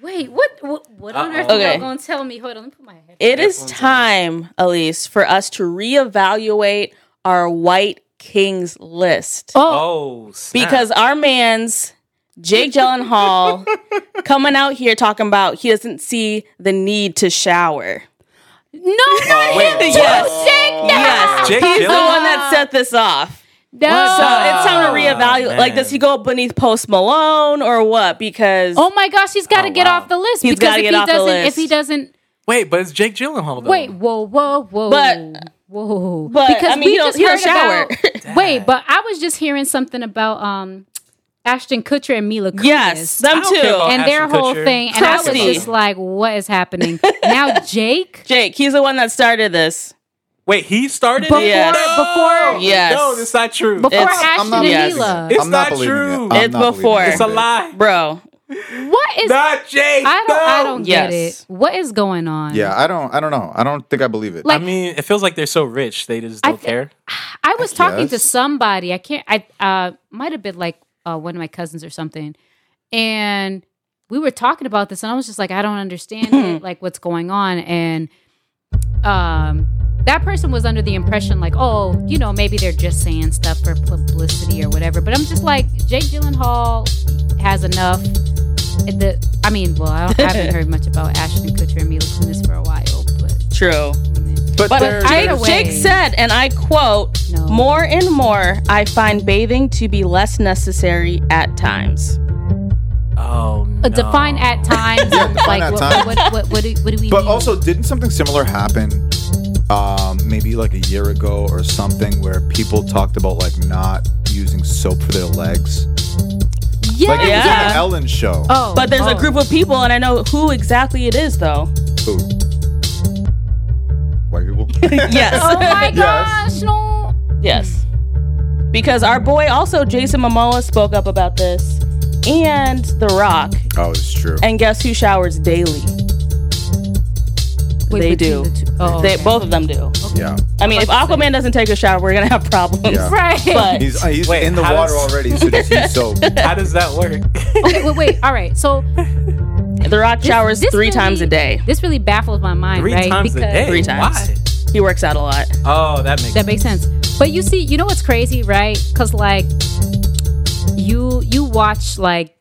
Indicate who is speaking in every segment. Speaker 1: Wait, what? What, what on earth
Speaker 2: Uh-oh.
Speaker 1: are
Speaker 3: Okay.
Speaker 1: you going to tell me? Hold on, let me put my head.
Speaker 3: It is
Speaker 2: Headphones on.
Speaker 3: time, Elise, for us to reevaluate our White Kings list
Speaker 1: Oh,
Speaker 2: Oh, snap.
Speaker 3: because our man's Jake Gyllenhaal coming out here talking about he doesn't see the need to shower.
Speaker 1: no, not
Speaker 2: Wait,
Speaker 1: him.
Speaker 2: what?
Speaker 1: Yes.
Speaker 3: Oh. Yes,
Speaker 2: Jake
Speaker 3: he's the
Speaker 2: Gyllenhaal?
Speaker 3: one that set this off.
Speaker 1: No.
Speaker 3: So it's time to
Speaker 2: Oh,
Speaker 3: reevaluate. like, does
Speaker 2: man.
Speaker 3: he go beneath Post Malone or what? Because
Speaker 1: Oh my gosh, he's got to
Speaker 2: Oh,
Speaker 1: get
Speaker 2: wow.
Speaker 1: off the list
Speaker 3: He's
Speaker 1: because
Speaker 3: gotta
Speaker 1: if
Speaker 3: get
Speaker 1: he
Speaker 3: off the
Speaker 1: doesn't, if
Speaker 3: list.
Speaker 1: he doesn't,
Speaker 2: wait, but it's Jake Gyllenhaal. Though.
Speaker 1: wait, whoa, whoa, whoa,
Speaker 3: But-
Speaker 1: whoa,
Speaker 3: but, I mean, he don't- he don't shower.
Speaker 1: about. wait, but I was just hearing something about um, Ashton Kutcher and Mila Kunis.
Speaker 3: yes, them
Speaker 2: I don't care
Speaker 3: too.
Speaker 2: about-
Speaker 1: and their
Speaker 2: Oh, Ashton
Speaker 1: whole
Speaker 2: Kutcher.
Speaker 1: thing, and I was
Speaker 3: Crusty.
Speaker 1: just like, "What is happening now?" Jake,
Speaker 3: Jake, he's the one that started this.
Speaker 2: wait, he started
Speaker 1: before,
Speaker 2: it.
Speaker 3: Yes.
Speaker 1: before,
Speaker 2: No,
Speaker 3: Yes.
Speaker 2: No, that's not true.
Speaker 1: before
Speaker 3: It's-
Speaker 1: Ashton
Speaker 3: I'm not
Speaker 1: and
Speaker 3: yes.
Speaker 1: Mila,
Speaker 2: It's
Speaker 4: I'm
Speaker 2: not
Speaker 4: not, believing
Speaker 2: true.
Speaker 4: It. I'm
Speaker 3: It's
Speaker 4: not believing
Speaker 3: before.
Speaker 4: it.
Speaker 2: it's a lie.
Speaker 3: Bro,
Speaker 1: what is?
Speaker 2: Not Jake.
Speaker 1: I don't, I
Speaker 2: no.
Speaker 1: don't get
Speaker 3: Yes.
Speaker 1: it. What is going on?
Speaker 4: Yeah, I don't. I don't know. I don't think I believe it.
Speaker 1: Like-
Speaker 2: I mean, it feels like they're so rich they just
Speaker 1: I
Speaker 2: don't
Speaker 1: thi-
Speaker 2: care.
Speaker 1: I was talking to
Speaker 4: guess.
Speaker 1: somebody. I can't. I uh, might have been like uh, one of my cousins or something, and we were talking about this, and I was just like, I don't understand it, like what's going on, and um, that person was under the impression like, oh, you know, maybe they're just saying stuff for publicity or whatever. But I'm just like, Jake Gyllenhaal has enough. The, I mean, well, I, don't, I haven't heard much about Ashton Kutcher and Mila Kunis for a while, but.
Speaker 3: true.
Speaker 4: but
Speaker 3: But
Speaker 4: there-
Speaker 1: I- either
Speaker 3: Jake,
Speaker 1: way-
Speaker 3: Jake said, and I quote,
Speaker 1: No.
Speaker 3: more and more, I find bathing to be less necessary at times.
Speaker 2: Oh, no.
Speaker 1: Uh, Define at times.
Speaker 4: define
Speaker 1: like,
Speaker 4: at
Speaker 1: what,
Speaker 4: times.
Speaker 1: What, what, what, do, what do we
Speaker 4: but
Speaker 1: mean?
Speaker 4: also, didn't something similar happen? Um, maybe like a year ago or something, where people talked about like not using soap for their legs.
Speaker 1: yeah.
Speaker 4: Like it was
Speaker 3: Yeah.
Speaker 4: on the Ellen show.
Speaker 1: Oh,
Speaker 3: But there's a
Speaker 1: oh.
Speaker 3: group of people, and I know who exactly it is, though.
Speaker 4: Who? White people.
Speaker 1: Oh
Speaker 3: yes.
Speaker 1: my
Speaker 4: Yes.
Speaker 1: gosh, no.
Speaker 3: yes. Because our boy, also Jason Momoa, spoke up about this, and The Rock.
Speaker 4: oh, it's true.
Speaker 3: And guess who showers daily?
Speaker 1: Wait,
Speaker 3: they do.
Speaker 1: between the two- oh,
Speaker 3: They,
Speaker 1: okay.
Speaker 3: both of them do.
Speaker 4: Yeah,
Speaker 3: I mean, if Aquaman doesn't take a shower, we're going to have problems.
Speaker 4: Yeah.
Speaker 1: Right.
Speaker 3: But
Speaker 4: he's uh, he's
Speaker 2: Wait,
Speaker 4: in the
Speaker 2: how
Speaker 4: water
Speaker 2: does-
Speaker 4: already, so just use soap.
Speaker 2: How does that work?
Speaker 1: wait, wait, wait. All right. So
Speaker 3: The Rock showers
Speaker 1: this
Speaker 3: three
Speaker 1: really-
Speaker 3: times a day.
Speaker 1: this really baffles my mind,
Speaker 2: Three
Speaker 1: right?
Speaker 2: times a day.
Speaker 3: Three times.
Speaker 2: Why?
Speaker 3: He works out a lot.
Speaker 2: Oh, that makes
Speaker 1: That makes sense. But you see, you know what's crazy, right? Because like you you watch like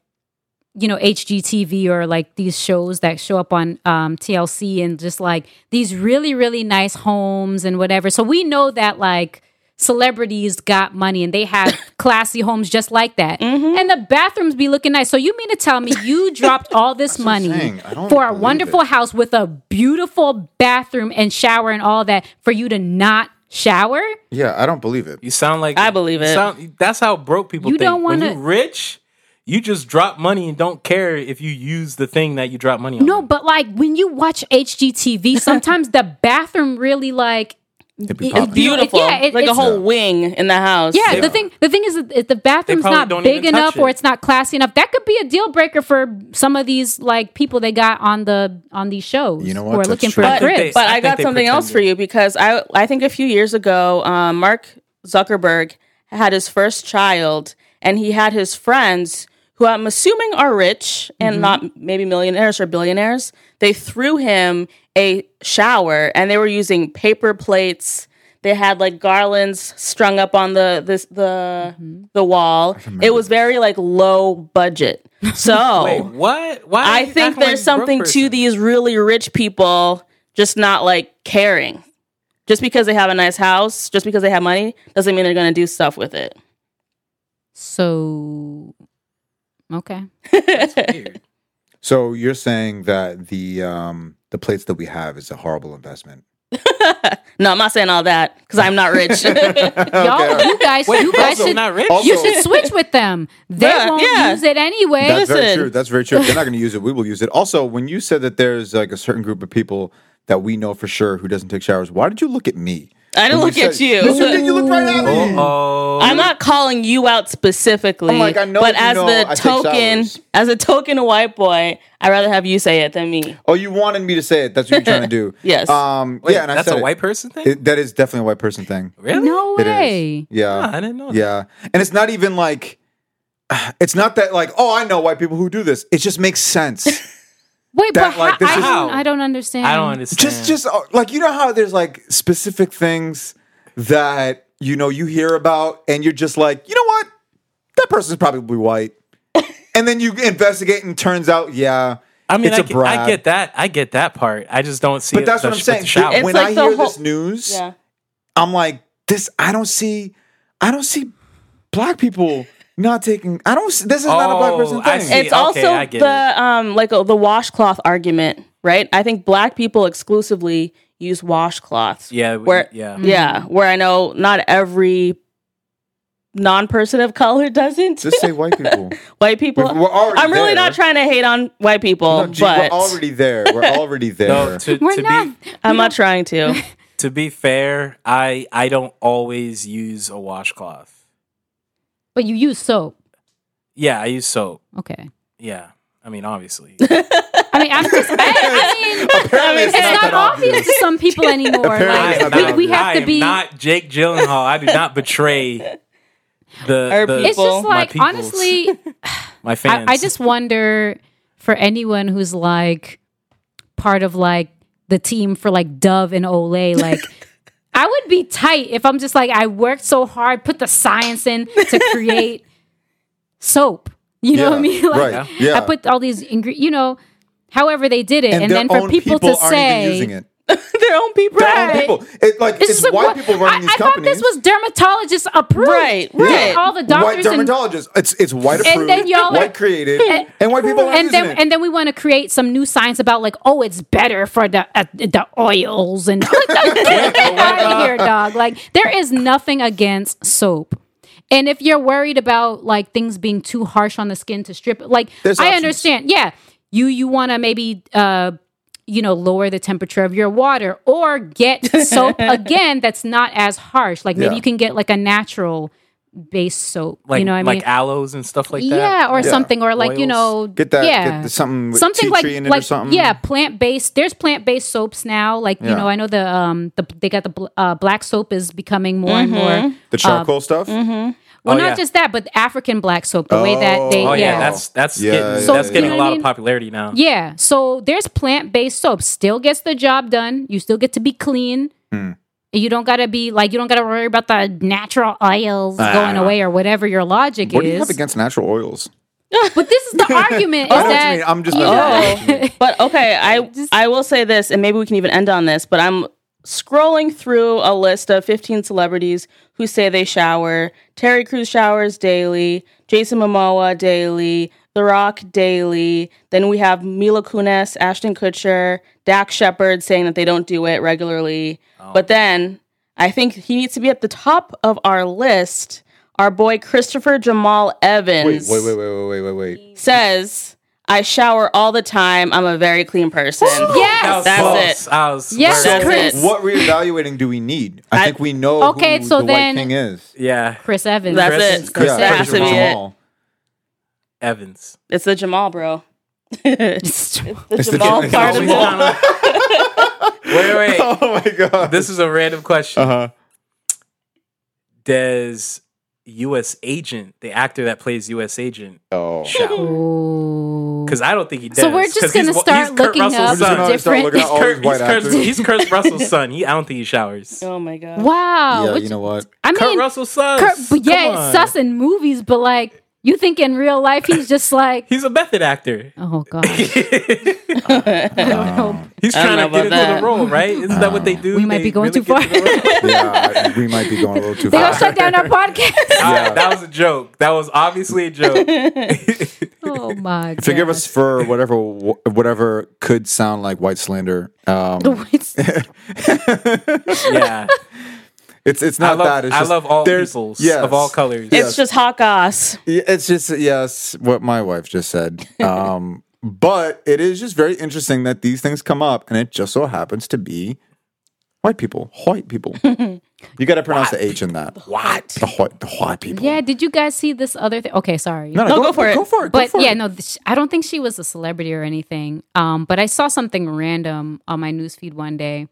Speaker 1: you know HGTV or like these shows that show up on um, TLC and just like these really really nice homes and whatever. So we know that like celebrities got money and they have classy homes just like that.
Speaker 4: Mm-hmm.
Speaker 1: And the bathrooms be looking nice. So you mean to tell me you dropped all this
Speaker 4: what I'm
Speaker 1: money
Speaker 4: saying. I don't
Speaker 1: for a
Speaker 4: believe it.
Speaker 1: wonderful house with a beautiful bathroom and shower and all that for you to not shower?
Speaker 4: Yeah, I don't believe it.
Speaker 2: You sound like
Speaker 3: I believe
Speaker 2: you
Speaker 3: it.
Speaker 2: sound- that's how broke people
Speaker 1: You
Speaker 2: think.
Speaker 1: don't
Speaker 2: when
Speaker 1: wanna-
Speaker 2: you rich, you just drop money and don't care if you use the thing that you drop money on.
Speaker 1: No, but like when you watch HGTV, sometimes the bathroom really like
Speaker 4: Hippie
Speaker 1: you-
Speaker 3: Beautiful.
Speaker 1: yeah, it-
Speaker 3: like a
Speaker 1: it's-
Speaker 3: whole wing in the house.
Speaker 1: yeah.
Speaker 2: They-
Speaker 1: the thing the thing is that if the bathroom's
Speaker 2: probably
Speaker 1: not
Speaker 2: don't
Speaker 1: big
Speaker 2: even touch
Speaker 1: enough or
Speaker 2: it.
Speaker 1: it's not classy enough. That could be a deal breaker for some of these like people they got on the on these shows.
Speaker 4: You know what?
Speaker 1: Who are
Speaker 4: That's
Speaker 1: looking
Speaker 4: true.
Speaker 1: for
Speaker 2: I
Speaker 1: a
Speaker 2: think
Speaker 1: crib.
Speaker 2: they-
Speaker 3: But
Speaker 2: I
Speaker 3: I,
Speaker 2: think
Speaker 3: got
Speaker 2: they
Speaker 3: something else for
Speaker 2: pretended.
Speaker 3: you because I I think a few years ago, um, Mark Zuckerberg had his first child, and he had his friends who I'm assuming are rich and not maybe millionaires or billionaires. They threw him a shower, and they were using paper plates. They had like garlands strung up on the this the the wall. It was very like low budget. So
Speaker 2: Wait, what? Why? are
Speaker 3: I
Speaker 2: you
Speaker 3: think
Speaker 2: acting like
Speaker 3: there's
Speaker 2: a broke
Speaker 3: something to
Speaker 2: person?
Speaker 3: these really rich people just not like caring. Just because they have a nice house, just because they have money, doesn't mean they're going to do stuff with it.
Speaker 1: so okay.
Speaker 2: Weird.
Speaker 4: So you're saying that the um the plates that we have is a horrible investment.
Speaker 3: No, I'm not saying all that because I'm not rich.
Speaker 4: Oh,
Speaker 1: Y'all you guys
Speaker 2: Wait,
Speaker 1: you guys
Speaker 2: also
Speaker 1: should
Speaker 2: not rich.
Speaker 4: also-
Speaker 1: you should switch with them. They
Speaker 3: Bruh,
Speaker 1: won't
Speaker 3: yeah.
Speaker 1: use it anyway.
Speaker 4: That's very
Speaker 3: Listen.
Speaker 4: true. That's very true. If they're not going to use it, we will use it. Also, when you said that there's like a certain group of people that we know for sure who doesn't take showers, why did you look at me?
Speaker 3: I didn't
Speaker 4: When
Speaker 3: look at
Speaker 4: said-
Speaker 3: you.
Speaker 4: Yes, you did. You looked right at me.
Speaker 2: oh,
Speaker 3: I'm not calling you out specifically,
Speaker 4: I'm like, I know
Speaker 3: but
Speaker 4: that you
Speaker 3: as
Speaker 4: know I
Speaker 3: the
Speaker 4: take
Speaker 3: token,
Speaker 4: showers.
Speaker 3: as a token white boy, I'd rather have you say it than me.
Speaker 4: Oh, you wanted me to say it. That's what you're trying to do.
Speaker 3: Yes.
Speaker 4: Um.
Speaker 2: Wait,
Speaker 4: yeah. And I
Speaker 2: that's
Speaker 4: said
Speaker 2: a
Speaker 4: it.
Speaker 2: white person thing.
Speaker 4: It- that is definitely a white person thing.
Speaker 2: really?
Speaker 1: no
Speaker 4: It is.
Speaker 1: way.
Speaker 4: Yeah.
Speaker 2: Huh, Ah, I didn't know. that.
Speaker 4: Yeah. And it's not even like it's not that like, oh, I know white people who do this. It just makes sense.
Speaker 1: Wait,
Speaker 4: That,
Speaker 1: but
Speaker 4: like,
Speaker 1: how-
Speaker 4: this
Speaker 1: I,
Speaker 4: is-
Speaker 1: don't, I don't understand.
Speaker 2: I don't understand.
Speaker 4: just just uh, like you know how there's like specific things that you know you hear about and you're just like you know what that person's probably white and then you investigate and turns out yeah
Speaker 2: I mean,
Speaker 4: it's
Speaker 2: I
Speaker 4: a
Speaker 2: get-
Speaker 4: bribe
Speaker 2: I get that. I get that part. I just don't see.
Speaker 4: but
Speaker 2: it
Speaker 4: that's
Speaker 2: the
Speaker 4: what i'm
Speaker 2: sh-
Speaker 4: saying
Speaker 2: The shower.
Speaker 3: It's
Speaker 4: when
Speaker 3: like
Speaker 4: i
Speaker 3: the
Speaker 4: hear
Speaker 3: whole-
Speaker 4: this news
Speaker 3: Yeah.
Speaker 4: i'm like this i don't see i don't see black people not taking i don't see, this is not a black
Speaker 2: Oh,
Speaker 4: person
Speaker 2: I
Speaker 4: thing
Speaker 2: see.
Speaker 3: It's
Speaker 2: okay,
Speaker 3: also
Speaker 2: I get
Speaker 3: the um like uh, the washcloth argument, right? I think black people exclusively use washcloths.
Speaker 2: yeah, we-
Speaker 3: Where
Speaker 2: yeah.
Speaker 4: Mm-hmm.
Speaker 3: yeah, where I know not every non-person of color doesn't.
Speaker 4: just say white people
Speaker 3: White people.
Speaker 4: We're- we're already
Speaker 3: I'm really
Speaker 4: there.
Speaker 3: not trying to hate on white people,
Speaker 4: No, gee, we're
Speaker 3: but
Speaker 4: already there we're already there
Speaker 2: No, to,
Speaker 1: We're
Speaker 2: to
Speaker 1: not.
Speaker 2: be
Speaker 3: I'm not trying to.
Speaker 2: to be fair, I I don't always use a washcloth.
Speaker 1: But you use soap.
Speaker 2: Yeah, I use soap.
Speaker 1: Okay.
Speaker 2: Yeah, I mean, obviously,
Speaker 1: I mean, I'm just. I, I mean,
Speaker 4: Apparently
Speaker 1: it's not,
Speaker 4: that
Speaker 1: obvious, to some people anymore.
Speaker 4: Apparently
Speaker 2: I
Speaker 1: Like,
Speaker 2: am
Speaker 4: it's not
Speaker 1: we,
Speaker 2: not,
Speaker 1: we
Speaker 2: I
Speaker 1: have to
Speaker 2: am
Speaker 1: be.
Speaker 2: not Jake Gyllenhaal. I do not betray the.
Speaker 3: Our
Speaker 2: the
Speaker 1: it's
Speaker 3: people.
Speaker 1: just
Speaker 2: my
Speaker 1: like
Speaker 2: peoples,
Speaker 1: honestly,
Speaker 2: my fans.
Speaker 1: I, I just wonder for anyone who's like part of like the team for like Dove and Olay, like. I would be tight if I'm just like I worked so hard, put the science in to create soap. You know what I mean? Like,
Speaker 4: right yeah
Speaker 1: I put all these ingredients, you know, however they did it. And,
Speaker 4: their
Speaker 1: then for
Speaker 4: own
Speaker 1: people, to
Speaker 4: aren't even
Speaker 1: say,
Speaker 4: using it.
Speaker 3: Their own people.
Speaker 4: Their own people. It, like
Speaker 1: This
Speaker 4: it's
Speaker 1: is like,
Speaker 4: white
Speaker 1: what-
Speaker 4: people running
Speaker 1: I,
Speaker 4: these
Speaker 1: I thought
Speaker 4: companies.
Speaker 1: this was dermatologist approved.
Speaker 3: Right,
Speaker 1: Yeah.
Speaker 3: right.
Speaker 1: All the
Speaker 4: white
Speaker 1: doctors and,
Speaker 4: dermatologists. It's it's white approved,
Speaker 1: then y'all
Speaker 4: white
Speaker 1: are-
Speaker 4: created, and, white people aren't
Speaker 1: and
Speaker 4: using
Speaker 1: then
Speaker 4: it.
Speaker 1: and then we want to create some new science about like, oh, it's better for the uh, the oils and like, get out of here, dog. Like there is nothing against soap. And if you're worried about like things being too harsh on the skin to strip, like
Speaker 4: There's
Speaker 1: I
Speaker 4: options.
Speaker 1: understand. Yeah. You you wanna maybe uh you know, lower the temperature of your water or get soap again that's not as harsh. Like maybe
Speaker 4: Yeah.
Speaker 1: you can get like a natural base soap.
Speaker 2: like
Speaker 1: you know what I
Speaker 2: like
Speaker 1: mean?
Speaker 2: aloes and stuff like that.
Speaker 1: yeah, or something, or like you
Speaker 2: Oils.
Speaker 1: know,
Speaker 4: get that.
Speaker 1: yeah,
Speaker 4: Get something with
Speaker 1: something
Speaker 4: tea
Speaker 1: like
Speaker 4: tree in it
Speaker 1: like
Speaker 4: or something.
Speaker 1: yeah, plant based. There's plant based soaps now. Like you
Speaker 4: Yeah.
Speaker 1: know, I know the um the they got the bl- uh, black soap is becoming more and more.
Speaker 4: the charcoal
Speaker 1: um,
Speaker 4: stuff.
Speaker 1: Well,
Speaker 2: Oh,
Speaker 1: not
Speaker 2: yeah.
Speaker 1: just that, but African black soap. The way that they
Speaker 2: Oh yeah,
Speaker 1: yeah.
Speaker 2: that's that's
Speaker 4: Yeah,
Speaker 2: getting
Speaker 4: yeah,
Speaker 2: that's
Speaker 1: yeah.
Speaker 2: getting
Speaker 1: So,
Speaker 2: a
Speaker 1: you know
Speaker 2: lot
Speaker 1: what I
Speaker 2: of
Speaker 1: mean?
Speaker 2: popularity now.
Speaker 1: Yeah, so there's plant based soap. Still gets the job done. You still get to be clean.
Speaker 4: Hmm.
Speaker 1: You don't gotta be like you don't gotta worry about the natural oils going away or whatever your logic
Speaker 4: Ah. What do you
Speaker 1: is.
Speaker 4: have against natural oils?
Speaker 1: but this is the argument.
Speaker 4: I
Speaker 1: is
Speaker 4: know what you
Speaker 1: that
Speaker 4: mean. I'm just
Speaker 1: you
Speaker 4: messing
Speaker 1: know-
Speaker 4: with you.
Speaker 3: Oh, but okay, I I will say this, and maybe we can even end on this. But I'm scrolling through a list of 15 celebrities who say they shower. Terry Crews showers daily. Jason Momoa daily. The Rock daily. Then we have Mila Kunis, Ashton Kutcher, Dak Shepard saying that they don't do it regularly.
Speaker 4: Oh.
Speaker 3: But then I think he needs to be at the top of our list. Our boy Christopher Jamal
Speaker 4: Wait,
Speaker 3: Evans
Speaker 4: wait, wait, wait, wait, wait, wait, wait.
Speaker 3: says, I shower all the time. I'm a very clean person.
Speaker 2: That
Speaker 1: Yes.
Speaker 2: was
Speaker 3: That's
Speaker 2: close.
Speaker 3: it.
Speaker 2: I was
Speaker 1: Yes,
Speaker 2: very-
Speaker 3: That's
Speaker 1: Chris.
Speaker 3: it.
Speaker 4: What reevaluating do we need? I,
Speaker 3: I-
Speaker 4: think we know
Speaker 1: Okay,
Speaker 4: who
Speaker 1: so
Speaker 4: the
Speaker 1: then-
Speaker 4: white king is.
Speaker 2: yeah,
Speaker 1: Chris Evans.
Speaker 3: That's
Speaker 2: Chris-
Speaker 3: it.
Speaker 2: Chris
Speaker 3: That has to be
Speaker 4: Christopher
Speaker 3: it.
Speaker 4: Jamal.
Speaker 2: Evans.
Speaker 3: It's the Jamal, bro. it's the
Speaker 4: It's the
Speaker 3: Jamal
Speaker 4: Jamal.
Speaker 3: part of it.
Speaker 4: It's
Speaker 2: wait, wait.
Speaker 4: Oh my god.
Speaker 2: This is a random question.
Speaker 4: Uh huh.
Speaker 2: Does U.S. Agent, the actor that plays U.S. Agent,
Speaker 4: Oh.
Speaker 2: shower?
Speaker 1: Ooh.
Speaker 2: Because I don't think he does.
Speaker 1: So we're just
Speaker 2: 'Cause he's
Speaker 1: gonna
Speaker 2: wa-
Speaker 1: start
Speaker 2: he's Kurt
Speaker 1: looking
Speaker 2: Russell's
Speaker 1: up
Speaker 4: We're just
Speaker 2: son.
Speaker 4: gonna
Speaker 1: different-
Speaker 4: start looking at
Speaker 2: He's
Speaker 4: all these
Speaker 2: Kurt,
Speaker 4: white
Speaker 2: he's, Kurt,
Speaker 4: actors.
Speaker 2: he's Kurt Russell's son. He, I don't think he showers.
Speaker 3: Oh my God.
Speaker 1: Wow.
Speaker 4: yeah,
Speaker 1: which-
Speaker 4: you know what?
Speaker 1: I mean,
Speaker 2: Kurt Russell's son.
Speaker 1: Kurt- but
Speaker 2: Come
Speaker 1: yeah,
Speaker 2: on.
Speaker 1: it's sus in movies, but like, you think in real life he's just like,
Speaker 2: He's a method actor.
Speaker 1: oh god,
Speaker 2: He's trying
Speaker 3: know
Speaker 2: to get into
Speaker 3: about
Speaker 2: the
Speaker 3: that.
Speaker 2: role, right? Isn't that what they do?
Speaker 1: We might
Speaker 2: They
Speaker 1: be going too
Speaker 2: get
Speaker 1: far.
Speaker 2: into the role?
Speaker 4: Yeah, I- we might be going a little too
Speaker 1: they gonna
Speaker 4: far.
Speaker 1: shut down our podcast.
Speaker 2: All right, Ah, that was a joke. That was obviously a joke.
Speaker 1: oh my god,
Speaker 4: Forgive us for whatever whatever could sound like white slander.
Speaker 1: Oh.
Speaker 4: Um,
Speaker 2: yeah.
Speaker 4: It's it's
Speaker 2: I
Speaker 4: not
Speaker 2: love,
Speaker 4: that. It's
Speaker 2: I
Speaker 4: just,
Speaker 2: love all
Speaker 4: there's-
Speaker 2: peoples
Speaker 4: yes.
Speaker 2: of all colors.
Speaker 3: It's just hot goss.
Speaker 4: Y- It's just yes, what my wife just said. Um, but it is just very interesting that these things come up, and it just so happens to be white people, white people. you got to pronounce the H in that. What the white the white people?
Speaker 1: yeah. Did you guys see this other thing? Okay, sorry.
Speaker 4: No, no,
Speaker 3: go for it.
Speaker 4: Go for it.
Speaker 1: but
Speaker 4: go for
Speaker 1: yeah,
Speaker 4: it.
Speaker 1: no, th- I don't think she was a celebrity or anything. Um, but I saw something random on my newsfeed one day,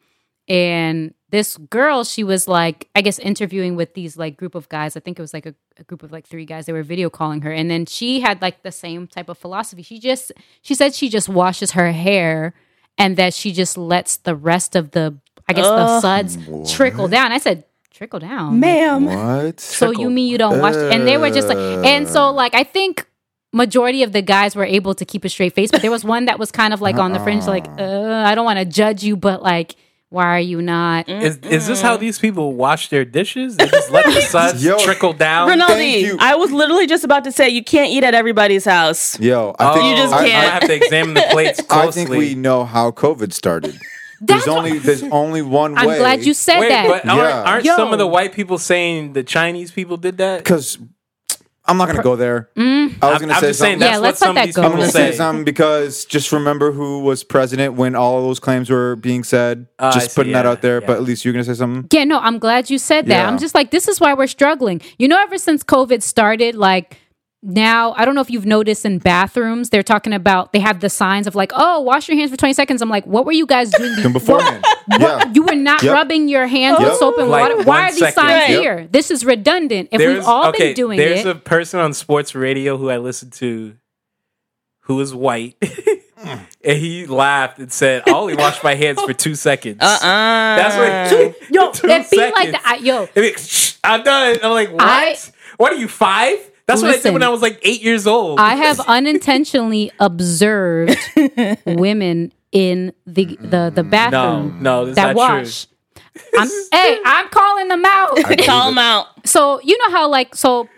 Speaker 1: and this girl she was like i guess interviewing with these like group of guys i think it was like a, a group of like three guys they were video calling her and then she had like the same type of philosophy she just she said she just washes her hair and that she just lets the rest of the i guess the
Speaker 3: Ugh.
Speaker 1: suds trickle down i said trickle down Like,
Speaker 3: ma'am.
Speaker 4: What?
Speaker 1: so you mean you don't wash? And they were just like, and so like I think majority of the guys were able to keep a straight face, but there was one that was kind of like on the fringe, like
Speaker 4: Uh-uh.
Speaker 1: uh, I don't want to judge you, but like why are you not?
Speaker 2: Is, is this
Speaker 1: Mm-hmm.
Speaker 2: how these people wash their dishes? They just let the suds
Speaker 4: Yo.
Speaker 2: trickle down.
Speaker 4: Thank
Speaker 3: Rinaldi,
Speaker 4: you.
Speaker 3: I was literally just about to say you can't eat at everybody's house.
Speaker 4: Yo, I think
Speaker 3: You just
Speaker 4: I-
Speaker 2: Oh, I,
Speaker 3: can't.
Speaker 2: I have to examine the plates
Speaker 4: I,
Speaker 2: closely.
Speaker 4: think we know how COVID started.
Speaker 1: That's
Speaker 4: there's only there's only one
Speaker 1: I'm
Speaker 4: way.
Speaker 1: glad you said
Speaker 2: Wait,
Speaker 1: that.
Speaker 2: but aren't,
Speaker 4: Yeah.
Speaker 2: aren't
Speaker 1: Yo.
Speaker 2: some of the white people saying the Chinese people did that?
Speaker 4: because I'm not gonna go there.
Speaker 1: Mm.
Speaker 4: I
Speaker 2: I'm,
Speaker 4: was gonna
Speaker 2: I'm
Speaker 4: say
Speaker 2: just saying
Speaker 4: something.
Speaker 1: that-
Speaker 2: that's
Speaker 1: Yeah,
Speaker 2: what
Speaker 1: let's let
Speaker 2: some
Speaker 1: that
Speaker 2: of these
Speaker 1: go.
Speaker 4: I'm
Speaker 2: people
Speaker 4: gonna
Speaker 2: say.
Speaker 4: say something because just remember who was president when all those claims were being said.
Speaker 2: Oh, I
Speaker 4: just
Speaker 2: see,
Speaker 4: putting that
Speaker 2: yeah,
Speaker 4: out there.
Speaker 2: yeah.
Speaker 4: But at least you're gonna say something.
Speaker 1: Yeah, no, I'm glad you said that.
Speaker 4: Yeah.
Speaker 1: I'm just like, this is why we're struggling. You know, ever since COVID started, like now, I don't know if you've noticed in bathrooms, they're talking about they have the signs of like, oh, wash your hands for 20 seconds. I'm like, what were you guys doing before?
Speaker 4: beforehand. yeah.
Speaker 1: You were not
Speaker 4: Yep.
Speaker 1: rubbing your hands
Speaker 4: Yep.
Speaker 1: with soap and
Speaker 2: Like
Speaker 1: water.
Speaker 2: one
Speaker 1: Why are these
Speaker 2: second.
Speaker 1: signs
Speaker 3: Right. Yep.
Speaker 1: here? This is redundant. If
Speaker 2: There's-
Speaker 1: we've all
Speaker 2: okay,
Speaker 1: been doing
Speaker 2: there's
Speaker 1: it,
Speaker 2: a person on sports radio who I listened to who is white. and he laughed and said, I only washed my hands for two seconds.
Speaker 3: Uh-uh.
Speaker 2: That's what
Speaker 1: yo,
Speaker 2: two
Speaker 1: it be like
Speaker 2: seconds.
Speaker 1: that. I, yo,
Speaker 2: And it- I'm done. I'm like, what?
Speaker 1: I-
Speaker 2: what are you, five? That's what I did
Speaker 1: Listen.
Speaker 2: when I was like eight years old.
Speaker 1: I have unintentionally observed women in the the the
Speaker 2: no,
Speaker 1: bathroom
Speaker 2: no, that's
Speaker 1: that
Speaker 2: not
Speaker 1: wash. I'm, hey, I'm calling them out.
Speaker 3: Call them out.
Speaker 1: so you know how like so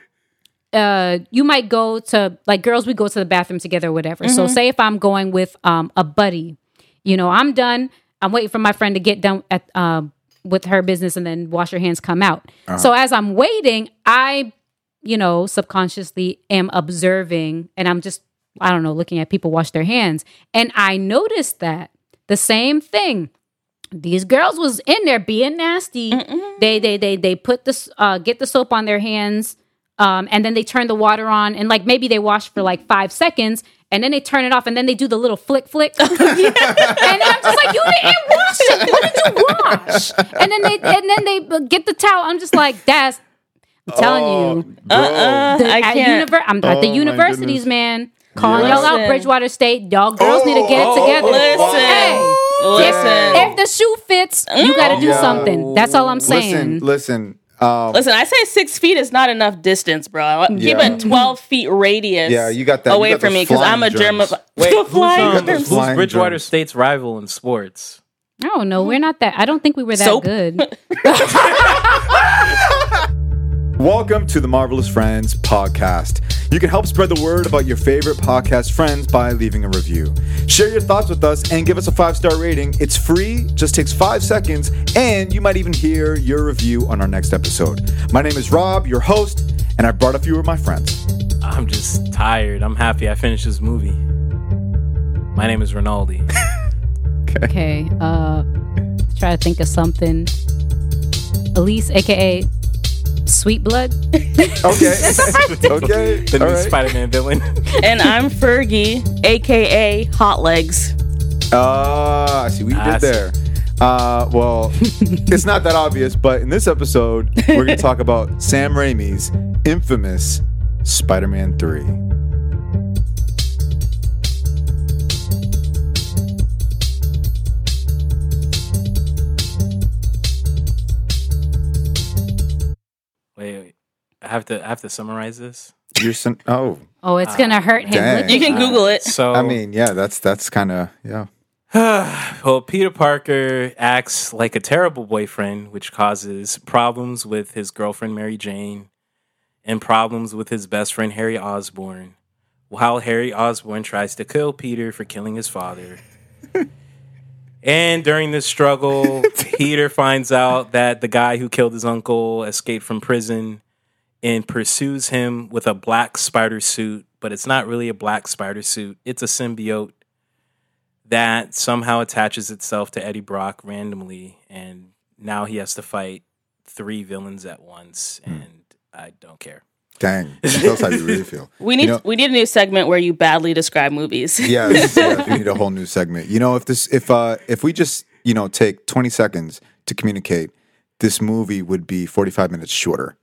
Speaker 1: uh you might go to like girls we go to the bathroom together or whatever so say if i'm going with um a buddy you know i'm done i'm waiting for my friend to get done at um with her business and then wash her hands come out so as i'm waiting i you know subconsciously am observing and i'm just i don't know looking at people wash their hands and i noticed that the same thing these girls was in there being nasty. They they they they put this uh, get the soap on their hands, um, and then they turn the water on, and like maybe they wash for like five seconds, and then they turn it off, and then they do the little flick flick, and I'm just like, you didn't wash it. What did you wash? And then they and then they uh, get the towel. I'm just like, that's. I'm telling you,
Speaker 2: Oh.
Speaker 4: Bro.
Speaker 3: Uh-uh.
Speaker 1: the,
Speaker 3: I
Speaker 1: at,
Speaker 3: can't.
Speaker 1: univer- I'm, at
Speaker 4: Oh,
Speaker 1: the
Speaker 4: my
Speaker 1: universities,
Speaker 4: goodness.
Speaker 1: man, calling
Speaker 4: Yeah.
Speaker 1: y'all out,
Speaker 3: Listen.
Speaker 1: Bridgewater State, y'all girls need to get
Speaker 2: oh,
Speaker 1: it together.
Speaker 2: oh,
Speaker 3: Listen.
Speaker 1: Hey.
Speaker 3: Listen. Mm.
Speaker 1: If the shoe fits, you got to do
Speaker 4: Yeah.
Speaker 1: something. That's all I'm saying.
Speaker 4: Listen, listen. Um,
Speaker 3: Listen, I say six feet is not enough distance, bro. Keep
Speaker 4: Yeah.
Speaker 3: a twelve feet radius.
Speaker 4: Yeah, you got that- you
Speaker 3: away
Speaker 4: got
Speaker 3: from
Speaker 4: those
Speaker 3: me because I'm a
Speaker 4: flying
Speaker 3: germ
Speaker 4: germs.
Speaker 3: of
Speaker 2: Wait, who's, um,
Speaker 4: germs.
Speaker 2: who's
Speaker 4: Flying
Speaker 2: Bridgewater
Speaker 4: germs.
Speaker 2: State's rival in sports?
Speaker 1: I don't know. Oh, We're not that. I don't think we were that
Speaker 3: Soap.
Speaker 1: good.
Speaker 4: Welcome to the Marvelous Friends podcast. You can help spread the word about your favorite podcast friends by leaving a review. Share your thoughts with us and give us a five star rating. It's free, just takes five seconds, and you might even hear your review on our next episode. My name is Rob, your host, and I brought a few of my friends.
Speaker 2: I'm just tired. I'm happy I finished this movie. My name is Rinaldi.
Speaker 1: Okay. Uh, let's try to think of something. Elise, aka Sweet Blood.
Speaker 4: Okay. okay.
Speaker 2: the new
Speaker 4: all right.
Speaker 2: Spider-Man villain.
Speaker 3: and I'm Fergie, aka Hot Legs.
Speaker 4: Ah, I see what you
Speaker 2: I
Speaker 4: did
Speaker 2: see.
Speaker 4: there. Uh, well, it's not that obvious, but in this episode, we're going to talk about Sam Raimi's infamous Spider Man 3.
Speaker 2: wait, wait, I have to. I have to summarize this. Uh,
Speaker 4: You're sen- oh,
Speaker 1: Oh, it's gonna hurt him.
Speaker 4: dang.
Speaker 1: Look
Speaker 3: You
Speaker 1: at-
Speaker 3: can Google it.
Speaker 2: So
Speaker 4: I mean, yeah, that's that's kind of, yeah.
Speaker 2: well, Peter Parker acts like a terrible boyfriend, which causes problems with his girlfriend Mary Jane and problems with his best friend Harry Osborn. While Harry Osborn tries to kill Peter for killing his father. and during this struggle, Peter finds out that the guy who killed his uncle escaped from prison and pursues him with a black spider suit, but it's not really a black spider suit, it's a symbiote that somehow attaches itself to Eddie Brock randomly, and now he has to fight three villains at once,
Speaker 4: Hmm.
Speaker 2: and I don't care.
Speaker 4: Dang. That's how you really feel.
Speaker 3: We need
Speaker 4: You know-
Speaker 3: we need a new segment where you badly describe movies.
Speaker 4: Yeah, this is- yeah, we need a whole new segment. You know, if this, if, uh, if we just you know, take 20 seconds to communicate, this movie would be 45 minutes shorter.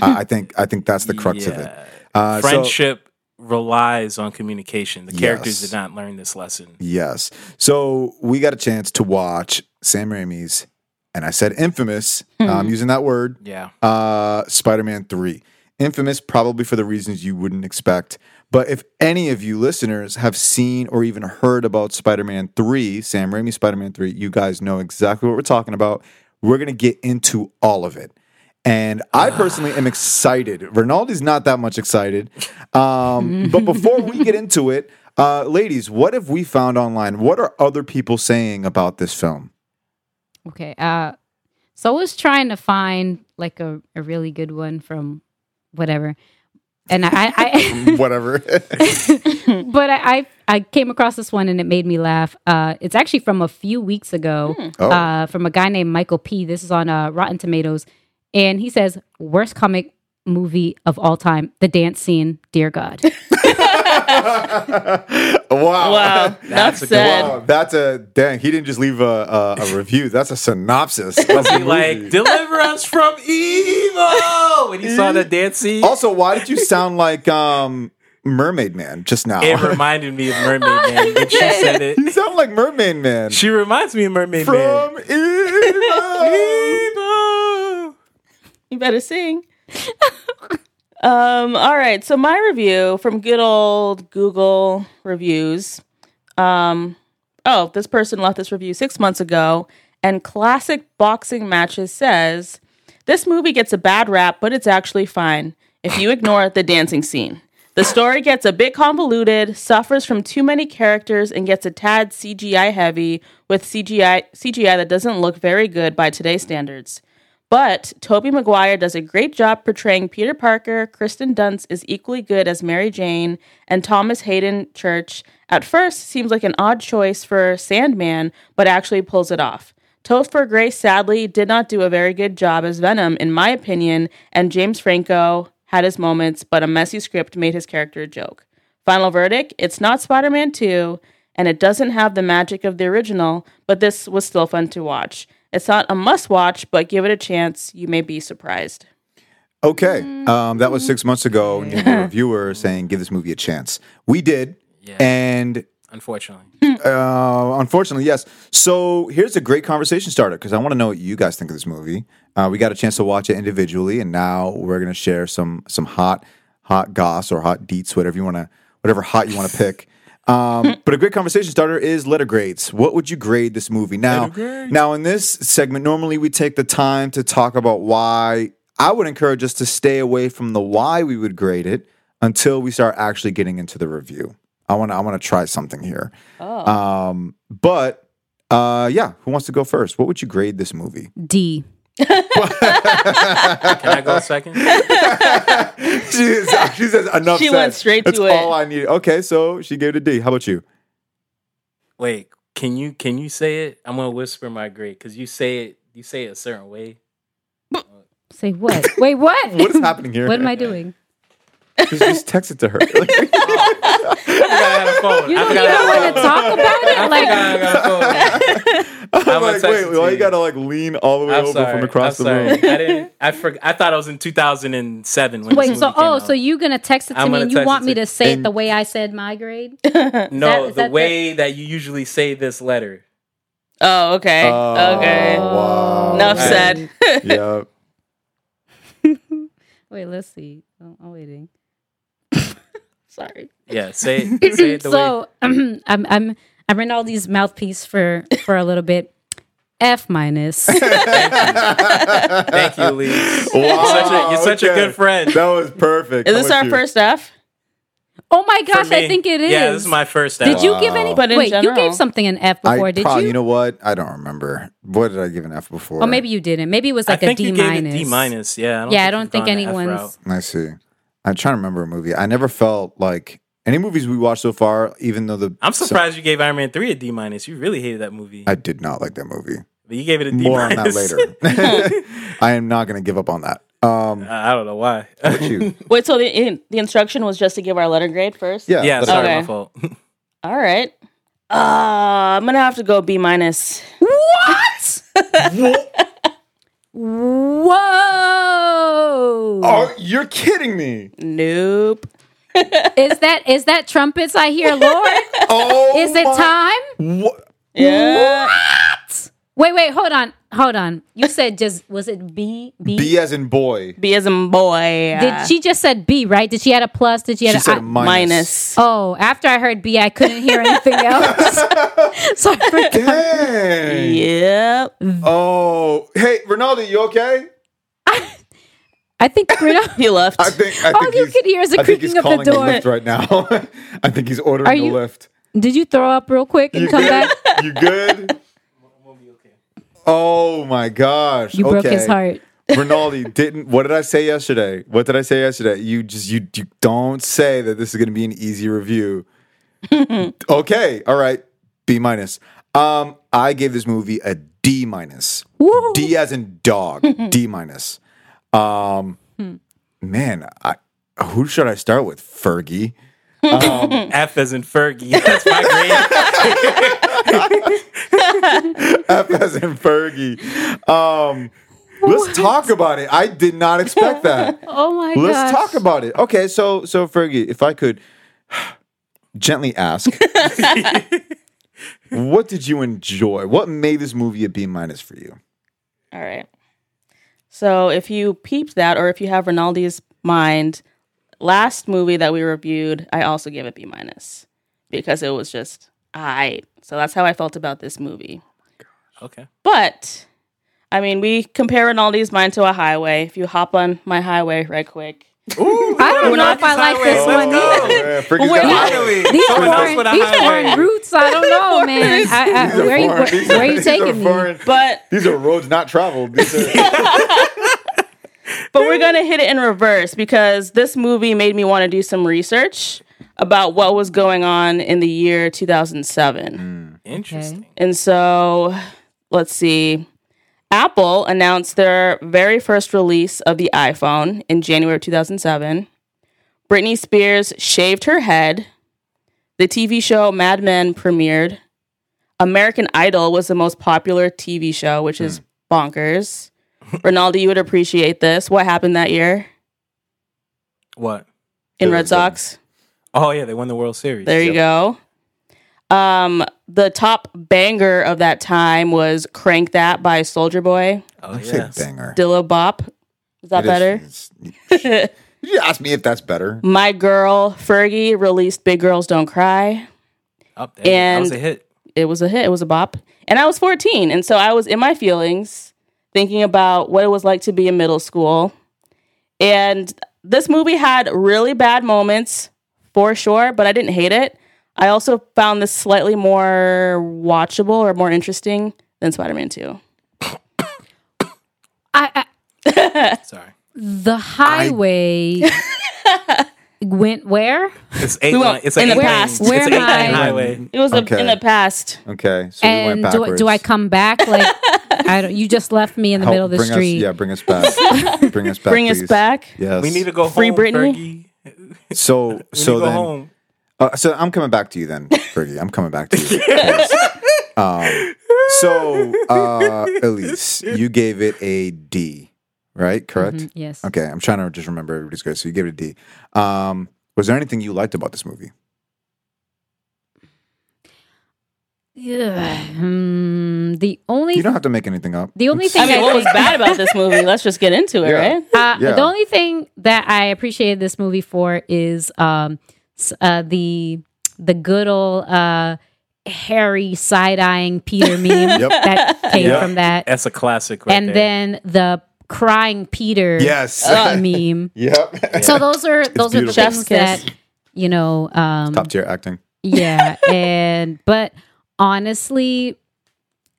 Speaker 4: I I think I think that's the crux of it.
Speaker 2: Yeah.
Speaker 4: Uh, so-
Speaker 2: Friendship relies on communication. The characters
Speaker 4: Yes.
Speaker 2: did not learn this lesson.
Speaker 4: Yes. So we got a chance to watch Sam Raimi's, and I said infamous. I'm using that word.
Speaker 2: Yeah.
Speaker 4: Uh, Spider-Man Three. Infamous, probably for the reasons you wouldn't expect. But if any of you listeners have seen or even heard about Spider-Man Three, Sam Raimi Spider-Man Three, you guys know exactly what we're talking about. We're gonna get into all of it. And I personally am excited. Rinaldi's not that much excited. Um, but before we get into it, uh, ladies, what have we found online? What are other people saying about this film?
Speaker 1: Okay. Uh, so I was trying to find like a, a really good one from whatever, and I, I
Speaker 4: Whatever.
Speaker 1: but I, I I came across this one and it made me laugh. Uh, it's actually from a few weeks ago,
Speaker 2: Hmm.
Speaker 4: Oh.
Speaker 1: uh, from a guy named Michael P. This is on uh, Rotten Tomatoes, and he says worst comic movie of all time: the dance scene. Dear God.
Speaker 4: wow.
Speaker 3: Wow. That's
Speaker 2: a good
Speaker 3: said.
Speaker 4: Wow, that's a dang. He didn't just leave a, a, a review. That's a synopsis. of
Speaker 2: Was
Speaker 4: the
Speaker 2: he like,
Speaker 4: movie.
Speaker 2: deliver us from evil? When he saw the dance scene,
Speaker 4: also, why did you sound like um, Mermaid Man just now?
Speaker 2: it reminded me of Mermaid Man. When she said it,
Speaker 4: you sound like Mermaid Man
Speaker 2: she reminds me of Mermaid Man.
Speaker 4: from Evil.
Speaker 2: Evil.
Speaker 3: You better sing. um, all right. So my review from good old Google reviews. Um, oh, this person left this review six months ago, and classic boxing matches says this movie gets a bad rap, but it's actually fine if you ignore the dancing scene. The story gets a bit convoluted, suffers from too many characters, and gets a tad CGI heavy with CGI CGI that doesn't look very good by today's standards. But Toby Maguire does a great job portraying Peter Parker. Kristen Dunst is equally good as Mary Jane, and Thomas Hayden Church at first seems like an odd choice for Sandman, but actually pulls it off. Topher Grace sadly did not do a very good job as Venom, in my opinion, and James Franco had his moments, but a messy script made his character a joke. Final verdict it's not Spider Man 2, and it doesn't have the magic of the original, but this was still fun to watch. It's not a must watch, but give it a chance. You may be surprised.
Speaker 4: Okay. Um, that was six months ago. And you were a reviewer saying, give this movie a chance. We did. And
Speaker 2: Unfortunately,
Speaker 4: uh, unfortunately, yes. So here's a great conversation starter because I want to know what you guys think of this movie. Uh, we got a chance to watch it individually, and now we're gonna share some some hot hot goss or hot deets, whatever you want to, whatever hot you want to pick. Um, but a great conversation starter is letter grades. What would you grade this movie now? Now in this segment, normally we take the time to talk about why. I would encourage us to stay away from the why we would grade it until we start actually getting into the review. I want to I want to try something here. Um, but uh, yeah, who wants to go first? What would you grade this movie?
Speaker 1: D.
Speaker 2: can I go second?
Speaker 4: she, is- she says enough.
Speaker 3: She
Speaker 4: said.
Speaker 3: went straight
Speaker 4: That's
Speaker 3: to it.
Speaker 4: all I needed. Okay, so she gave it a D. How about you?
Speaker 2: Wait, can you can you say it? I'm gonna whisper my grade because you say it you say it a certain way.
Speaker 1: Say what? Wait, what?
Speaker 4: What is happening here?
Speaker 1: What am I doing?
Speaker 4: Just, just text it to her.
Speaker 2: I forgot I had a phone.
Speaker 1: You
Speaker 2: I
Speaker 1: don't
Speaker 2: forgot I
Speaker 1: even want
Speaker 2: had a
Speaker 1: to
Speaker 2: phone.
Speaker 1: talk about
Speaker 2: I
Speaker 1: it. Like,
Speaker 2: forgot I got a phone.
Speaker 4: I'm
Speaker 2: gonna
Speaker 4: like,
Speaker 2: text
Speaker 4: wait,
Speaker 2: it to
Speaker 4: why you
Speaker 2: you.
Speaker 4: gotta like lean all the way
Speaker 2: I'm
Speaker 4: over
Speaker 2: sorry.
Speaker 4: from across
Speaker 2: I'm
Speaker 4: the
Speaker 2: sorry.
Speaker 4: room?
Speaker 2: I didn't. I forgot. I thought I was in 2007 when
Speaker 1: Wait,
Speaker 2: This
Speaker 1: so
Speaker 2: movie came
Speaker 1: oh,
Speaker 2: out.
Speaker 1: so you're gonna text it to
Speaker 2: I'm
Speaker 1: me
Speaker 2: gonna
Speaker 1: and you
Speaker 2: text
Speaker 1: want
Speaker 2: it
Speaker 1: me
Speaker 2: to-
Speaker 1: to say it
Speaker 4: and-
Speaker 1: the way I said my grade?
Speaker 2: no,
Speaker 1: is
Speaker 2: the
Speaker 1: that the-
Speaker 2: way that you usually say this letter.
Speaker 3: Oh, okay. okay.
Speaker 4: wow.
Speaker 3: Enough
Speaker 2: okay.
Speaker 3: said.
Speaker 4: yeah.
Speaker 1: Wait, let's see. Oh, I'm, I'm waiting. Sorry.
Speaker 2: Yeah, say it, say it the way.
Speaker 1: so I'm I'm I'm Rinaldi's mouthpiece for for a little bit. F minus.
Speaker 2: Thank you, Lee. You're
Speaker 4: Wow,
Speaker 2: such a, you're such a
Speaker 4: okay.
Speaker 2: good friend.
Speaker 4: That was perfect.
Speaker 3: Is
Speaker 4: How
Speaker 3: this
Speaker 4: about
Speaker 3: our
Speaker 4: you?
Speaker 3: first F?
Speaker 1: oh my gosh,
Speaker 2: For me.
Speaker 1: I think it is.
Speaker 2: Yeah, this is my first.
Speaker 1: Did you give
Speaker 4: Wow.
Speaker 1: any?
Speaker 3: But in
Speaker 1: wait, you
Speaker 3: general-
Speaker 1: gave something an F
Speaker 4: I
Speaker 1: before, did
Speaker 4: probably-
Speaker 1: you?
Speaker 4: You know what? I don't remember. What did I give an F before?
Speaker 1: or maybe you didn't. Maybe it was like
Speaker 2: I
Speaker 1: a
Speaker 2: think
Speaker 1: D
Speaker 2: you gave
Speaker 1: minus.
Speaker 2: it D minus. Yeah.
Speaker 1: Yeah, I don't think
Speaker 2: you've gone the F
Speaker 1: anyone's-
Speaker 2: route.
Speaker 4: I see. I'm trying to remember a movie. I never felt like any movies we watched so far, even though the
Speaker 2: I'm surprised you gave Iron Man three a D minus. You really hated that movie,
Speaker 4: I did not like that movie.
Speaker 2: but you gave it a D
Speaker 4: More on
Speaker 2: minus.
Speaker 4: that later. I am not going to give up on that. Um,
Speaker 2: I I don't know why.
Speaker 4: you.
Speaker 3: Wait, so the, in, the instruction was just to give our letter grade first?
Speaker 4: Yeah.
Speaker 2: yeah,
Speaker 4: that's
Speaker 2: sorry,
Speaker 1: Hmm.
Speaker 3: Okay.
Speaker 2: my fault.
Speaker 3: All right. Uh, I'm going to have to go B minus.
Speaker 1: What? Whoa!
Speaker 4: Oh, you're kidding me.
Speaker 3: Nope.
Speaker 1: Is that is that trumpets I hear, Lord?
Speaker 4: Oh,
Speaker 1: Is it time?
Speaker 4: What?
Speaker 3: Yeah.
Speaker 1: Wait, wait, hold on, hold on. You said just was it B B?
Speaker 4: B as in boy.
Speaker 3: Be as a boy.
Speaker 1: Did she just said B right? Did she add a plus? Did she add
Speaker 4: She
Speaker 1: a
Speaker 4: said
Speaker 1: I-
Speaker 4: a minus.
Speaker 3: minus?
Speaker 1: Oh, after I heard B, I couldn't hear anything else. so I forgot.
Speaker 4: Dang.
Speaker 3: Yep.
Speaker 4: Oh, hey, Ronaldo, you okay?
Speaker 1: I think we're not-
Speaker 3: He left.
Speaker 4: I think I
Speaker 1: All
Speaker 4: think
Speaker 1: you
Speaker 4: he's-
Speaker 1: could hear is the
Speaker 4: I think he's
Speaker 1: creaking of the
Speaker 4: calling
Speaker 1: door.
Speaker 4: A lift right now. I think he's ordering
Speaker 1: Are you-
Speaker 4: a lift.
Speaker 1: Did you throw up real quick and
Speaker 4: You
Speaker 1: come
Speaker 4: good?
Speaker 1: back?
Speaker 4: You good? Oh my gosh!
Speaker 1: You broke his
Speaker 4: Okay.
Speaker 1: heart.
Speaker 4: Rinaldi didn't. What did I say yesterday? What did I say yesterday? You just you you don't say that this is going to be an easy review. okay, all right. B minus. Um, I gave this movie a D minus.
Speaker 1: Woo.
Speaker 4: D as in dog. D minus. Um,
Speaker 1: Hmm.
Speaker 4: man, I, who should I start with? Fergie.
Speaker 2: F as in Fergie. That's my grade.
Speaker 4: F as in Fergie. Um, let's talk about it. I did not expect that.
Speaker 1: Oh my god.
Speaker 4: Let's talk about it. Okay, so so Fergie, if I could gently ask, what did you enjoy? What made this movie a B minus for you?
Speaker 3: All right. So if you peeped that, or if you have Ronaldi's mind, last movie that we reviewed, I also gave it B minus because it was just I. So that's how I felt about this movie.
Speaker 2: Okay.
Speaker 3: But I mean, we compare Ronaldi's mind to a highway. If you hop on my highway right quick,
Speaker 1: I don't know if I like this
Speaker 2: Let's
Speaker 1: one.
Speaker 2: go.
Speaker 1: either.
Speaker 4: yeah, Oh, Fergie's
Speaker 3: Wait,
Speaker 4: got-
Speaker 2: Finally,
Speaker 1: These
Speaker 2: someone else with a
Speaker 1: foreign, these
Speaker 2: highway.
Speaker 1: foreign roots, I don't know, man. I, I,
Speaker 4: These are
Speaker 1: where, you,
Speaker 4: foreign-
Speaker 1: where,
Speaker 4: these
Speaker 1: where you
Speaker 4: these are
Speaker 1: taking me?
Speaker 4: foreign-
Speaker 3: but
Speaker 4: These are roads not traveled. These are-
Speaker 3: but we're gonna hit it in reverse because this movie made me want to do some research about what was going on in the year 2007.
Speaker 2: Interesting.
Speaker 3: And so, let's see. Apple announced their very first release of the iPhone in January of 2007. Britney Spears shaved her head. The TV show Mad Men premiered. American Idol was the most popular TV show, which is bonkers. Ronaldo, you would appreciate this. What happened that year
Speaker 2: What?
Speaker 3: in
Speaker 4: There
Speaker 3: Red
Speaker 4: was a-
Speaker 3: Sox?
Speaker 2: Oh yeah, they won the World Series.
Speaker 3: There you go. Um, the top banger of that time was "Crank That" by Soldier Boy.
Speaker 2: Oh
Speaker 4: I say
Speaker 2: yes.
Speaker 4: banger.
Speaker 3: Dilla Bop, is that better?
Speaker 4: better? Did you ask me if that's better?
Speaker 3: My girl Fergie released "Big Girls Don't Cry."
Speaker 2: Up there. that was a
Speaker 3: And-
Speaker 2: hit.
Speaker 3: It was a hit. It was a bop, and I was 14, and so I was in my feelings, thinking about what it was like to be in middle school. And this movie had really bad moments for sure, but I didn't hate it. I also found this slightly more watchable or more interesting than Spider Man 2.
Speaker 1: I, I,
Speaker 2: Sorry.
Speaker 1: the highway went where?
Speaker 2: It's eight.
Speaker 3: We won't-
Speaker 2: line, it's an
Speaker 3: in
Speaker 2: eight
Speaker 3: the
Speaker 2: lane-
Speaker 3: past.
Speaker 2: It's
Speaker 1: Where
Speaker 2: an
Speaker 1: am
Speaker 2: eight
Speaker 1: I?
Speaker 2: lane highway.
Speaker 3: It was a-
Speaker 4: Okay.
Speaker 3: in the past.
Speaker 4: Okay, so we went
Speaker 1: and do,
Speaker 4: backwards.
Speaker 1: do I come back? Like I don't. You just left me in the
Speaker 4: Help
Speaker 1: middle of the
Speaker 4: bring
Speaker 1: street.
Speaker 4: Us, yeah, bring us back. bring us back.
Speaker 3: Bring us
Speaker 4: please.
Speaker 3: back.
Speaker 4: Yes.
Speaker 2: We need to go
Speaker 3: Free
Speaker 2: home,
Speaker 3: Britney?
Speaker 2: Fergie.
Speaker 4: So
Speaker 2: We
Speaker 4: so
Speaker 2: need to go
Speaker 4: then
Speaker 2: home.
Speaker 4: Uh, so I'm coming back to you then, Fergie. I'm coming back to you. um, so uh, Elise, you gave it a D, right? Correct.
Speaker 1: Mhm, Yes.
Speaker 4: Okay, I'm trying to just remember everybody's grade. So you gave it a D. Um, was there anything you liked about this movie?
Speaker 1: Yeah. Hmm, the only
Speaker 4: You don't have to make anything up.
Speaker 1: the only
Speaker 4: It's-
Speaker 1: thing
Speaker 3: I
Speaker 1: I
Speaker 3: mean, what was
Speaker 1: think-
Speaker 3: bad about this movie? Let's just get into it,
Speaker 4: Yeah.
Speaker 3: right?
Speaker 1: Uh,
Speaker 4: Yeah.
Speaker 1: The only thing that I appreciated this movie for is um, s- uh, the the good old uh, hairy side eyeing Peter meme
Speaker 4: Yep.
Speaker 1: that came
Speaker 2: Yep.
Speaker 1: from that,
Speaker 2: That's a classic. Right
Speaker 1: and
Speaker 2: there.
Speaker 1: then the crying Peter
Speaker 4: Yes.
Speaker 1: uh, meme.
Speaker 4: Yep.
Speaker 1: So those are those are the
Speaker 4: beautiful.
Speaker 1: things
Speaker 3: Chef's kiss.
Speaker 1: that you know. Um,
Speaker 4: Top tier acting.
Speaker 1: yeah, and but honestly,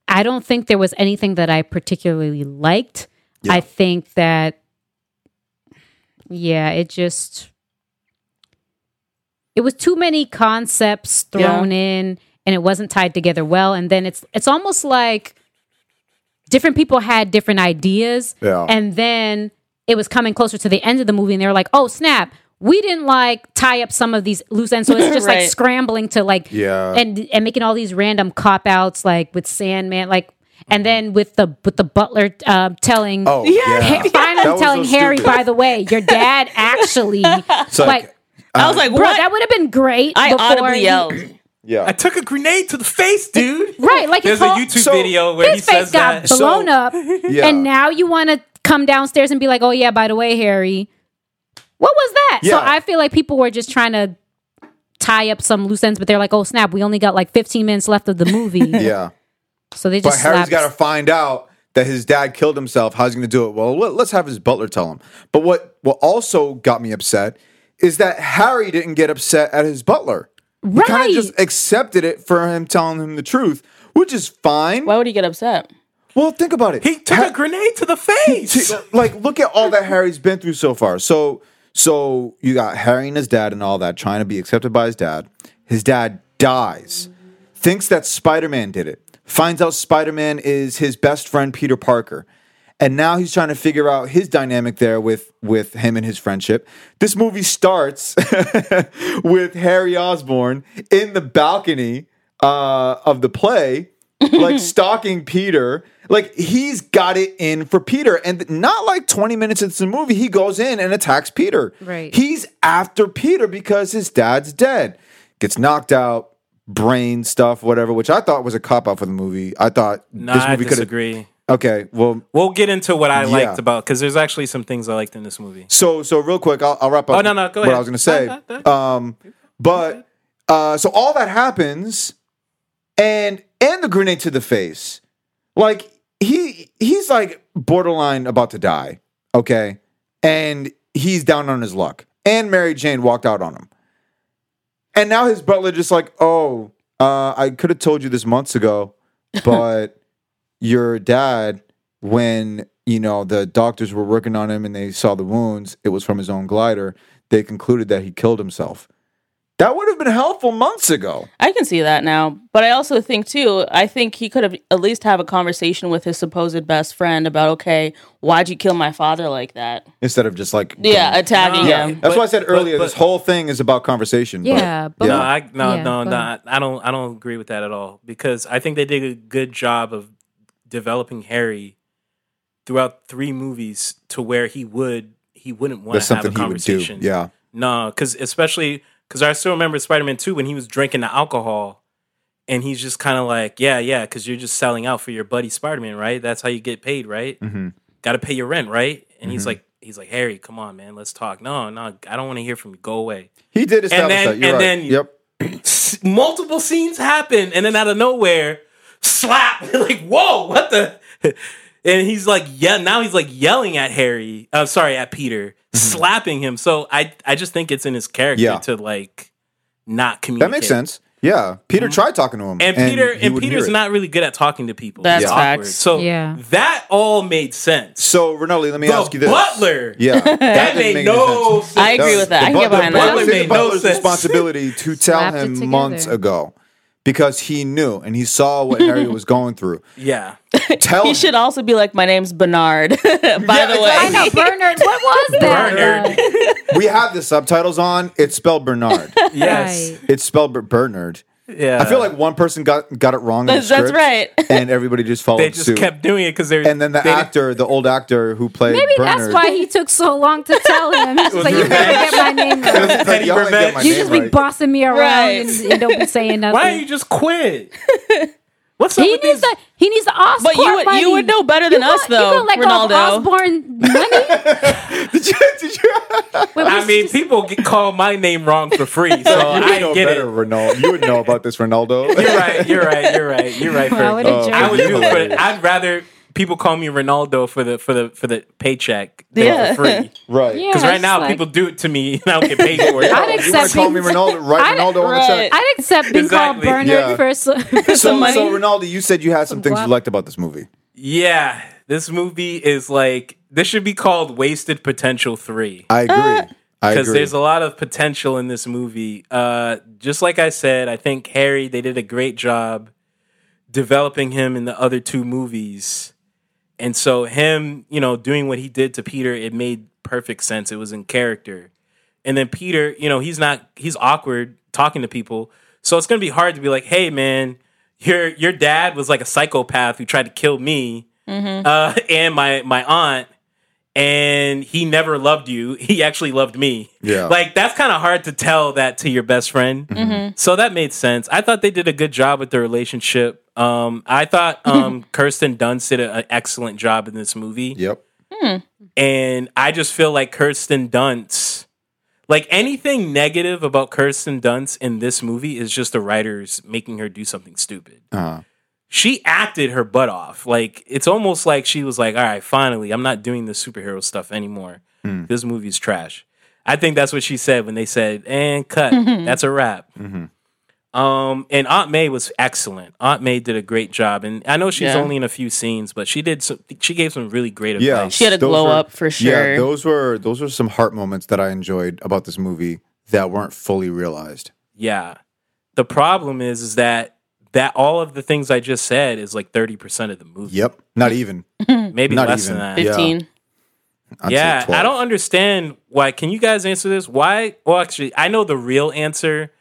Speaker 1: I don't think there was anything that I particularly liked.
Speaker 4: Yeah.
Speaker 1: I think that yeah, it just it was too many concepts thrown in and it wasn't tied together well and then it's it's almost like different people had different ideas
Speaker 4: Yeah.
Speaker 1: and then it was coming closer to the end of the movie and they were like, "Oh, snap. We didn't like tie up some of these loose ends." So it's just like
Speaker 3: Right.
Speaker 1: scrambling to like
Speaker 4: yeah.
Speaker 1: and and making all these random cop outs like with Sandman like And then with the with the butler um, telling
Speaker 4: Oh,
Speaker 3: Yeah.
Speaker 4: yeah.
Speaker 1: Ha-
Speaker 4: That
Speaker 1: finally
Speaker 4: was
Speaker 1: telling
Speaker 4: so
Speaker 1: Harry,
Speaker 4: stupid.
Speaker 1: by the way, your dad actually
Speaker 4: So,
Speaker 1: like
Speaker 4: Uh,
Speaker 3: I was like,
Speaker 1: bro,
Speaker 3: what?
Speaker 1: that would have been great.
Speaker 3: I
Speaker 1: before
Speaker 3: audibly
Speaker 1: he-
Speaker 3: yelled.
Speaker 2: I
Speaker 4: yeah.
Speaker 2: took a grenade to the face, dude.
Speaker 1: Right, like it's
Speaker 2: There's a
Speaker 1: all-
Speaker 2: YouTube
Speaker 4: So-
Speaker 2: video where he
Speaker 1: his face
Speaker 2: says
Speaker 1: got
Speaker 2: that.
Speaker 1: blown
Speaker 4: So-
Speaker 1: up,
Speaker 4: Yeah.
Speaker 1: and now you want to come downstairs and be like, "Oh yeah, by the way, Harry, what was that?" So
Speaker 4: Yeah.
Speaker 1: I feel like people were just trying to tie up some loose ends, but they're like, "Oh snap, we only got like 15 minutes left of the movie,"
Speaker 4: Yeah.
Speaker 1: so they
Speaker 4: But
Speaker 1: just
Speaker 4: Harry's
Speaker 1: slapped.
Speaker 4: got to find out that his dad killed himself. How's he going to do it? Well, let- let's have his butler tell him. But what what also got me upset is that Harry didn't get upset at his butler. He kind
Speaker 1: Right.
Speaker 4: of just accepted it for him telling him the truth, which is fine.
Speaker 3: Why would he get upset?
Speaker 4: well, think about it.
Speaker 2: He took
Speaker 4: Ha-
Speaker 2: a grenade to the face.
Speaker 4: to- like look at all that Harry's been through so far. So so you got Harry and his dad and all that trying to be accepted by his dad. His dad dies. Thinks that Spider-Man did it. Finds out Spider-Man is his best friend Peter Parker. And now he's trying to figure out his dynamic there with with him and his friendship. This movie starts with Harry Osborn in the balcony uh, of the play like stalking Peter. Like he's got it in for Peter, and not like twenty minutes into the movie, he goes in and attacks Peter.
Speaker 1: Right.
Speaker 4: He's after Peter because his dad's dead. Gets knocked out, brain stuff, whatever. Which I thought was a cop out for the movie. I thought
Speaker 2: Nah,
Speaker 4: this
Speaker 2: I
Speaker 4: movie could have.
Speaker 2: disagree.
Speaker 4: Okay, well,
Speaker 2: We'll get into what I
Speaker 4: Yeah.
Speaker 2: liked about because there's actually some things I liked in this movie.
Speaker 4: So so real quick, I'll, I'll wrap up.
Speaker 2: Oh, no, no, go
Speaker 4: What
Speaker 2: ahead.
Speaker 4: I was gonna say.
Speaker 2: No, no,
Speaker 4: Um, but uh, so all that happens, and and the grenade to the face, like he he's like borderline about to die. Okay, and he's down on his luck, and Mary Jane walked out on him, and now his butler just like, oh, uh, I could have told you this months ago, but your dad when you know the doctors were working on him and they saw the wounds it was from his own glider they concluded that he killed himself that would have been helpful months ago
Speaker 3: I can see that now, but I also think too. I think he could have at least have a conversation with his supposed best friend about, okay, why'd you kill my father like that?
Speaker 4: instead of just like
Speaker 3: Yeah,
Speaker 4: going-
Speaker 3: attacking
Speaker 2: No.
Speaker 3: him.
Speaker 4: that's
Speaker 2: But-
Speaker 4: why i said
Speaker 2: but-
Speaker 4: earlier
Speaker 2: but-
Speaker 4: this whole thing is about conversation but-
Speaker 1: Yeah, but-
Speaker 2: No, I no
Speaker 1: Yeah,
Speaker 2: no
Speaker 1: go
Speaker 2: no. I- I don't I don't agree with that at all because I think they did a good job of developing Harry throughout three movies to where he would he wouldn't want
Speaker 4: that's
Speaker 2: to have a
Speaker 4: something he would do
Speaker 2: conversation.
Speaker 4: yeah
Speaker 2: No, because especially because I still remember Spider Man Two when he was drinking the alcohol, and he's just kind of like, yeah, yeah, because you're just selling out for your buddy Spider Man, right? That's how you get paid, right?
Speaker 4: Mhm.
Speaker 2: Got to pay your rent, right? And he's like, he's like, Harry, come on, man, let's talk. No, no, I don't want to hear from you. Go away.
Speaker 4: he did establish
Speaker 2: then-
Speaker 4: that you're
Speaker 2: and
Speaker 4: right
Speaker 2: then-
Speaker 4: yep
Speaker 2: S- Multiple scenes happen, and then out of nowhere, slap! like, whoa, what the? And he's like, yeah. Now he's like yelling at Harry. I'm sorry, at Peter, slapping him. So I, I just think it's in his character
Speaker 4: Mm-hmm. Yeah.
Speaker 2: to like not communicate.
Speaker 4: that makes sense yeah peter tried talking to him
Speaker 2: Mm-hmm. And, Peter,
Speaker 4: he
Speaker 2: and
Speaker 4: wouldn't hear
Speaker 2: Peter's
Speaker 4: it.
Speaker 2: not really good at talking to people.
Speaker 3: That's
Speaker 2: It's
Speaker 3: facts.
Speaker 2: awkward. So
Speaker 1: Yeah.
Speaker 2: that all made sense.
Speaker 4: so renelli let me
Speaker 2: The
Speaker 4: ask you this
Speaker 2: butler.
Speaker 4: yeah that, didn't
Speaker 2: made
Speaker 4: make any
Speaker 2: no
Speaker 4: sense.
Speaker 2: sense.
Speaker 3: I agree with that. I can get
Speaker 4: bu-
Speaker 3: behind
Speaker 4: the
Speaker 2: that.
Speaker 4: butler
Speaker 2: Butler
Speaker 4: made
Speaker 2: made no
Speaker 4: butler's
Speaker 2: sense.
Speaker 4: responsibility to tell
Speaker 1: Slapped it
Speaker 4: him
Speaker 1: together.
Speaker 4: months ago because he knew and he saw what Harry was going through.
Speaker 2: Yeah. Oh.
Speaker 4: Tell
Speaker 3: He
Speaker 4: him.
Speaker 3: should also be like, my name's Bernard. By the way,
Speaker 1: I know Bernard. What was that?
Speaker 2: Bernard.
Speaker 4: we have the subtitles on. It's spelled Bernard.
Speaker 2: Yes.
Speaker 1: Right.
Speaker 4: it's spelled Ber- Bernard.
Speaker 2: Yeah.
Speaker 4: I feel like one person got got it wrong. in the
Speaker 3: That's- that's
Speaker 4: script,
Speaker 3: right.
Speaker 4: And everybody just followed
Speaker 2: they just
Speaker 4: suit.
Speaker 2: kept doing it because they're
Speaker 4: and then the
Speaker 2: they didn't-
Speaker 4: actor, the old actor who played
Speaker 1: Maybe
Speaker 4: Bernard,
Speaker 1: that's why he took so long to tell him. He's just like, you better get my name right.
Speaker 4: Like,
Speaker 2: Petty
Speaker 4: y'all ain't get my
Speaker 2: revenge.
Speaker 1: You
Speaker 4: name
Speaker 1: just be
Speaker 4: right.
Speaker 1: bossing me around
Speaker 3: Right.
Speaker 1: and, and don't be saying nothing.
Speaker 2: Why don't you just quit? What's up
Speaker 1: He
Speaker 2: with
Speaker 1: needs
Speaker 2: these?
Speaker 1: the he needs the Oscorp
Speaker 3: But you would- you
Speaker 1: money.
Speaker 3: would know better than
Speaker 1: You
Speaker 3: us,
Speaker 1: gonna- you gonna
Speaker 3: though,
Speaker 1: let go of
Speaker 3: Ronaldo.
Speaker 1: Osborne money.
Speaker 4: Did you- did you-
Speaker 1: Wait,
Speaker 2: I
Speaker 1: what's-
Speaker 2: mean, people get call my name wrong for free, so
Speaker 4: you
Speaker 2: I
Speaker 4: would know
Speaker 2: get
Speaker 4: better,
Speaker 2: it.
Speaker 4: Ronaldo. You would know about this, Ronaldo.
Speaker 2: You're right. You're right. You're right. You're right.
Speaker 1: Wow,
Speaker 2: Ferg.
Speaker 1: what a jerk.
Speaker 2: I would do it for.
Speaker 4: Hilarious.
Speaker 2: The, I'd rather people call me Ronaldo for the for the for the paycheck than
Speaker 3: Yeah.
Speaker 2: for free.
Speaker 4: right.
Speaker 1: Yeah,
Speaker 2: Because right
Speaker 1: it's
Speaker 2: now
Speaker 1: like-
Speaker 2: people do it to me and I don't get paid for it.
Speaker 1: I'd
Speaker 4: You want
Speaker 1: accept
Speaker 4: to call me
Speaker 1: being-
Speaker 4: Ronaldo? Right,
Speaker 1: I'd-
Speaker 4: Ronaldo on the
Speaker 3: right.
Speaker 4: check.
Speaker 1: I'd accept being called
Speaker 2: Exactly.
Speaker 1: Bernard
Speaker 4: Yeah.
Speaker 1: for so,
Speaker 4: So,
Speaker 1: some money.
Speaker 4: so Ronaldo, you said you had some, things
Speaker 1: guap.
Speaker 4: you liked about this movie.
Speaker 2: Yeah, this movie is like this should be called Wasted Potential Three
Speaker 4: I agree. I
Speaker 2: because
Speaker 4: agree.
Speaker 2: there's a lot of potential in this movie. Uh, just like I said, I think Harry they did a great job developing him in the other two movies, and so him, you know, doing what he did to Peter, it made perfect sense. It was in character, and then Peter, you know, he's not he's awkward talking to people, so it's gonna be hard to be like, hey man. your your dad was like a psychopath who tried to kill me uh, and my my aunt, and he never loved you. He actually loved me.
Speaker 4: Yeah.
Speaker 2: like that's kind of hard to tell that to your best friend. So that made sense. I thought they did a good job with the relationship. Um, I thought um, Kirsten Dunst did a- an excellent job in this movie
Speaker 4: Yep.
Speaker 2: and I just feel like Kirsten Dunst, like anything negative about Kirsten Dunst in this movie is just the writers making her do something stupid.
Speaker 4: Uh,
Speaker 2: She acted her butt off. Like it's almost like she was like, "All right, finally, I'm not doing the superhero stuff anymore. This movie's trash." I think that's what she said when they said, "And cut. That's a wrap." Um, and Aunt May was excellent. Aunt May did a great job, and I know she's
Speaker 3: Yeah.
Speaker 2: only in a few scenes, but she did. Some, she gave some really great advice.
Speaker 4: yeah,
Speaker 3: She had a
Speaker 4: those
Speaker 3: glow
Speaker 4: were-
Speaker 3: up for sure.
Speaker 4: Yeah, those were those were some heart moments that I enjoyed about this movie that weren't fully realized.
Speaker 2: Yeah. The problem is is that that all of the things I just said is like 30% of the movie.
Speaker 4: Yep, not even.
Speaker 2: Maybe
Speaker 4: Not
Speaker 2: less
Speaker 4: even.
Speaker 2: than that.
Speaker 4: Yeah.
Speaker 3: 15.
Speaker 4: I'd say
Speaker 2: yeah.
Speaker 4: 12.
Speaker 2: I don't understand why can you guys answer this? Why well actually I know the real answer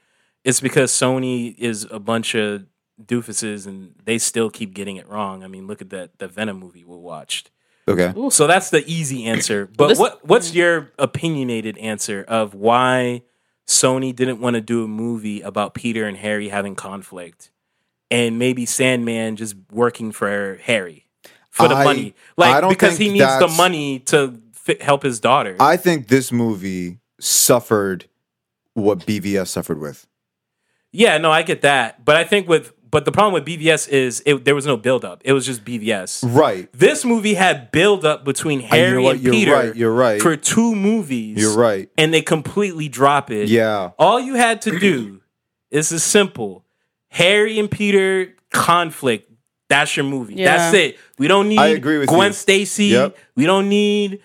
Speaker 2: is because Sony is a bunch of doofuses and they still keep getting it wrong. I mean, look at that the Venom movie we watched.
Speaker 4: Okay.
Speaker 2: So that's the easy answer. But
Speaker 3: This-
Speaker 2: what what's your opinionated answer of why Sony didn't want to do a movie about Peter and Harry having conflict and maybe Sandman just working for Harry for the
Speaker 4: I-
Speaker 2: money? Like
Speaker 4: I don't
Speaker 2: because he
Speaker 4: think
Speaker 2: needs the
Speaker 4: that's-
Speaker 2: money to fi- help his daughter.
Speaker 4: I think this movie suffered what BVS suffered with.
Speaker 2: yeah, no, I get that. But I think with but the problem with BVS is it, there was no build up. It was just BVS.
Speaker 4: Right.
Speaker 2: This movie had build up between
Speaker 4: And
Speaker 2: Harry
Speaker 4: you
Speaker 2: and,
Speaker 4: know what? You're
Speaker 2: Peter
Speaker 4: right. You're right.
Speaker 2: for two movies.
Speaker 4: You're right.
Speaker 2: and they completely drop it.
Speaker 4: Yeah.
Speaker 2: All you had to do is as simple. Harry and Peter conflict. That's your movie.
Speaker 3: Yeah.
Speaker 2: That's it. We don't need
Speaker 4: I agree with
Speaker 2: Gwen
Speaker 4: you.
Speaker 2: Stacy.
Speaker 4: Yep.
Speaker 2: We don't need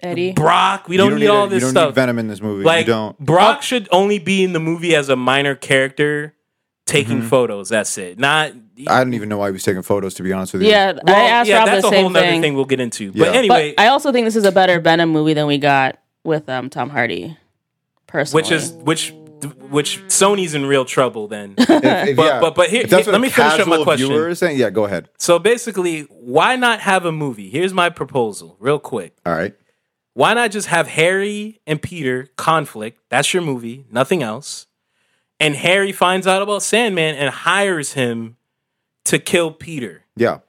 Speaker 3: Eddie.
Speaker 2: Brock. We don't, need, all
Speaker 4: you
Speaker 2: this
Speaker 4: don't
Speaker 2: stuff.
Speaker 4: Need Venom in this movie.
Speaker 2: like
Speaker 4: you don't.
Speaker 2: Brock
Speaker 3: Oh.
Speaker 2: should only be in the movie as a minor character taking photos. That's it. Not
Speaker 4: Mm-hmm. I don't even know why he was taking photos. To be honest with you.
Speaker 3: Yeah,
Speaker 2: Well,
Speaker 3: I asked Rob
Speaker 2: that's
Speaker 3: the
Speaker 2: a whole
Speaker 3: same
Speaker 2: nother
Speaker 3: thing.
Speaker 2: thing we'll get into.
Speaker 4: Yeah.
Speaker 2: But
Speaker 4: But
Speaker 2: anyway,
Speaker 3: But I also think this is a better Venom movie than we got with um, Tom Hardy, personally.
Speaker 2: which is which which Sony's in real trouble then.
Speaker 4: If- if-
Speaker 2: But-
Speaker 4: yeah.
Speaker 2: but- but here-
Speaker 4: If that's
Speaker 2: here- let
Speaker 4: what
Speaker 2: me
Speaker 4: a
Speaker 2: finish up my
Speaker 4: casual
Speaker 2: question.
Speaker 4: viewer is saying, yeah, go ahead.
Speaker 2: So basically, why not have a movie? Here's my proposal, real quick.
Speaker 4: All right.
Speaker 2: Why not just have Harry and Peter conflict? That's your movie, nothing else. And Harry finds out about Sandman and hires him to kill Peter.
Speaker 4: Yeah.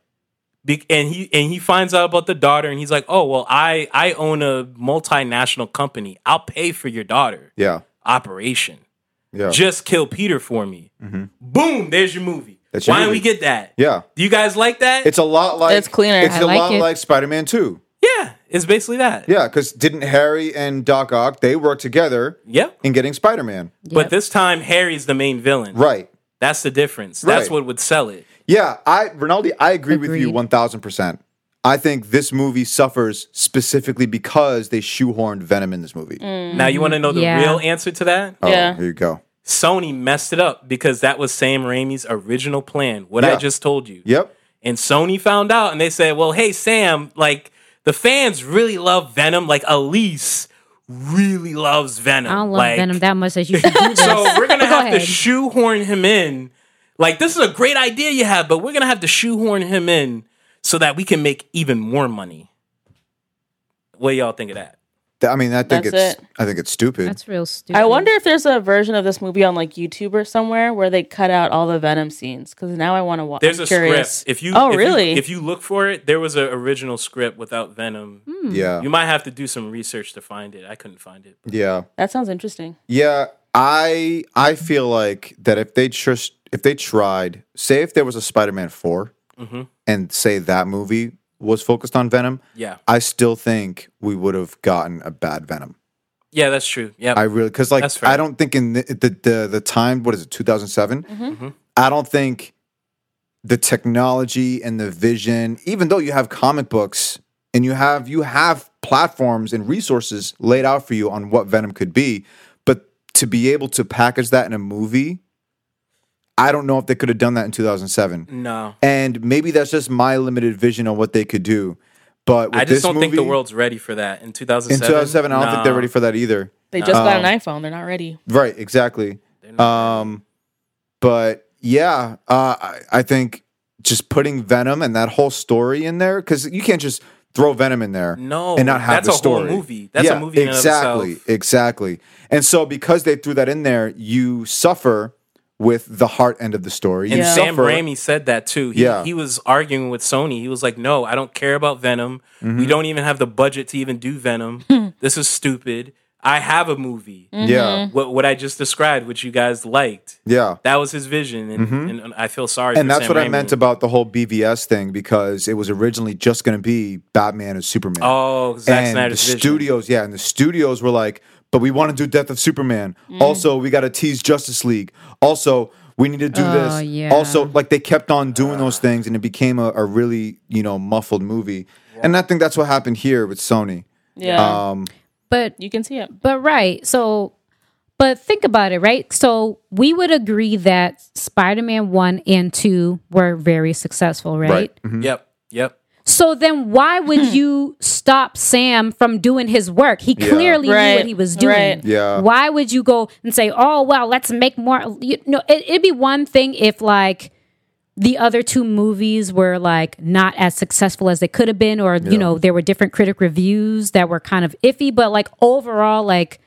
Speaker 2: Be- and he and he finds out about the daughter and he's like, "Oh, well, I I own a multinational company. I'll pay for your daughter
Speaker 4: Yeah.
Speaker 2: operation.
Speaker 4: Yeah. Mm-hmm.
Speaker 2: Just kill Peter for me." Boom, there's your movie.
Speaker 4: That's your
Speaker 2: why don't we
Speaker 4: movie.
Speaker 2: get that?
Speaker 4: yeah.
Speaker 2: Do you guys like that?
Speaker 4: It's a lot like
Speaker 3: It's cleaner.
Speaker 4: It's
Speaker 1: I
Speaker 4: a
Speaker 1: like
Speaker 4: lot
Speaker 1: it.
Speaker 4: like Spider-Man Two.
Speaker 2: yeah, it's basically that.
Speaker 4: Yeah, because didn't Harry and Doc Ock they work together
Speaker 2: Yep.
Speaker 4: in getting Spider-Man?
Speaker 2: But this time, Harry's the main villain.
Speaker 4: Right.
Speaker 2: That's the difference. That's
Speaker 4: Right.
Speaker 2: what would sell it.
Speaker 4: Yeah, I Rinaldi, I agree with you
Speaker 1: Agreed.
Speaker 4: one thousand percent. I think this movie suffers specifically because they shoehorned Venom in this movie.
Speaker 2: Now, you want to know the
Speaker 1: Mm-hmm. Yeah.
Speaker 2: real answer to that?
Speaker 4: Oh,
Speaker 3: Yeah.
Speaker 4: here you go.
Speaker 2: Sony messed it up because that was Sam Raimi's original plan, what I
Speaker 4: Yeah.
Speaker 2: just told you.
Speaker 4: Yep.
Speaker 2: And Sony found out and they said, well, hey, Sam, like, the fans really love Venom. Like, Elise really loves Venom.
Speaker 1: I don't love
Speaker 2: like,
Speaker 1: Venom that much that you should do this.
Speaker 2: So we're going to
Speaker 1: But go
Speaker 2: have to
Speaker 1: ahead.
Speaker 2: shoehorn him in. Like, this is a great idea you have, but we're going to have to shoehorn him in so that we can make even more money. What do y'all think of that?
Speaker 4: Th- I mean, I think
Speaker 3: That's
Speaker 4: it's
Speaker 3: it.
Speaker 4: I think it's stupid.
Speaker 1: That's real stupid.
Speaker 3: I wonder if there's a version of this movie on like YouTube or somewhere where they cut out all the Venom scenes because now I want to watch.
Speaker 2: There's
Speaker 3: I'm
Speaker 2: a
Speaker 3: curious.
Speaker 2: script. If you
Speaker 3: oh
Speaker 2: if you-
Speaker 3: really?
Speaker 2: if you look for it, there was an original script without Venom.
Speaker 4: yeah.
Speaker 2: You might have to do some research to find it. I couldn't find it.
Speaker 4: yeah.
Speaker 3: that sounds interesting.
Speaker 4: Yeah, I I feel like that if they just if they tried, say if there was a Spider-Man 4
Speaker 2: Mm-hmm.
Speaker 4: and say that movie was focused on Venom,
Speaker 2: Yeah,
Speaker 4: I still think we would have gotten a bad Venom.
Speaker 2: yeah, that's true. Yeah,
Speaker 4: I really because like
Speaker 2: That's fair.
Speaker 4: I don't think in the the the, the time what is it two
Speaker 2: Mm-hmm.
Speaker 4: I don't think the technology and the vision, even though you have comic books and you have you have platforms and resources laid out for you on what Venom could be, but to be able to package that in a movie, I don't know if they could have done that in two thousand seven.
Speaker 2: no,
Speaker 4: And maybe that's just my limited vision on what they could do. But with
Speaker 2: I just
Speaker 4: this
Speaker 2: don't think the
Speaker 4: movie-
Speaker 2: world's ready for that in
Speaker 4: in
Speaker 2: 2007.
Speaker 4: two thousand seven. I don't think they're
Speaker 2: no.
Speaker 4: ready for that either. Oh.
Speaker 3: They just got an iPhone. They're not ready.
Speaker 4: Right, exactly.
Speaker 2: They're not
Speaker 4: Um, but yeah, uh, I, I think just putting Venom and that whole story in there because you can't just throw Venom in there.
Speaker 2: No,
Speaker 4: and not have
Speaker 2: that's
Speaker 4: the
Speaker 2: a whole
Speaker 4: story.
Speaker 2: movie. That's a movie in and of
Speaker 4: exactly,
Speaker 2: itself.
Speaker 4: exactly. And so because they threw that in there, you suffer with the heart end of the story.
Speaker 2: And
Speaker 4: you
Speaker 3: Yeah.
Speaker 2: Sam
Speaker 4: suffer.
Speaker 2: Raimi said that too. He,
Speaker 4: Yeah.
Speaker 2: he was arguing with Sony. He was like, "No, I don't care about Venom.
Speaker 4: Mm-hmm.
Speaker 2: We don't even have the budget to even do Venom. this is stupid. I have a movie.
Speaker 3: Mm-hmm.
Speaker 4: Yeah,
Speaker 2: What what I just described, which you guys liked,
Speaker 4: yeah. Mm-hmm.
Speaker 2: that was his vision, and, and I feel sorry. for
Speaker 4: And that's
Speaker 2: Sam
Speaker 4: what I
Speaker 2: Raimi.
Speaker 4: meant about the whole BVS thing because it was originally just going to be Batman and Superman.
Speaker 2: Oh, Zack
Speaker 4: and
Speaker 2: Snyder's
Speaker 4: the
Speaker 2: vision.
Speaker 4: studios, yeah, and the studios were like, but we want to do Death of Superman.
Speaker 2: Mm-hmm.
Speaker 4: Also, we got to tease Justice League. Also, we need to do
Speaker 1: Oh,
Speaker 4: this.
Speaker 1: yeah.
Speaker 4: Also, like they kept on doing those things, and it became a, a really you know muffled movie. And I think that's what happened here with Sony.
Speaker 3: Yeah,
Speaker 4: Um,
Speaker 1: But
Speaker 3: you can see it.
Speaker 1: but right. So but think about it, right? So we would agree that Spider-Man 1 and 2 were very successful, right?
Speaker 4: Right. Mhm.
Speaker 2: Mm-hmm. Yep, yep.
Speaker 1: So then why
Speaker 3: Hmm.
Speaker 1: would you stop Sam from doing his work? He clearly knew
Speaker 3: Right.
Speaker 1: what he was doing.
Speaker 3: Right.
Speaker 4: Yeah.
Speaker 1: Why would you go and say, "Oh, well, let's make more you know, it, it'd be one thing if like the other two movies were like not as successful as they could have been or you know, there were different critic reviews that were kind of iffy, but like overall like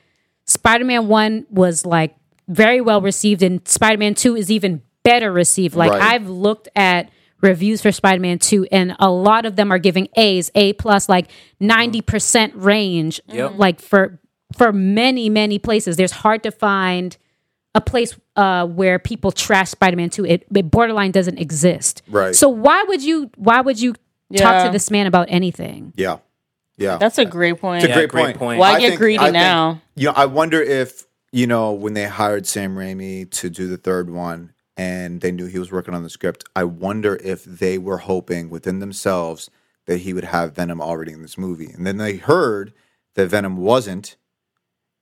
Speaker 1: Spider-Man 1 was like very well received and Spider-Man 2 is even better received. Like
Speaker 4: Right.
Speaker 1: I've looked at reviews for Spider-Man 2 and a lot of them are giving A's, A plus like 90% range like for for many many places. There's hard to find a place uh, where people trash Spider-Man 2. It, it borderline doesn't exist.
Speaker 4: Right.
Speaker 1: So why would you why would you talk
Speaker 3: Yeah.
Speaker 1: to this man about anything?
Speaker 4: yeah, yeah.
Speaker 3: That's a great point.
Speaker 4: It's a
Speaker 2: Yeah,
Speaker 4: great,
Speaker 2: great
Speaker 4: point.
Speaker 2: point.
Speaker 3: Why get greedy now?
Speaker 4: You know, I wonder if you know when they hired Sam Raimi to do the third one, and they knew he was working on the script. I wonder if they were hoping within themselves that he would have Venom already in this movie, and then they heard that Venom wasn't,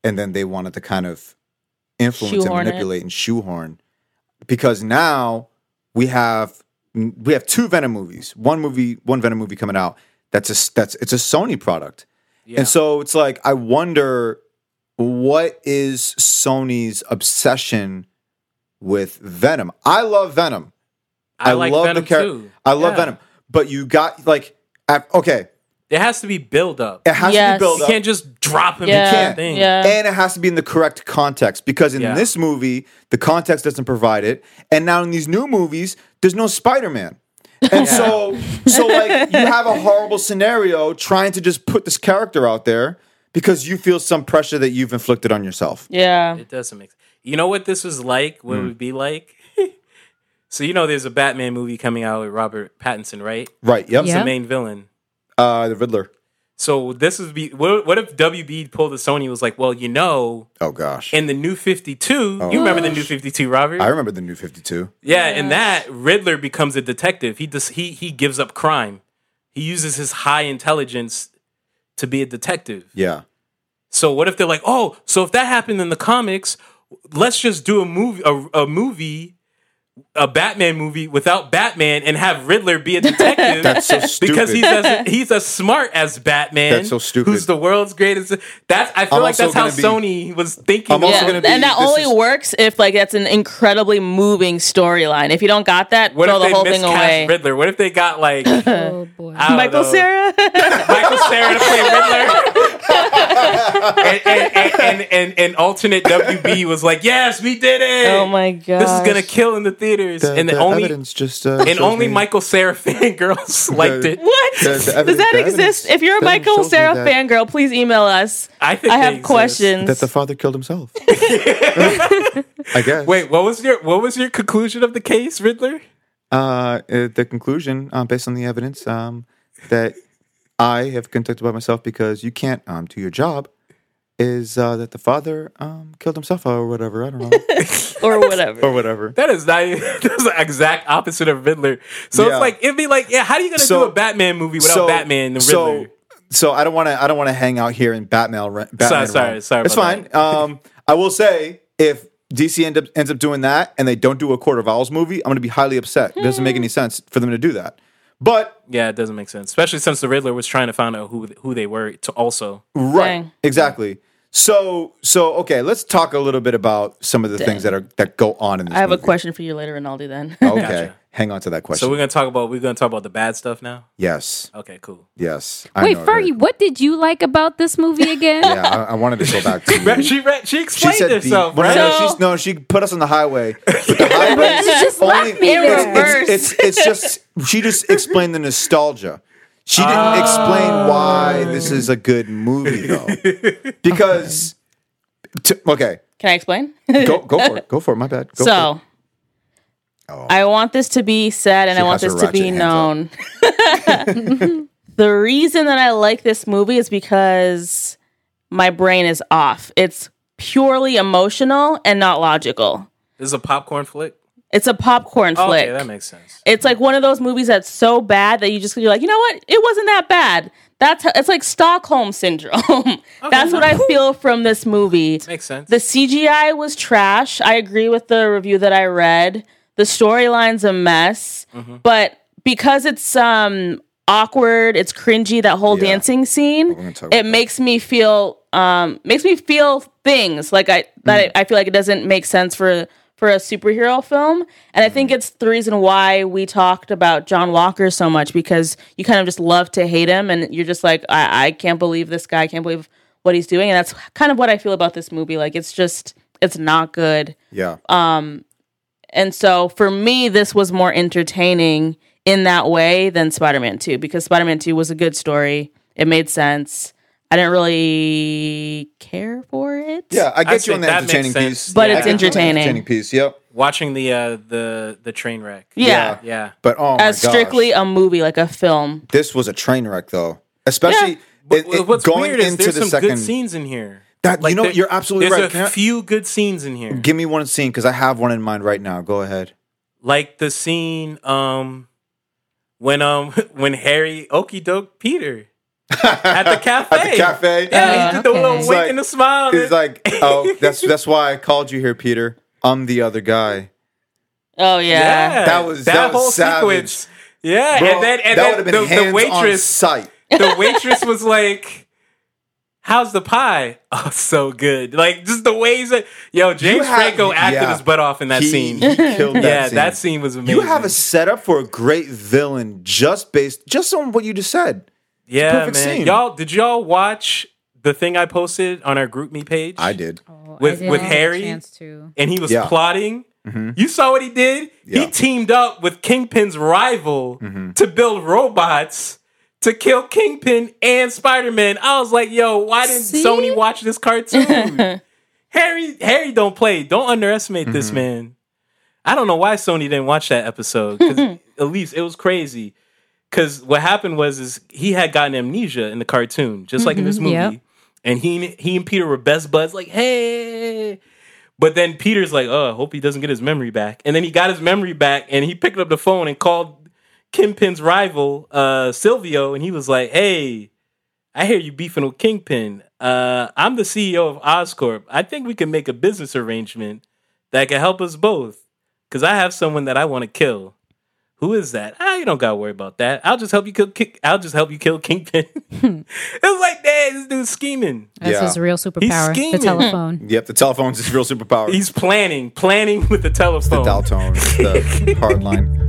Speaker 4: and then they wanted to kind of influence
Speaker 3: Shoehorn
Speaker 4: and
Speaker 3: it.
Speaker 4: manipulate and shoehorn because now we have we have two Venom movies, one movie, one Venom movie coming out. That's a that's it's a Sony product, and so it's like I wonder what is Sony's obsession with Venom. I love Venom.
Speaker 2: I, like Venom
Speaker 4: char-
Speaker 2: too.
Speaker 4: I love
Speaker 2: Yeah.
Speaker 4: Venom, but you got like at- okay,
Speaker 2: There has to be build up.
Speaker 4: it has
Speaker 3: Yes.
Speaker 4: to be built
Speaker 2: You
Speaker 4: up.
Speaker 2: can't just drop him.
Speaker 3: Yeah.
Speaker 2: into
Speaker 4: can't.
Speaker 2: the thing.
Speaker 3: Yeah.
Speaker 4: and it has to be in the correct context because in
Speaker 2: Yeah.
Speaker 4: this movie the context doesn't provide it and now in these new movies there's no spider-man and so so like you have a horrible scenario trying to just put this character out there because you feel some pressure that you've inflicted on yourself
Speaker 3: Yeah.
Speaker 2: It doesn't make. You know what this was like? What it would be like? so you know, there's a Batman movie coming out with Robert Pattinson, right?
Speaker 4: right yep
Speaker 2: He's
Speaker 1: Yeah.
Speaker 2: the main villain.
Speaker 4: uh the riddler
Speaker 2: So this would be. What, what if WB pulled a Sony? and Was like, well, you know,
Speaker 4: oh gosh
Speaker 2: in the New Fifty Two, you remember the New Fifty Two, Robert?
Speaker 4: i remember the new 52
Speaker 2: yeah, in that Riddler becomes a detective. He just he he gives up crime. He uses his high intelligence to be a detective.
Speaker 4: yeah
Speaker 2: So what if they're like, oh, so if that happened in the comics, let's just do a movie, a, a movie, a Batman movie without Batman and have Riddler be a detective.
Speaker 4: That's so
Speaker 2: Because
Speaker 4: stupid.
Speaker 2: he's as he's as smart as Batman.
Speaker 4: That's so stupid.
Speaker 2: Who's the world's greatest? That's I feel
Speaker 4: I'm
Speaker 2: like that's
Speaker 4: also
Speaker 2: how
Speaker 4: gonna
Speaker 2: Sony was thinking.
Speaker 4: I'm also
Speaker 2: about
Speaker 4: gonna
Speaker 2: it.
Speaker 4: be-
Speaker 3: and that
Speaker 4: this
Speaker 3: only
Speaker 4: is-
Speaker 3: works if like that's an incredibly moving storyline. If you don't got that,
Speaker 2: What
Speaker 3: throw
Speaker 2: if
Speaker 3: the
Speaker 2: they
Speaker 3: whole thing
Speaker 2: miscast
Speaker 3: away.
Speaker 2: Riddler? What if they got like Uh, I
Speaker 1: Oh boy.
Speaker 2: don't
Speaker 3: Michael
Speaker 2: know,
Speaker 3: Sarah.
Speaker 2: Michael Sarah to play Riddler. and, and, and, and, and, and alternate WB was like, yes, we did it.
Speaker 3: oh my god.
Speaker 2: This is gonna kill in the theaters, and the only
Speaker 4: just uh,
Speaker 2: and only Michael Sarah fangirls liked it.
Speaker 3: What?
Speaker 4: The- the
Speaker 3: Does
Speaker 4: evidence-
Speaker 3: that
Speaker 4: the
Speaker 3: exist?
Speaker 4: evidence
Speaker 3: If you're a
Speaker 4: that
Speaker 3: Michael
Speaker 4: shows me
Speaker 3: Sarah
Speaker 4: that-
Speaker 3: fangirl, please email us.
Speaker 2: I think
Speaker 3: I
Speaker 2: they
Speaker 3: have
Speaker 2: exist.
Speaker 3: questions.
Speaker 4: father killed himself i guess
Speaker 2: Wait, what was your what was your conclusion of the case, Riddler?
Speaker 4: uh, uh, the conclusion um, based on the evidence um, that I have conducted by myself because you can't um, do your job is uh, that the father um, killed himself or whatever. I don't know.
Speaker 3: or whatever.
Speaker 4: or whatever.
Speaker 2: That is not that's the exact opposite of Riddler. So
Speaker 4: Yeah.
Speaker 2: it's like it'd be like, yeah, how are you gonna
Speaker 4: So-
Speaker 2: do a Batman movie without Batman and the Riddler?
Speaker 4: So, so I don't want to. I don't want to hang out here in Batman. re- Batman
Speaker 2: Sorry,
Speaker 4: realm.
Speaker 2: sorry, sorry
Speaker 4: It's
Speaker 2: about
Speaker 4: fine. um, I will say if DC end up, ends up doing that and they don't do a Court of Owls movie, I'm going to be highly upset. It
Speaker 2: Hmm.
Speaker 4: doesn't make any sense for them to do that. But
Speaker 2: yeah, it doesn't make sense, especially since the Riddler was trying to find out who who they were to also.
Speaker 4: Right.
Speaker 3: Dang.
Speaker 4: Exactly. So so okay, let's talk a little bit about some of the things that are that go on in this.
Speaker 3: I have a
Speaker 4: movie.
Speaker 3: question for you later, Rinaldi. Then
Speaker 4: Okay,
Speaker 2: Gotcha.
Speaker 4: hang on to that question.
Speaker 2: So we're gonna talk about we're gonna talk about the bad stuff now.
Speaker 4: yes,
Speaker 2: Okay, cool.
Speaker 4: yes.
Speaker 1: Wait,
Speaker 4: know,
Speaker 1: Fergie,
Speaker 4: right?
Speaker 1: what did you like about this movie again?
Speaker 4: Yeah, I, I wanted to go back to. you.
Speaker 2: She read, she explained
Speaker 4: the-
Speaker 2: herself,
Speaker 4: well,
Speaker 2: right?
Speaker 4: no,
Speaker 3: So-
Speaker 4: she's, no, she put us on the highway. But the highway
Speaker 1: She just left me
Speaker 3: there.
Speaker 4: it's, it's, it's, it's just she just explained the nostalgia. She didn't
Speaker 3: Ah.
Speaker 4: explain why this is a good movie though, because t- okay,
Speaker 3: can I explain?
Speaker 4: go go for it, go for it. My bad. Go
Speaker 3: so,
Speaker 4: Oh.
Speaker 3: I want this to be said, and
Speaker 4: She
Speaker 3: I want
Speaker 4: has her
Speaker 3: this to be
Speaker 4: ratchet hands up.
Speaker 3: known. the reason that I like this movie is because my brain is off. It's purely emotional and not logical.
Speaker 2: This is a popcorn flick.
Speaker 3: It's a popcorn
Speaker 2: Oh,
Speaker 3: flick.
Speaker 2: Okay, that makes sense.
Speaker 3: It's like one of those movies that's so bad that you just you're like, you know what? It wasn't that bad. That's how, it's like Stockholm syndrome. that's what I feel from this movie.
Speaker 2: Makes sense.
Speaker 3: The CGI was trash. I agree with the review that I read. The storyline's a mess, but because it's um awkward, it's cringy that whole
Speaker 4: Yeah.
Speaker 3: dancing
Speaker 4: gonna
Speaker 3: scene.
Speaker 4: talk about
Speaker 3: It makes me feel um makes me feel things like I
Speaker 4: Mm.
Speaker 3: that I, I feel like it doesn't make sense for for a superhero film, and I think
Speaker 4: Mm.
Speaker 3: it's the reason why we talked about John Walker so much because you kind of just love to hate him, and you're just like, I, I can't believe this guy, I can't believe what he's doing, and that's kind of what I feel about this movie. Like it's just it's not good.
Speaker 4: Yeah.
Speaker 3: And so for me, this was more entertaining in that way than Spider Man 2 because Spider Man 2 was a good story. It made sense. I didn't really care for it.
Speaker 4: yeah, I get
Speaker 2: I
Speaker 4: you on
Speaker 2: think
Speaker 4: the
Speaker 2: that makes
Speaker 4: entertaining
Speaker 2: sense.
Speaker 4: piece.
Speaker 3: But
Speaker 4: Yeah,
Speaker 3: it's
Speaker 4: I get you on the
Speaker 3: entertaining.
Speaker 4: Entertaining piece. Yep.
Speaker 2: Watching the uh, the the train wreck.
Speaker 3: Yeah.
Speaker 4: Yeah.
Speaker 2: yeah.
Speaker 4: But oh my
Speaker 3: As strictly
Speaker 4: gosh,
Speaker 3: a movie, like a film.
Speaker 4: this was a train wreck though. Especially
Speaker 2: But
Speaker 4: it- it-
Speaker 2: what's
Speaker 4: going
Speaker 2: weird is
Speaker 4: into
Speaker 2: there's
Speaker 4: the
Speaker 2: some
Speaker 4: second.
Speaker 2: good scenes in here.
Speaker 4: That- you know,
Speaker 2: there-
Speaker 4: you're absolutely
Speaker 2: there's
Speaker 4: right. Can
Speaker 2: a
Speaker 4: I-
Speaker 2: few good scenes in here,
Speaker 4: Give me one scene because I have one in mind right now. Go ahead.
Speaker 2: like the scene um when um when Harry okey doke Peter at the cafe.
Speaker 4: At the cafe.
Speaker 2: Yeah, he
Speaker 1: Oh,
Speaker 2: did the
Speaker 1: okay.
Speaker 2: little
Speaker 1: It's
Speaker 2: wink
Speaker 4: like-
Speaker 2: and the smile.
Speaker 4: He's like, oh, that's that's why I called you here, Peter. I'm the other guy.
Speaker 3: Oh, yeah.
Speaker 2: yeah,
Speaker 4: That was- that was savage.
Speaker 2: Yeah,
Speaker 4: Bro,
Speaker 2: and then and
Speaker 4: that
Speaker 2: then
Speaker 4: would have been
Speaker 2: the, the
Speaker 4: hands on
Speaker 2: waitress
Speaker 4: sight.
Speaker 2: the waitress was like, "How's the pie? Oh, so good!" Like just the ways that yo James
Speaker 4: had-
Speaker 2: Franco acted
Speaker 4: yeah.
Speaker 2: his butt off in that
Speaker 4: He-
Speaker 2: scene.
Speaker 4: he killed that
Speaker 2: yeah,
Speaker 4: scene.
Speaker 2: that scene was amazing.
Speaker 4: You have a setup for a great villain just based just on what you just said.
Speaker 2: yeah,
Speaker 4: perfect
Speaker 2: man.
Speaker 4: scene.
Speaker 2: Y'all, did y'all watch the thing I posted on our group me page?
Speaker 4: I did.
Speaker 1: Oh,
Speaker 2: with with Harry,
Speaker 1: chance to.
Speaker 2: and he was
Speaker 4: Yeah. Mm-hmm.
Speaker 2: plotting. You saw what he did.
Speaker 4: Yeah. Mm-hmm.
Speaker 2: He teamed up with Kingpin's rival to build robots. To kill Kingpin and Spider Man, I was like, "Yo, why didn't
Speaker 1: See?
Speaker 2: Sony watch this cartoon?" Harry Harry don't play. Don't underestimate this
Speaker 4: Mm-hmm.
Speaker 2: man. I don't know why Sony didn't watch that episode. 'cause at least it was crazy. Because what happened was is he had gotten amnesia in the cartoon, just like in this movie.
Speaker 1: yep.
Speaker 2: And he he and Peter were best buds, like hey. But then Peter's like, oh, I hope he doesn't get his memory back. And then he got his memory back, and he picked up the phone and called Kingpin's rival, uh, Silvio, and he was like, hey. I hear you beefing with Kingpin. Uh, I'm the CEO of Oscorp. I think we can make a business arrangement that can help us both. Cause I have someone that I want to kill. Who is that? Ah, you don't gotta worry about that. I'll just help you kill. King- I'll just help you kill Kingpin. it was like, dang, this dude's scheming.
Speaker 1: That's
Speaker 4: Yeah.
Speaker 1: his real superpower. The
Speaker 2: scheming.
Speaker 1: telephone.
Speaker 4: Yep, the telephone's his real superpower.
Speaker 2: He's planning, planning with the telephone.
Speaker 4: the Daltone, the hard line.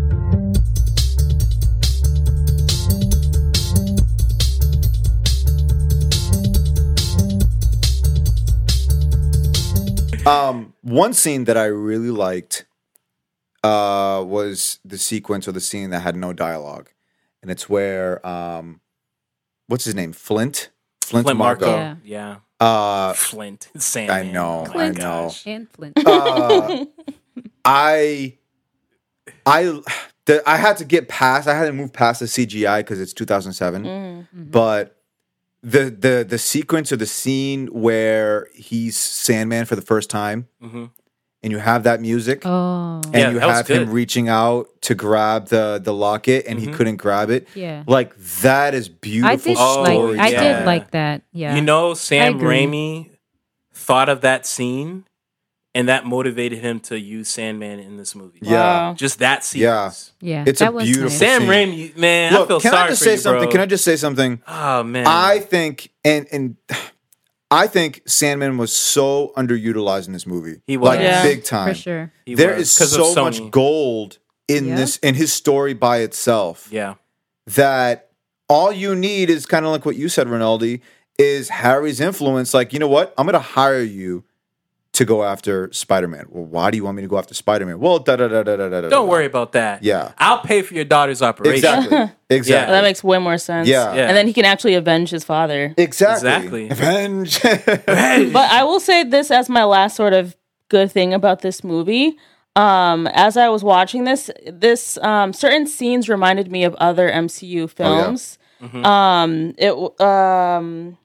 Speaker 4: Um, one scene that I really liked uh, was the sequence or the scene that had no dialogue, and it's where um, what's his name, Flint, Flint,
Speaker 2: Flint Marco.
Speaker 4: Marco.
Speaker 1: Yeah.
Speaker 2: Yeah.
Speaker 4: Uh,
Speaker 2: Flint. Sandman.
Speaker 4: know,
Speaker 2: My
Speaker 4: Clint. I know.
Speaker 2: gosh.
Speaker 1: And Flint.
Speaker 4: uh, I, I, the, I had to get past. I had to move past the CGI because it's 2007.
Speaker 1: Mm-hmm.
Speaker 3: Mm.
Speaker 4: But the the the sequence or the scene where he's Sandman for the first time,
Speaker 2: Mhm.
Speaker 4: and you have that music,
Speaker 1: oh.
Speaker 4: and
Speaker 2: Yeah,
Speaker 4: you
Speaker 2: that was
Speaker 4: have him
Speaker 2: good. Mm-hmm.
Speaker 4: reaching out to grab the the locket, and he couldn't grab it.
Speaker 1: Yeah.
Speaker 4: Like that is beautiful.
Speaker 1: I did
Speaker 2: Oh,
Speaker 1: like I
Speaker 2: yeah.
Speaker 1: did like that. Yeah.
Speaker 2: You know, Sam
Speaker 1: agree.
Speaker 2: Raimi thought of that scene, and that motivated him to use Sandman in this movie.
Speaker 4: Yeah.
Speaker 3: Wow.
Speaker 2: Just that scene.
Speaker 4: Yeah.
Speaker 1: yeah.
Speaker 4: It's a
Speaker 1: was
Speaker 4: beautiful
Speaker 1: nice.
Speaker 2: Sam
Speaker 4: Scene.
Speaker 2: Raimi, man, I feel
Speaker 4: Look, can
Speaker 2: sorry
Speaker 4: I just
Speaker 2: for Oh,
Speaker 4: say
Speaker 2: you,
Speaker 4: something?
Speaker 2: bro.
Speaker 4: Can I just say something?
Speaker 2: Oh man,
Speaker 4: I think, and and I think Sandman was so underutilized in this movie.
Speaker 2: He was.
Speaker 4: like
Speaker 3: Yeah.
Speaker 4: big time.
Speaker 1: for sure.
Speaker 2: He
Speaker 4: There
Speaker 2: was,
Speaker 4: is
Speaker 2: 'cause of
Speaker 4: so much
Speaker 2: Sony.
Speaker 4: gold in
Speaker 1: Yeah.
Speaker 4: this in his story by itself
Speaker 2: Yeah,
Speaker 4: that all you need is kind of like what you said, Rinaldi, is Harry's influence. Like, you know what? I'm going to hire you to go after Spider Man. Well, why do you want me to go after Spider Man? Well, da da da da da da. da,
Speaker 2: don't
Speaker 4: da.
Speaker 2: worry about that.
Speaker 4: Yeah.
Speaker 2: I'll pay for your daughter's operation.
Speaker 4: Exactly.
Speaker 2: Yeah.
Speaker 4: Exactly.
Speaker 3: that makes way more sense.
Speaker 4: Yeah.
Speaker 2: Yeah.
Speaker 3: And then he can actually avenge his father.
Speaker 4: Exactly.
Speaker 2: Exactly.
Speaker 4: Revenge.
Speaker 3: But I will say this as my last sort of good thing about this movie. Um, as I was watching this, this um, certain scenes reminded me of other
Speaker 4: Oh,
Speaker 3: MCU films.
Speaker 4: Mm-hmm.
Speaker 3: Um, it w- um,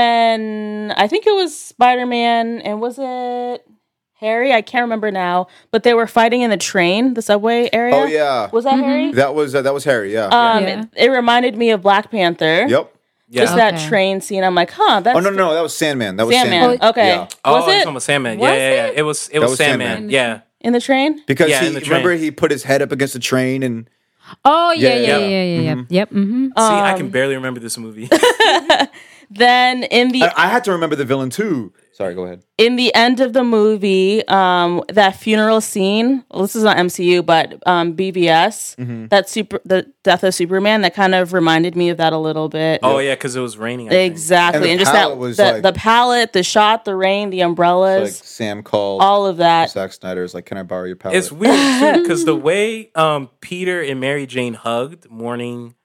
Speaker 3: when I think it was Spider Man and was it Harry? I can't remember now, but they were fighting in the train, the subway area.
Speaker 4: oh yeah.
Speaker 3: was that Harry?
Speaker 4: That was uh, that was Harry. Yeah.
Speaker 3: Um,
Speaker 1: Yeah.
Speaker 3: it, it reminded me of Black Panther.
Speaker 4: yep.
Speaker 2: Yeah.
Speaker 3: Just that
Speaker 1: Okay.
Speaker 3: train scene. I'm like, huh? That's
Speaker 4: Oh no, no, no, that was Sandman. That was Sandman.
Speaker 3: Sandman. Okay.
Speaker 4: Yeah.
Speaker 2: Oh,
Speaker 3: Was
Speaker 2: you're
Speaker 3: it
Speaker 2: talking about Sandman.
Speaker 1: Was
Speaker 2: yeah, yeah, yeah.
Speaker 1: it?
Speaker 2: It was. It was,
Speaker 4: was
Speaker 2: Sandman.
Speaker 4: Sandman.
Speaker 2: Yeah.
Speaker 3: in the train?
Speaker 4: Because
Speaker 2: Yeah, in
Speaker 4: he
Speaker 2: the train.
Speaker 4: remember he put his head up against the train and
Speaker 1: Oh yeah,
Speaker 4: Yeah,
Speaker 1: yeah, yeah,
Speaker 2: yeah.
Speaker 1: yeah, yeah. Yep. Mm-hmm.
Speaker 2: See, I
Speaker 3: Um,
Speaker 2: can barely remember this movie.
Speaker 3: Then in the
Speaker 4: I, I had to remember the villain too. Sorry, go ahead.
Speaker 3: in the end of the movie, um, that funeral scene. Well, this is not MCU, but um, BVS.
Speaker 4: Mm-hmm.
Speaker 3: That super the death of Superman. That kind of reminded me of that a little bit.
Speaker 2: oh yeah, because it was raining. I think.
Speaker 4: And
Speaker 3: exactly.
Speaker 4: the
Speaker 3: And, just
Speaker 4: palette
Speaker 3: that
Speaker 4: was
Speaker 3: the,
Speaker 4: like-
Speaker 3: the palette, the shot, the rain, the
Speaker 4: Like
Speaker 3: umbrellas,
Speaker 4: Sam called
Speaker 3: all of that.
Speaker 4: Zack Snyder is like, "Can I borrow your palette?"
Speaker 2: It's weird too because the way um, Peter and Mary Jane hugged mourning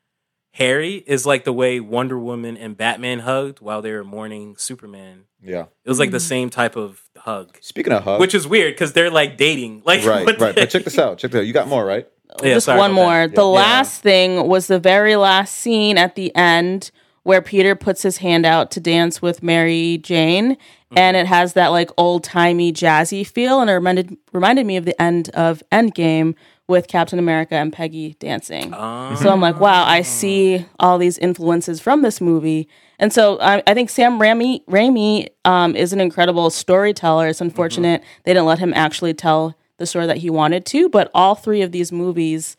Speaker 2: Harry is like the way Wonder Woman and Batman hugged while they were mourning Superman.
Speaker 4: yeah.
Speaker 2: It was like
Speaker 3: Mm-hmm.
Speaker 2: the same type of hug,
Speaker 4: Speaking of hugs,
Speaker 2: which is weird because they're like dating. Like
Speaker 4: right,
Speaker 2: what
Speaker 4: right.
Speaker 2: the-
Speaker 4: But check this out. Check this out. You got more, right?
Speaker 2: Yeah,
Speaker 3: just
Speaker 2: sorry
Speaker 3: one
Speaker 2: about
Speaker 3: more.
Speaker 2: that.
Speaker 3: The
Speaker 2: Yeah.
Speaker 3: last thing was the very last scene at the end where Peter puts his hand out to dance with Mary Jane,
Speaker 2: Mm-hmm.
Speaker 3: and it has that like old timey jazzy feel, and it reminded reminded me of the end of Endgame with Captain America and Peggy dancing.
Speaker 2: Um,
Speaker 4: Uh-huh.
Speaker 3: So I'm like, wow, I see all these influences from this movie. And so I, I think Sam Raimi, Raimi um, is an incredible storyteller. It's unfortunate
Speaker 4: Uh-huh.
Speaker 3: they didn't let him actually tell the story that he wanted to, but all three of these movies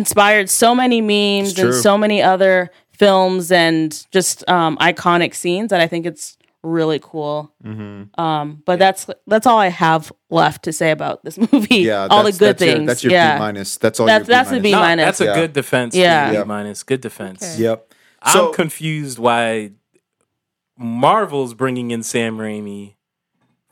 Speaker 3: inspired so many memes
Speaker 4: It's
Speaker 3: and
Speaker 4: true.
Speaker 3: so many other films and just um, iconic scenes that I think it's really cool.
Speaker 4: Mm-hmm.
Speaker 3: Um, but that's that's all I have left to say about this movie.
Speaker 4: Yeah.
Speaker 3: all the
Speaker 4: that's-
Speaker 3: good
Speaker 4: that's your-
Speaker 3: things.
Speaker 4: that's your
Speaker 3: yeah.
Speaker 4: B minus. That's all.
Speaker 3: That's-
Speaker 4: your
Speaker 3: that's the B
Speaker 2: No,
Speaker 3: minus.
Speaker 2: that's a
Speaker 4: Yeah.
Speaker 2: good defense. for
Speaker 3: Yeah.
Speaker 2: the
Speaker 4: Yeah.
Speaker 2: B minus. Good defense.
Speaker 1: Okay.
Speaker 4: Yep.
Speaker 2: I'm
Speaker 4: So
Speaker 2: confused why Marvel's bringing in Sam Raimi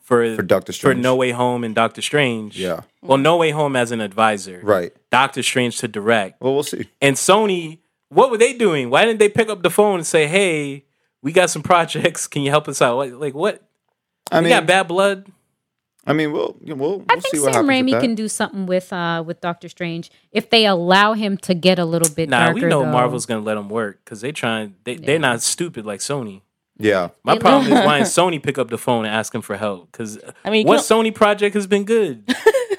Speaker 2: for
Speaker 4: For Doctor
Speaker 2: for
Speaker 4: Strange.
Speaker 2: No Way Home and Doctor Strange.
Speaker 4: Yeah.
Speaker 2: Well, No Way Home as an advisor.
Speaker 4: right.
Speaker 2: Doctor Strange to direct.
Speaker 4: Well, we'll see.
Speaker 2: And Sony, what were they doing? Why didn't they pick up the phone and say, "Hey, we got some projects. Can you help us out?" What- Like what?
Speaker 4: I
Speaker 2: we
Speaker 4: mean,
Speaker 2: got bad blood.
Speaker 4: I mean, we'll we'll, we'll
Speaker 1: I
Speaker 4: see
Speaker 1: think
Speaker 4: what
Speaker 1: Sam
Speaker 4: happens with
Speaker 1: Raimi
Speaker 4: that.
Speaker 1: can do something with uh with Doctor Strange if they allow him to get a little bit
Speaker 2: Nah,
Speaker 1: darker.
Speaker 2: we know
Speaker 1: though.
Speaker 2: Marvel's gonna let them work because they trying. They they're not stupid like Sony.
Speaker 4: Yeah.
Speaker 2: My
Speaker 1: They
Speaker 2: problem is why didn't Sony pick up the phone and ask him for help? Because
Speaker 3: I mean, you
Speaker 2: what
Speaker 3: can't-
Speaker 2: Sony project has been good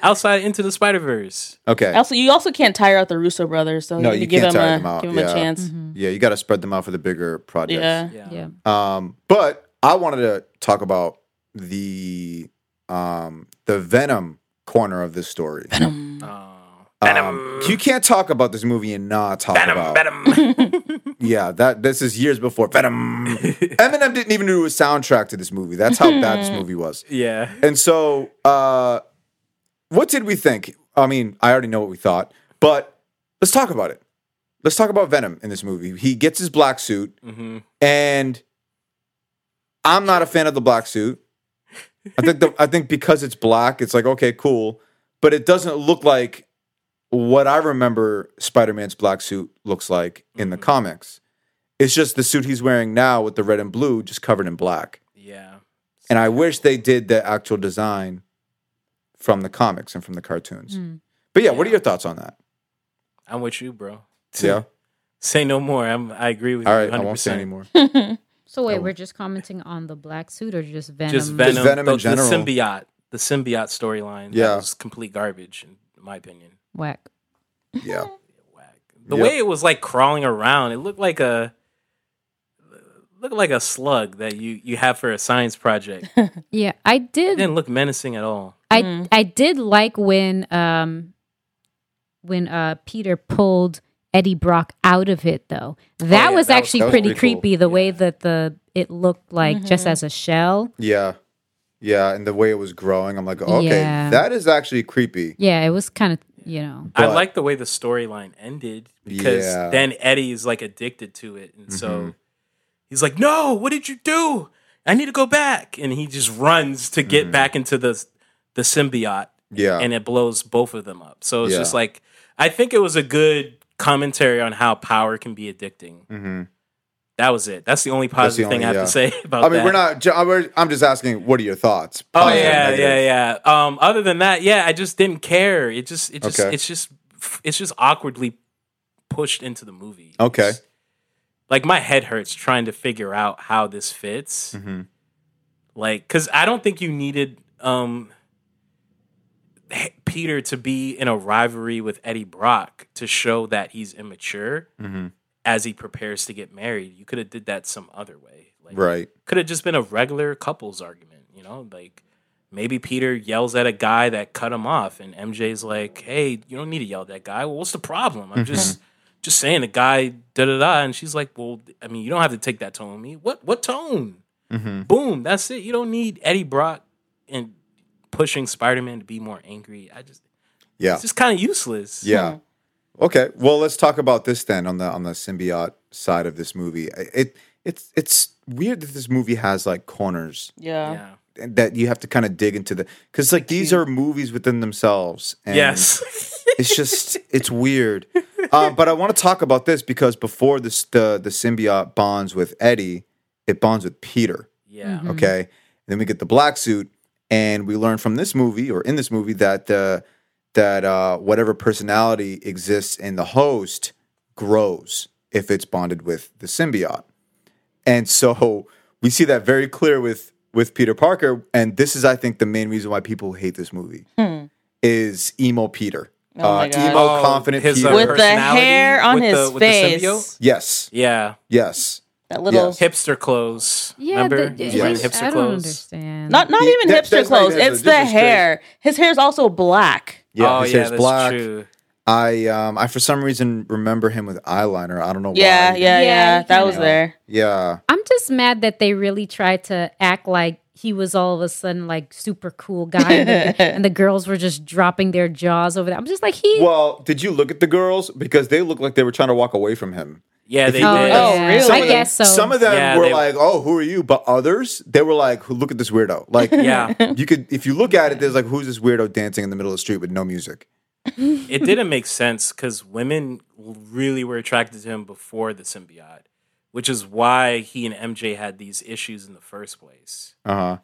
Speaker 2: outside Into the Spider Verse?
Speaker 4: Okay.
Speaker 3: Also, you also can't tire out the Russo brothers, so
Speaker 4: No,
Speaker 3: you,
Speaker 4: you
Speaker 3: give
Speaker 4: can't
Speaker 3: them
Speaker 4: tire
Speaker 3: a
Speaker 4: them out,
Speaker 3: give them
Speaker 4: yeah.
Speaker 3: a chance.
Speaker 2: Mm-hmm.
Speaker 4: Yeah, you got to spread them out for the bigger projects.
Speaker 3: Yeah.
Speaker 1: Yeah.
Speaker 4: Um, but I wanted to talk about the um the Venom corner of this story. Venom. Um, you can't talk about this movie and not talk about
Speaker 2: Venom.
Speaker 4: yeah that this is years before Venom. Eminem didn't even do a soundtrack to this movie. That's how bad this movie was.
Speaker 2: yeah.
Speaker 4: And so, uh, what did we think? I mean, I already know what we thought, but let's talk about it. Let's talk about Venom in this movie. He gets his black suit,
Speaker 2: Mm-hmm.
Speaker 4: and I'm not a fan of the black suit. I think the, I think because it's black, it's like okay, cool, but it doesn't look like what I remember Spider-Man's black suit looks like in the comics. It's just the suit he's wearing now with the red and blue just covered in black.
Speaker 2: Yeah.
Speaker 4: And I wish they did the actual design from the comics and from the cartoons.
Speaker 1: Mm.
Speaker 4: But yeah, what are your thoughts on that?
Speaker 2: I'm with you, bro.
Speaker 4: Yeah.
Speaker 2: Say no more. I'm, I agree with
Speaker 4: All
Speaker 2: you
Speaker 4: right,
Speaker 2: 100%.
Speaker 4: I won't say anymore.
Speaker 1: So wait, we're just commenting on the black suit or just Venom?
Speaker 2: Just Venom,
Speaker 4: Venom
Speaker 2: the,
Speaker 4: in general.
Speaker 2: the symbiote, the symbiote storyline.
Speaker 4: Yeah.
Speaker 2: that was complete garbage in my opinion.
Speaker 1: Whack.
Speaker 4: Yeah.
Speaker 2: Whack. The
Speaker 4: Yep.
Speaker 2: way it was like crawling around, it looked like a looked like a slug that you you have for a science project. it
Speaker 1: Yeah, I did.
Speaker 2: didn't look menacing at all.
Speaker 4: Mm-hmm.
Speaker 1: I I did like when um when uh Peter pulled Eddie Brock out of it though. That
Speaker 4: Oh, yeah,
Speaker 1: was
Speaker 4: that was-
Speaker 1: actually
Speaker 4: that was
Speaker 1: pretty,
Speaker 4: pretty cool. Mm-hmm.
Speaker 1: creepy the way that the it looked like just as a shell.
Speaker 4: Yeah. Yeah. And the way it was growing, I'm like, okay,
Speaker 1: Yeah.
Speaker 4: that is actually creepy.
Speaker 1: Yeah, it was kind of, you know.
Speaker 2: I
Speaker 4: But-
Speaker 2: like the way the storyline ended because
Speaker 4: Yeah. Mm-hmm.
Speaker 2: then Eddie is like addicted to it, and so he's like, "No, what did you do? I need to go back!" And he just runs to get back into the the symbiote,
Speaker 4: Mm-hmm. Yeah.
Speaker 2: and it blows both of them up. So it's
Speaker 4: Yeah.
Speaker 2: just like I think it was a good commentary on how power can be addicting.
Speaker 4: Mhm.
Speaker 2: That was it. That's the only
Speaker 4: That's the
Speaker 2: positive thing I
Speaker 4: only-
Speaker 2: have
Speaker 4: yeah.
Speaker 2: to say about.
Speaker 4: I mean,
Speaker 2: that.
Speaker 4: we're not, ju- we're- I'm just asking, what are your thoughts?
Speaker 2: Oh
Speaker 4: Positive,
Speaker 2: yeah,
Speaker 4: negative?
Speaker 2: yeah, yeah. Um, other than that, yeah, I just didn't care. It just, it just,
Speaker 4: Okay.
Speaker 2: it's just, it's just awkwardly pushed into the movie.
Speaker 4: Okay.
Speaker 2: It's- like my head hurts trying to figure out how this fits.
Speaker 4: Mhm.
Speaker 2: Like, cause I don't think you needed um H- Peter to be in a rivalry with Eddie Brock to show that he's immature
Speaker 4: Mhm.
Speaker 2: as he prepares to get married. You could have did that some other way. Like,
Speaker 4: Right.
Speaker 2: could have just been a regular couples argument, you know? Like maybe Peter yells at a guy that cut him off and MJ's like, "Hey, you don't need to yell at that guy. Well, what's the problem? I'm
Speaker 4: Mm-hmm.
Speaker 2: just just saying the guy da da da." And she's like, "Well, I mean, you don't have to take that tone on me. What what tone?
Speaker 4: Mhm.
Speaker 2: Boom, that's it. You don't need Eddie Brock and pushing Spider-Man to be more angry. I just
Speaker 4: Yeah.
Speaker 2: it's just kind of useless.
Speaker 4: Yeah. Okay. Well, let's talk about this then on the on the symbiote side of this movie. I- It it's it's weird that this movie has like corners
Speaker 3: Yeah.
Speaker 2: Yeah.
Speaker 4: that you have to kind of dig into the because like these are movies within themselves. And Mm-hmm.
Speaker 2: Yes.
Speaker 4: it's just it's weird. Uh, but I want to talk about this because before this the the symbiote bonds with Eddie, it bonds with Peter.
Speaker 2: yeah.
Speaker 3: Mm-hmm.
Speaker 4: Okay. then we get the black suit, and we learn from this movie or in this movie that uh, that uh, whatever personality exists in the host grows if it's bonded with the symbiote. And so we see that very clear with with Peter Parker, and this is I think the main reason why people hate this movie is emo Peter.
Speaker 3: Hmm.
Speaker 4: Uh,
Speaker 3: Oh my God.
Speaker 4: emo
Speaker 2: Oh,
Speaker 4: confident
Speaker 2: his, uh,
Speaker 4: Peter.
Speaker 3: With the
Speaker 2: personality
Speaker 3: hair on
Speaker 2: with the-
Speaker 3: his
Speaker 2: with the
Speaker 3: face.
Speaker 2: symbiote?
Speaker 4: yes,
Speaker 2: Yeah.
Speaker 4: yes.
Speaker 3: that little
Speaker 4: Yes.
Speaker 2: hipster clothes.
Speaker 1: Yeah,
Speaker 2: Remember?
Speaker 1: the,
Speaker 2: He's
Speaker 1: it
Speaker 2: wearing
Speaker 1: was-
Speaker 2: hipster
Speaker 1: I don't
Speaker 2: clothes.
Speaker 1: understand.
Speaker 3: Not not
Speaker 4: Yeah,
Speaker 3: even
Speaker 4: that-
Speaker 3: hipster
Speaker 4: that's not
Speaker 3: clothes.
Speaker 4: even hipster,
Speaker 3: It's the
Speaker 4: just straight.
Speaker 3: hair. His hair's also black.
Speaker 4: Yeah,
Speaker 2: oh,
Speaker 4: his
Speaker 2: yeah,
Speaker 4: hair's
Speaker 2: that's
Speaker 4: black.
Speaker 2: true.
Speaker 4: I um I for some reason remember him with eyeliner. I don't know
Speaker 3: Yeah,
Speaker 4: why.
Speaker 3: yeah, yeah.
Speaker 1: Yeah, you
Speaker 3: That
Speaker 1: kinda-
Speaker 3: was there.
Speaker 4: yeah.
Speaker 1: I'm just mad that they really tried to act like he was all of a sudden like super cool guy and the, and the girls were just dropping their jaws over there. I'm just like he
Speaker 4: Well, did you look at the girls because they looked like they were trying to walk away from him?
Speaker 2: Yeah,
Speaker 4: If
Speaker 2: they
Speaker 4: you-
Speaker 2: did.
Speaker 1: Oh,
Speaker 3: Oh,
Speaker 1: yeah.
Speaker 3: really?
Speaker 1: I guess so.
Speaker 4: Some of them
Speaker 2: Yeah,
Speaker 4: were
Speaker 2: they-
Speaker 4: like, "Oh, who are you?" But others, they were like, "Who- "Look at this weirdo!" Like,
Speaker 2: Yeah.
Speaker 4: you could if you look at it, there's like, "Who's this weirdo dancing in the middle of the street with no music?"
Speaker 2: It didn't make sense because women really were attracted to him before the symbiote, which is why he and MJ had these issues in the first place.
Speaker 4: Uh huh.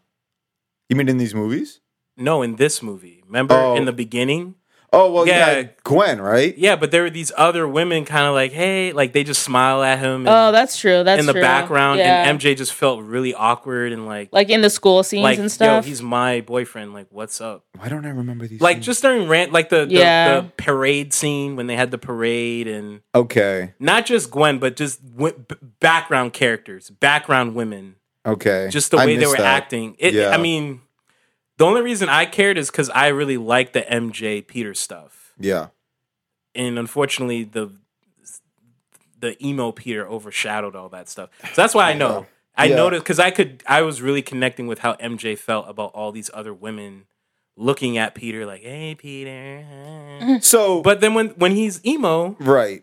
Speaker 4: You mean in these movies?
Speaker 2: No, in this movie. Remember
Speaker 4: Oh.
Speaker 2: in the beginning?
Speaker 4: Oh well, yeah,
Speaker 2: Yeah.
Speaker 4: Gwen, right?
Speaker 2: Yeah, but there were these other women kind of like, hey, like they just smile at him and-
Speaker 3: Oh, that's true. That's
Speaker 2: in the
Speaker 3: true.
Speaker 2: background.
Speaker 3: Yeah.
Speaker 2: And MJ just felt really awkward and like,
Speaker 3: like in the school scenes
Speaker 2: like
Speaker 3: and stuff.
Speaker 2: yo, he's my boyfriend. Like, what's up?
Speaker 4: Why don't I remember these?
Speaker 2: like
Speaker 4: scenes?
Speaker 2: just during rant like the, the,
Speaker 3: Yeah.
Speaker 2: the parade scene when they had the parade and
Speaker 4: okay,
Speaker 2: not just gwen but just w- b- background characters background women
Speaker 4: okay.
Speaker 2: just the
Speaker 4: I
Speaker 2: way they
Speaker 4: missed
Speaker 2: were
Speaker 4: that.
Speaker 2: acting it,
Speaker 4: Yeah.
Speaker 2: i mean the only reason i cared is because i really liked the mj peter stuff
Speaker 4: Yeah,
Speaker 2: and unfortunately the the emo peter overshadowed all that stuff so that's why i know i
Speaker 4: Yeah.
Speaker 2: noticed because i could i was really connecting with how mj felt about all these other women looking at peter like hey peter huh?"
Speaker 4: so but
Speaker 2: But then when when he's emo,
Speaker 4: right.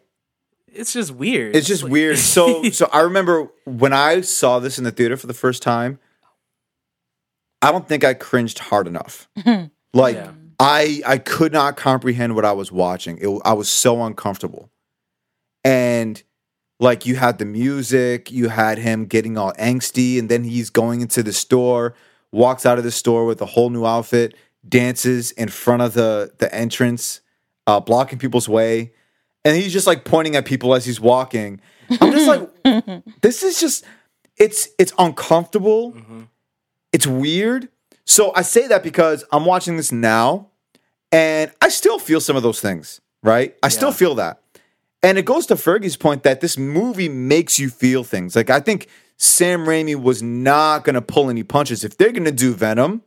Speaker 2: it's just weird.
Speaker 4: It's just
Speaker 2: like-
Speaker 4: weird. So so I remember when I saw this in the theater for the first time, I don't think I cringed hard enough. like
Speaker 2: Yeah.
Speaker 4: I I could not comprehend what I was watching. It, I was so uncomfortable. And like you had the music, you had him getting all angsty and then he's going into the store, walks out of the store with a whole new outfit, dances in front of the the entrance, uh blocking people's way and he's just like pointing at people as he's walking. I'm just like, this is just it's it's uncomfortable.
Speaker 2: Mm-hmm.
Speaker 4: It's weird. So I say that because I'm watching this now, and I still feel some of those things. Right? I still
Speaker 2: Yeah.
Speaker 4: feel that, and it goes to Fergie's point that this movie makes you feel things. Like I think Sam Raimi was not going to pull any punches if they're going to do Venom.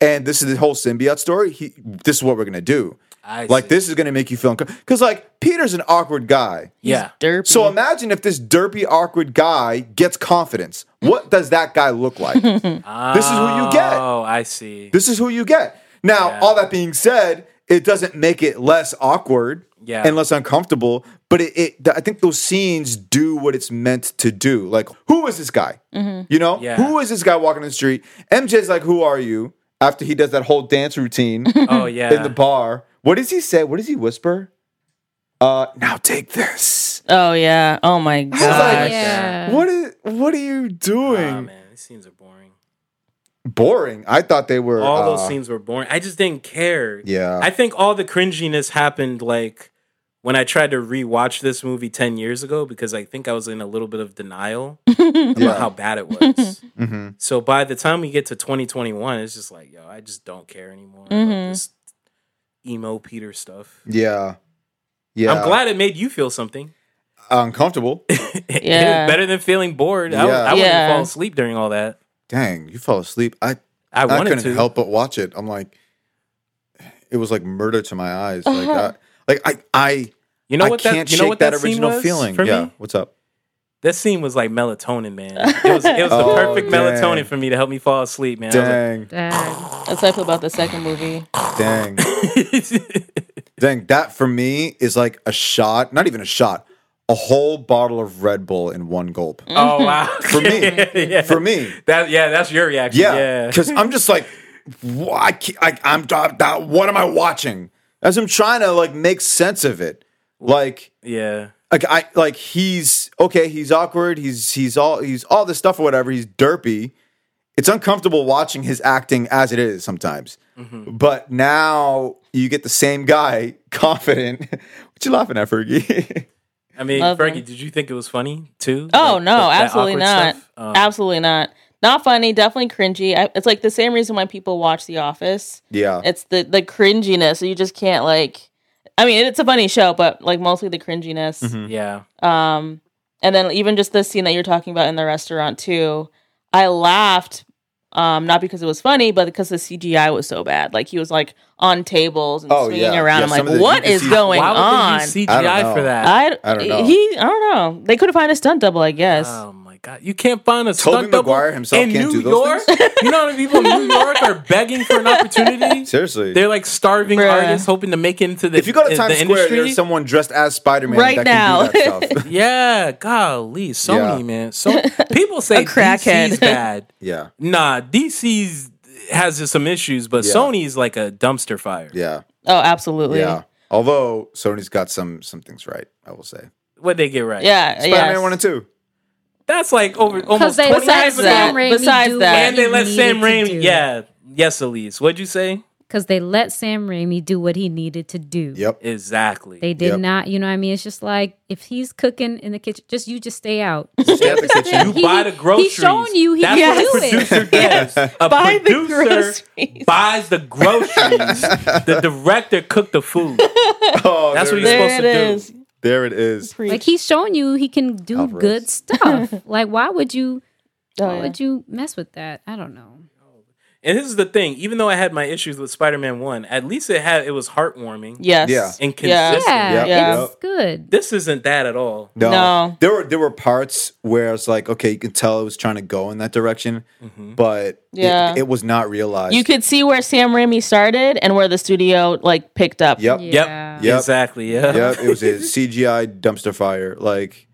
Speaker 4: And this is the whole symbiote story. He, this is what we're gonna do.
Speaker 2: I
Speaker 4: Like
Speaker 2: see.
Speaker 4: this is going to make you feel because like Peter's an awkward guy.
Speaker 2: Yeah.
Speaker 3: Derpy.
Speaker 4: So imagine if this derpy, awkward guy gets confidence. What does that guy look like? this is what you get.
Speaker 2: Oh, I see.
Speaker 4: This is who you get. Now,
Speaker 2: Yeah.
Speaker 4: all that being said, it doesn't make it less awkward
Speaker 2: Yeah.
Speaker 4: and less uncomfortable, but it, it th- I think those scenes do what it's meant to do. Like, who is this guy? You know,
Speaker 2: Mm-hmm. Yeah.
Speaker 4: who is this guy walking in the street? MJ's like, who are you? After he does that whole dance routine
Speaker 2: Oh yeah.
Speaker 4: in the bar, what does he say? What does he whisper? Uh, now take this.
Speaker 3: oh yeah. Oh my god.
Speaker 2: like-
Speaker 1: yeah.
Speaker 4: What is? What are you
Speaker 2: Aw,
Speaker 4: doing?
Speaker 2: man, these scenes are boring.
Speaker 4: Boring. I thought they were
Speaker 2: All
Speaker 4: uh,
Speaker 2: those scenes were boring. I just didn't care.
Speaker 4: Yeah.
Speaker 2: I think all the cringiness happened like when I tried to rewatch this movie ten years ago because I think I was in a little bit of denial about how bad it was.
Speaker 4: hmm
Speaker 2: So by the time we get to 2021, it's just like, yo, I just don't care anymore about
Speaker 3: Mhm.
Speaker 2: this emo Peter stuff.
Speaker 4: Yeah. Yeah.
Speaker 2: I'm glad it made you feel something.
Speaker 4: uncomfortable.
Speaker 3: Yeah.
Speaker 2: Better than feeling bored. I, I
Speaker 4: Yeah.
Speaker 2: wouldn't
Speaker 3: Yeah.
Speaker 2: fall asleep during all that.
Speaker 4: dang, you fell asleep. I
Speaker 2: I
Speaker 4: I,
Speaker 2: wanted
Speaker 4: couldn't
Speaker 2: to.
Speaker 4: help but watch it. I'm like, it was like murder to my eyes. Like, I, like I, I,
Speaker 2: You know
Speaker 4: I
Speaker 2: what
Speaker 4: can't
Speaker 2: that, you know
Speaker 4: shake
Speaker 2: what
Speaker 4: that,
Speaker 2: that, scene
Speaker 4: original
Speaker 2: was
Speaker 4: feeling.
Speaker 2: for
Speaker 4: Yeah,
Speaker 2: me?
Speaker 4: what's up?
Speaker 2: That scene was like melatonin, man. It was, it was the
Speaker 4: Oh,
Speaker 2: perfect
Speaker 4: dang.
Speaker 2: melatonin for me to help me fall asleep, man. I was like-
Speaker 4: Dang,
Speaker 1: Dang.
Speaker 3: That's how I feel about the second movie.
Speaker 4: dang, dang. That for me is like a shot. Not even a shot. A whole bottle of Red Bull in one gulp.
Speaker 3: Mm-hmm.
Speaker 2: oh wow!
Speaker 4: For me.
Speaker 2: yeah.
Speaker 4: For me,
Speaker 2: that yeah, that's your reaction.
Speaker 4: Yeah,
Speaker 2: Yeah,
Speaker 4: because I'm just like, wh- I, can't- I I'm that. that- What am I watching? As I'm trying to like make sense of it, like.
Speaker 2: yeah.
Speaker 4: like I like he's okay, he's awkward, he's he's all he's all this stuff or whatever, he's derpy. It's uncomfortable watching his acting as it is sometimes. But now you get the same guy confident. what you laughing at, Fergie?
Speaker 2: I mean,
Speaker 3: Love
Speaker 2: Frankie,
Speaker 3: him.
Speaker 2: did you think it was funny too?
Speaker 3: Oh
Speaker 2: Like,
Speaker 3: no,
Speaker 2: that- that
Speaker 3: absolutely
Speaker 2: awkward
Speaker 3: not.
Speaker 2: stuff? Um,
Speaker 3: absolutely not. Not funny. Definitely cringy. I, it's like the same reason why people watch The Office.
Speaker 4: yeah.
Speaker 3: It's the the cringiness. So you just can't like. I mean, it's a funny show, but like mostly the cringiness.
Speaker 2: Yeah,
Speaker 4: Mm-hmm.
Speaker 3: Um, and then even just the scene that you're talking about in the restaurant too, I laughed. Um, not because it was funny, but because the CGI was so bad. Like he was like on tables and
Speaker 4: Oh,
Speaker 3: swinging
Speaker 4: yeah.
Speaker 3: around.
Speaker 4: Yeah,
Speaker 3: I'm
Speaker 4: some of
Speaker 3: like,
Speaker 4: the- you
Speaker 3: what
Speaker 4: can
Speaker 3: is
Speaker 4: see-
Speaker 3: going
Speaker 2: why
Speaker 3: on?
Speaker 2: would they use
Speaker 4: I don't
Speaker 2: CGI for
Speaker 4: know.
Speaker 2: that?
Speaker 3: I,
Speaker 4: I don't know.
Speaker 3: He, I don't know. They could have found a stunt double, I guess.
Speaker 2: Oh my god! You can't find a
Speaker 4: Tobey
Speaker 2: stunt double
Speaker 4: Maguire himself
Speaker 2: in
Speaker 4: can't
Speaker 2: New
Speaker 4: do those
Speaker 2: York. you know how many people in New York are begging for an opportunity?
Speaker 4: Seriously.
Speaker 2: They're like starving
Speaker 3: Bruh.
Speaker 2: artists hoping to make it into the
Speaker 4: if you go to
Speaker 2: the
Speaker 4: Times Square,
Speaker 2: industry.
Speaker 4: there's someone dressed as Spider Man
Speaker 3: Right
Speaker 4: that
Speaker 3: now.
Speaker 4: can do that stuff.
Speaker 2: yeah, golly, Sony
Speaker 4: Yeah.
Speaker 2: man. So people say
Speaker 3: A crackhead.
Speaker 2: DC's bad.
Speaker 4: yeah.
Speaker 2: Nah, DC's has just some issues, but
Speaker 4: Yeah.
Speaker 2: Sony's like a dumpster fire.
Speaker 4: Yeah.
Speaker 3: Oh, absolutely.
Speaker 4: Yeah. Although Sony's got some some things right, I will say.
Speaker 2: What they get right?
Speaker 3: Yeah.
Speaker 4: Spider Man
Speaker 3: Uh, yes.
Speaker 4: one and two.
Speaker 2: that's like over
Speaker 1: Because
Speaker 2: almost
Speaker 1: they
Speaker 2: twenty
Speaker 1: let
Speaker 2: years
Speaker 3: Besides
Speaker 1: Sam
Speaker 2: ago.
Speaker 3: that-
Speaker 1: Raimi
Speaker 3: besides
Speaker 1: do
Speaker 3: that-
Speaker 1: what
Speaker 2: And they
Speaker 1: he
Speaker 2: let
Speaker 1: needed
Speaker 2: Sam
Speaker 1: to
Speaker 2: Raimi.
Speaker 1: do.
Speaker 2: Yeah, yes, Elise. What'd you say?
Speaker 1: because they let Sam Raimi do what he needed to do.
Speaker 4: Yep.
Speaker 2: Exactly.
Speaker 1: They did
Speaker 4: Yep.
Speaker 1: not, you know what I mean? It's just like if he's cooking in the kitchen, just you just stay out.
Speaker 4: Stay out the kitchen.
Speaker 2: You
Speaker 1: He-
Speaker 2: buy the groceries.
Speaker 1: He's shown you he
Speaker 2: That's
Speaker 1: can
Speaker 2: what a
Speaker 1: do it.
Speaker 2: producer does. A
Speaker 3: Buy the
Speaker 2: producer
Speaker 3: groceries.
Speaker 2: buys the groceries. the director cooked the food.
Speaker 4: Oh,
Speaker 2: That's what
Speaker 4: there it
Speaker 2: you're
Speaker 4: is.
Speaker 3: There
Speaker 2: supposed
Speaker 3: it
Speaker 2: to do.
Speaker 3: is.
Speaker 4: There it is.
Speaker 1: Like he's shown you he can do
Speaker 4: Alvarez.
Speaker 1: good stuff. like why would you
Speaker 3: Oh,
Speaker 1: why
Speaker 3: yeah.
Speaker 1: would you mess with that? I don't know.
Speaker 2: And this is the thing. Even though I had my issues with Spider-Man One, at least it had it was heartwarming
Speaker 3: Yes.
Speaker 4: Yeah.
Speaker 2: and
Speaker 3: Yeah.
Speaker 2: consistent.
Speaker 1: Yeah,
Speaker 3: Yeah.
Speaker 1: it's good.
Speaker 2: This isn't that at all.
Speaker 4: No.
Speaker 3: No.
Speaker 4: There were there were parts where it's like, okay, you can tell it was trying to go in that direction,
Speaker 2: Mm-hmm.
Speaker 4: but it-
Speaker 3: Yeah.
Speaker 4: it, was not realized.
Speaker 3: You could see where Sam Raimi started and where the studio like picked up.
Speaker 4: Yep.
Speaker 1: Yeah.
Speaker 2: Yep.
Speaker 4: Yep.
Speaker 2: Exactly. Yeah.
Speaker 4: Yep. It was a CGI dumpster fire. Like,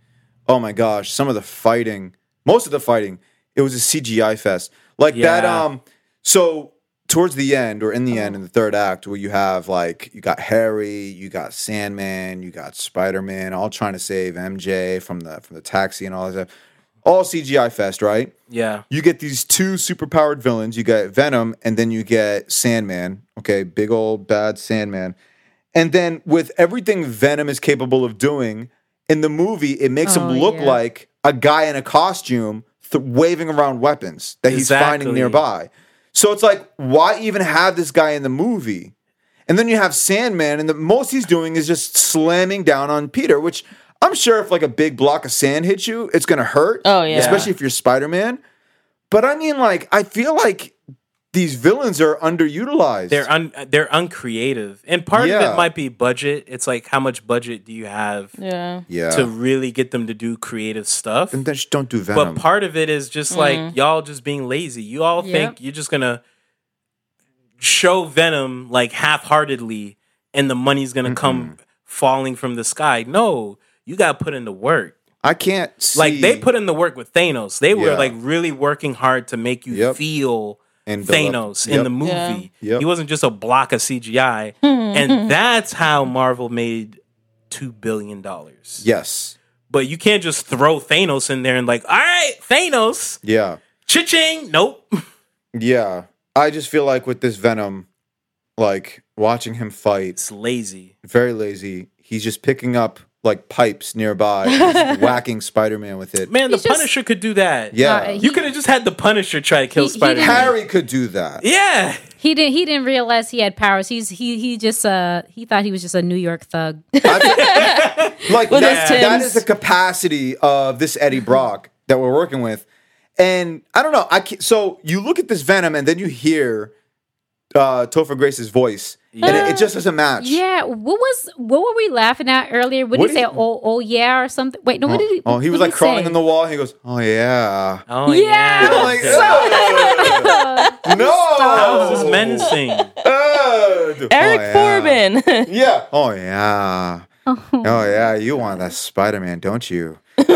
Speaker 4: oh my gosh, some of the fighting, most of the fighting, it was a CGI fest. Like that.
Speaker 2: Yeah.
Speaker 4: Um. So towards the end, or in the end, in the third act, where you have like you got Harry, you got Sandman, you got Spider Man, all trying to save MJ from the from the taxi and all that stuff. All CGI fest, right?
Speaker 2: Yeah.
Speaker 4: you get these two superpowered villains. You get Venom, and then you get Sandman. Okay, big old bad Sandman. And then with everything Venom is capable of doing in the movie, it makes
Speaker 1: Oh,
Speaker 4: him look
Speaker 1: yeah.
Speaker 4: like a guy in a costume th- waving around weapons that he's finding
Speaker 2: Exactly.
Speaker 4: nearby. So it's like, why even have this guy in the movie? And then you have Sandman, and the most he's doing is just slamming down on Peter, which I'm sure if like a big block of sand hits you, it's gonna hurt.
Speaker 3: Oh, yeah.
Speaker 4: especially if you're Spider Man. But I mean, like, I feel like these villains are underutilized.
Speaker 2: they're un- they're uncreative, and part of
Speaker 4: Yeah.
Speaker 2: it might be budget. It's like how much budget do you have
Speaker 3: Yeah.
Speaker 4: yeah.
Speaker 2: to really get them to do creative stuff?
Speaker 4: and then just don't do
Speaker 2: But
Speaker 4: Venom.
Speaker 2: part of it is just like y'all just being lazy. You all
Speaker 1: Yep.
Speaker 2: think you're just gonna show Venom like half heartedly and the money's gonna come falling from the sky. No, you gotta put in the work.
Speaker 4: I can't see
Speaker 2: Like they put in the work with Thanos. They were
Speaker 4: Yeah.
Speaker 2: like really working hard to make you
Speaker 4: Yep.
Speaker 2: feel
Speaker 4: and build up-
Speaker 2: Thanos
Speaker 4: Yep.
Speaker 2: in the movie.
Speaker 3: Yeah.
Speaker 4: Yep.
Speaker 2: He wasn't just a block of CGI. and that's how Marvel made two billion dollars.
Speaker 4: Yes.
Speaker 2: But you can't just throw Thanos in there and like, all right, Thanos.
Speaker 4: Yeah.
Speaker 2: Cha-ching! Nope.
Speaker 4: Yeah. I just feel like with this Venom, like watching him fight,
Speaker 2: It's lazy.
Speaker 4: very lazy. He's just picking up like pipes nearby, and just whacking Spider Man with it.
Speaker 2: Man, the
Speaker 1: He's just-
Speaker 2: Punisher could do that.
Speaker 4: yeah.
Speaker 1: Uh, he-
Speaker 2: You could have just had the Punisher try to kill
Speaker 1: He- he
Speaker 2: Spider Man.
Speaker 4: Harry could do that.
Speaker 2: Yeah.
Speaker 1: He didn't. He didn't realize he had powers. He's he he just uh he thought he was just a New York thug.
Speaker 4: I feel- like
Speaker 3: With
Speaker 4: that,
Speaker 3: his
Speaker 4: that
Speaker 3: Timbs.
Speaker 4: is the capacity of this Eddie Brock that we're working with, and I don't know. I can so you look at this Venom, and then you hear uh, Topher Grace's voice, and it, it just doesn't match.
Speaker 1: yeah. What was what were we laughing at earlier? What
Speaker 4: What
Speaker 1: did he
Speaker 4: did
Speaker 1: say?
Speaker 4: he-
Speaker 1: oh oh yeah or something. Wait, no.
Speaker 4: Oh,
Speaker 1: What did he?
Speaker 4: oh, he was
Speaker 1: what
Speaker 4: like
Speaker 1: did
Speaker 4: crawling
Speaker 1: say?
Speaker 4: in the wall. And he goes, "Oh yeah."
Speaker 2: Oh,
Speaker 1: Yeah.
Speaker 4: I'm like, "Ugh, no.
Speaker 2: How is this menacing?
Speaker 4: Ugh.
Speaker 3: Eric
Speaker 4: Oh, yeah.
Speaker 3: Foreman.
Speaker 4: Yeah. Oh yeah. Oh yeah. You want that Spider-Man, don't you? Ugh,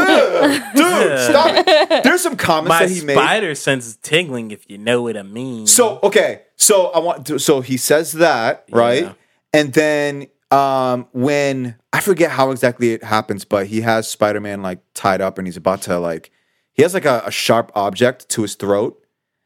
Speaker 4: Dude, stop it. There's some comments
Speaker 2: My
Speaker 4: that he made.
Speaker 2: spider sense is tingling, if you know what I mean.
Speaker 4: So okay, so I want to, so he says that right,
Speaker 2: Yeah.
Speaker 4: and then um when I forget how exactly it happens, but he has Spider Man like tied up and he's about to like he has like a, a sharp object to his throat,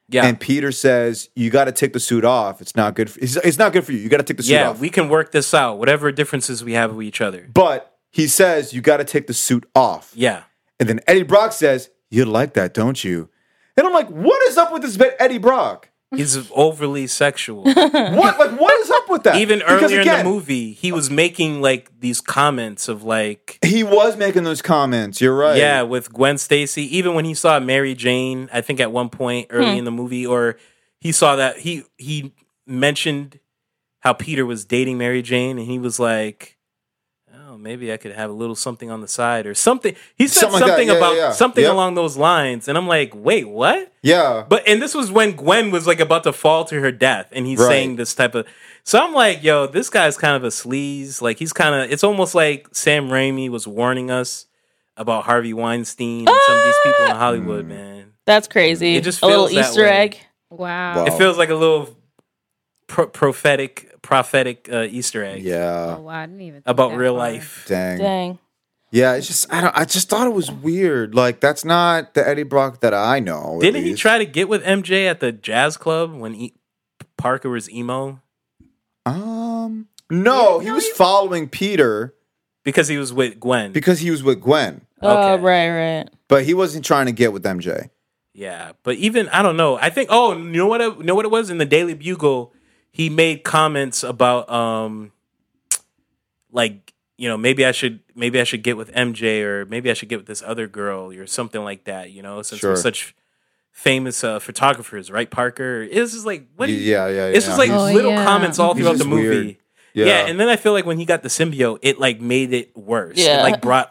Speaker 2: yeah.
Speaker 4: and Peter says you got to take the suit off. It's not good. For, it's, it's not good for you. You got to take the suit
Speaker 2: yeah,
Speaker 4: off.
Speaker 2: we can work this out. Whatever differences we have with each other.
Speaker 4: but he says you got to take the suit off,
Speaker 2: Yeah.
Speaker 4: and then Eddie Brock says you like that, don't you? And I'm like, what is up with this Eddie Brock?
Speaker 2: He's overly sexual.
Speaker 4: What like what is up with that?
Speaker 2: Even
Speaker 4: Because
Speaker 2: earlier in
Speaker 4: again,
Speaker 2: the movie, he was making like these comments of like,
Speaker 4: He was making those comments. You're right.
Speaker 2: Yeah, with Gwen Stacy. Even when he saw Mary Jane, I think at one point early in the movie, or he saw that he he mentioned how Peter was dating Mary Jane, and he was like, "Oh, maybe I could have a little something on the side or something." He said
Speaker 4: Something
Speaker 2: something,
Speaker 4: like that. Yeah,
Speaker 2: about
Speaker 4: yeah, yeah.
Speaker 2: something
Speaker 4: Yep.
Speaker 2: along those lines, and I'm like, "Wait, what?"
Speaker 4: Yeah.
Speaker 2: But and this was when Gwen was like about to fall to her death, and he's
Speaker 4: Right.
Speaker 2: saying this type of. So I'm like, yo, this guy's kind of a sleaze. Like he's kind of. It's almost like Sam Raimi was warning us about Harvey Weinstein and some of these people in Hollywood,
Speaker 4: Hmm.
Speaker 2: man.
Speaker 3: That's crazy.
Speaker 2: It just
Speaker 3: a little
Speaker 2: feels that
Speaker 3: Easter
Speaker 2: way.
Speaker 3: egg.
Speaker 1: Wow.
Speaker 4: Wow.
Speaker 2: It feels like a little pro- prophetic, prophetic uh, Easter egg
Speaker 1: Oh,
Speaker 4: Yeah.
Speaker 1: wow. I didn't even think
Speaker 2: about
Speaker 1: that
Speaker 2: real
Speaker 1: far.
Speaker 2: life.
Speaker 4: Dang.
Speaker 3: Dang.
Speaker 4: Yeah, it's just I don't I just thought it was weird. Like that's not the Eddie Brock that I know. at
Speaker 2: Didn't he
Speaker 4: least.
Speaker 2: try to get with MJ at the jazz club when e- Parker was emo
Speaker 4: Um No, he was following Peter
Speaker 2: because he was with Gwen?
Speaker 4: because he was with Gwen.
Speaker 3: Oh,
Speaker 2: Okay.
Speaker 3: right, right.
Speaker 4: But he wasn't trying to get with MJ.
Speaker 2: Yeah, but even I don't know. I think oh, you know what? You know what it was in the Daily Bugle. He made comments about um, like you know maybe I should maybe I should get with MJ or maybe I should get with this other girl or something like that. You know, since we're
Speaker 4: Sure.
Speaker 2: such famous uh, photographers, right? Parker. It's just like what? do you-
Speaker 4: Yeah, yeah, yeah.
Speaker 2: It's just like
Speaker 1: Oh,
Speaker 2: little
Speaker 1: yeah.
Speaker 2: comments all
Speaker 4: He's
Speaker 2: throughout the
Speaker 4: just
Speaker 2: movie.
Speaker 4: weird.
Speaker 2: Yeah. and then I feel like when he got the symbiote, it like made it worse.
Speaker 3: Yeah.
Speaker 2: It like brought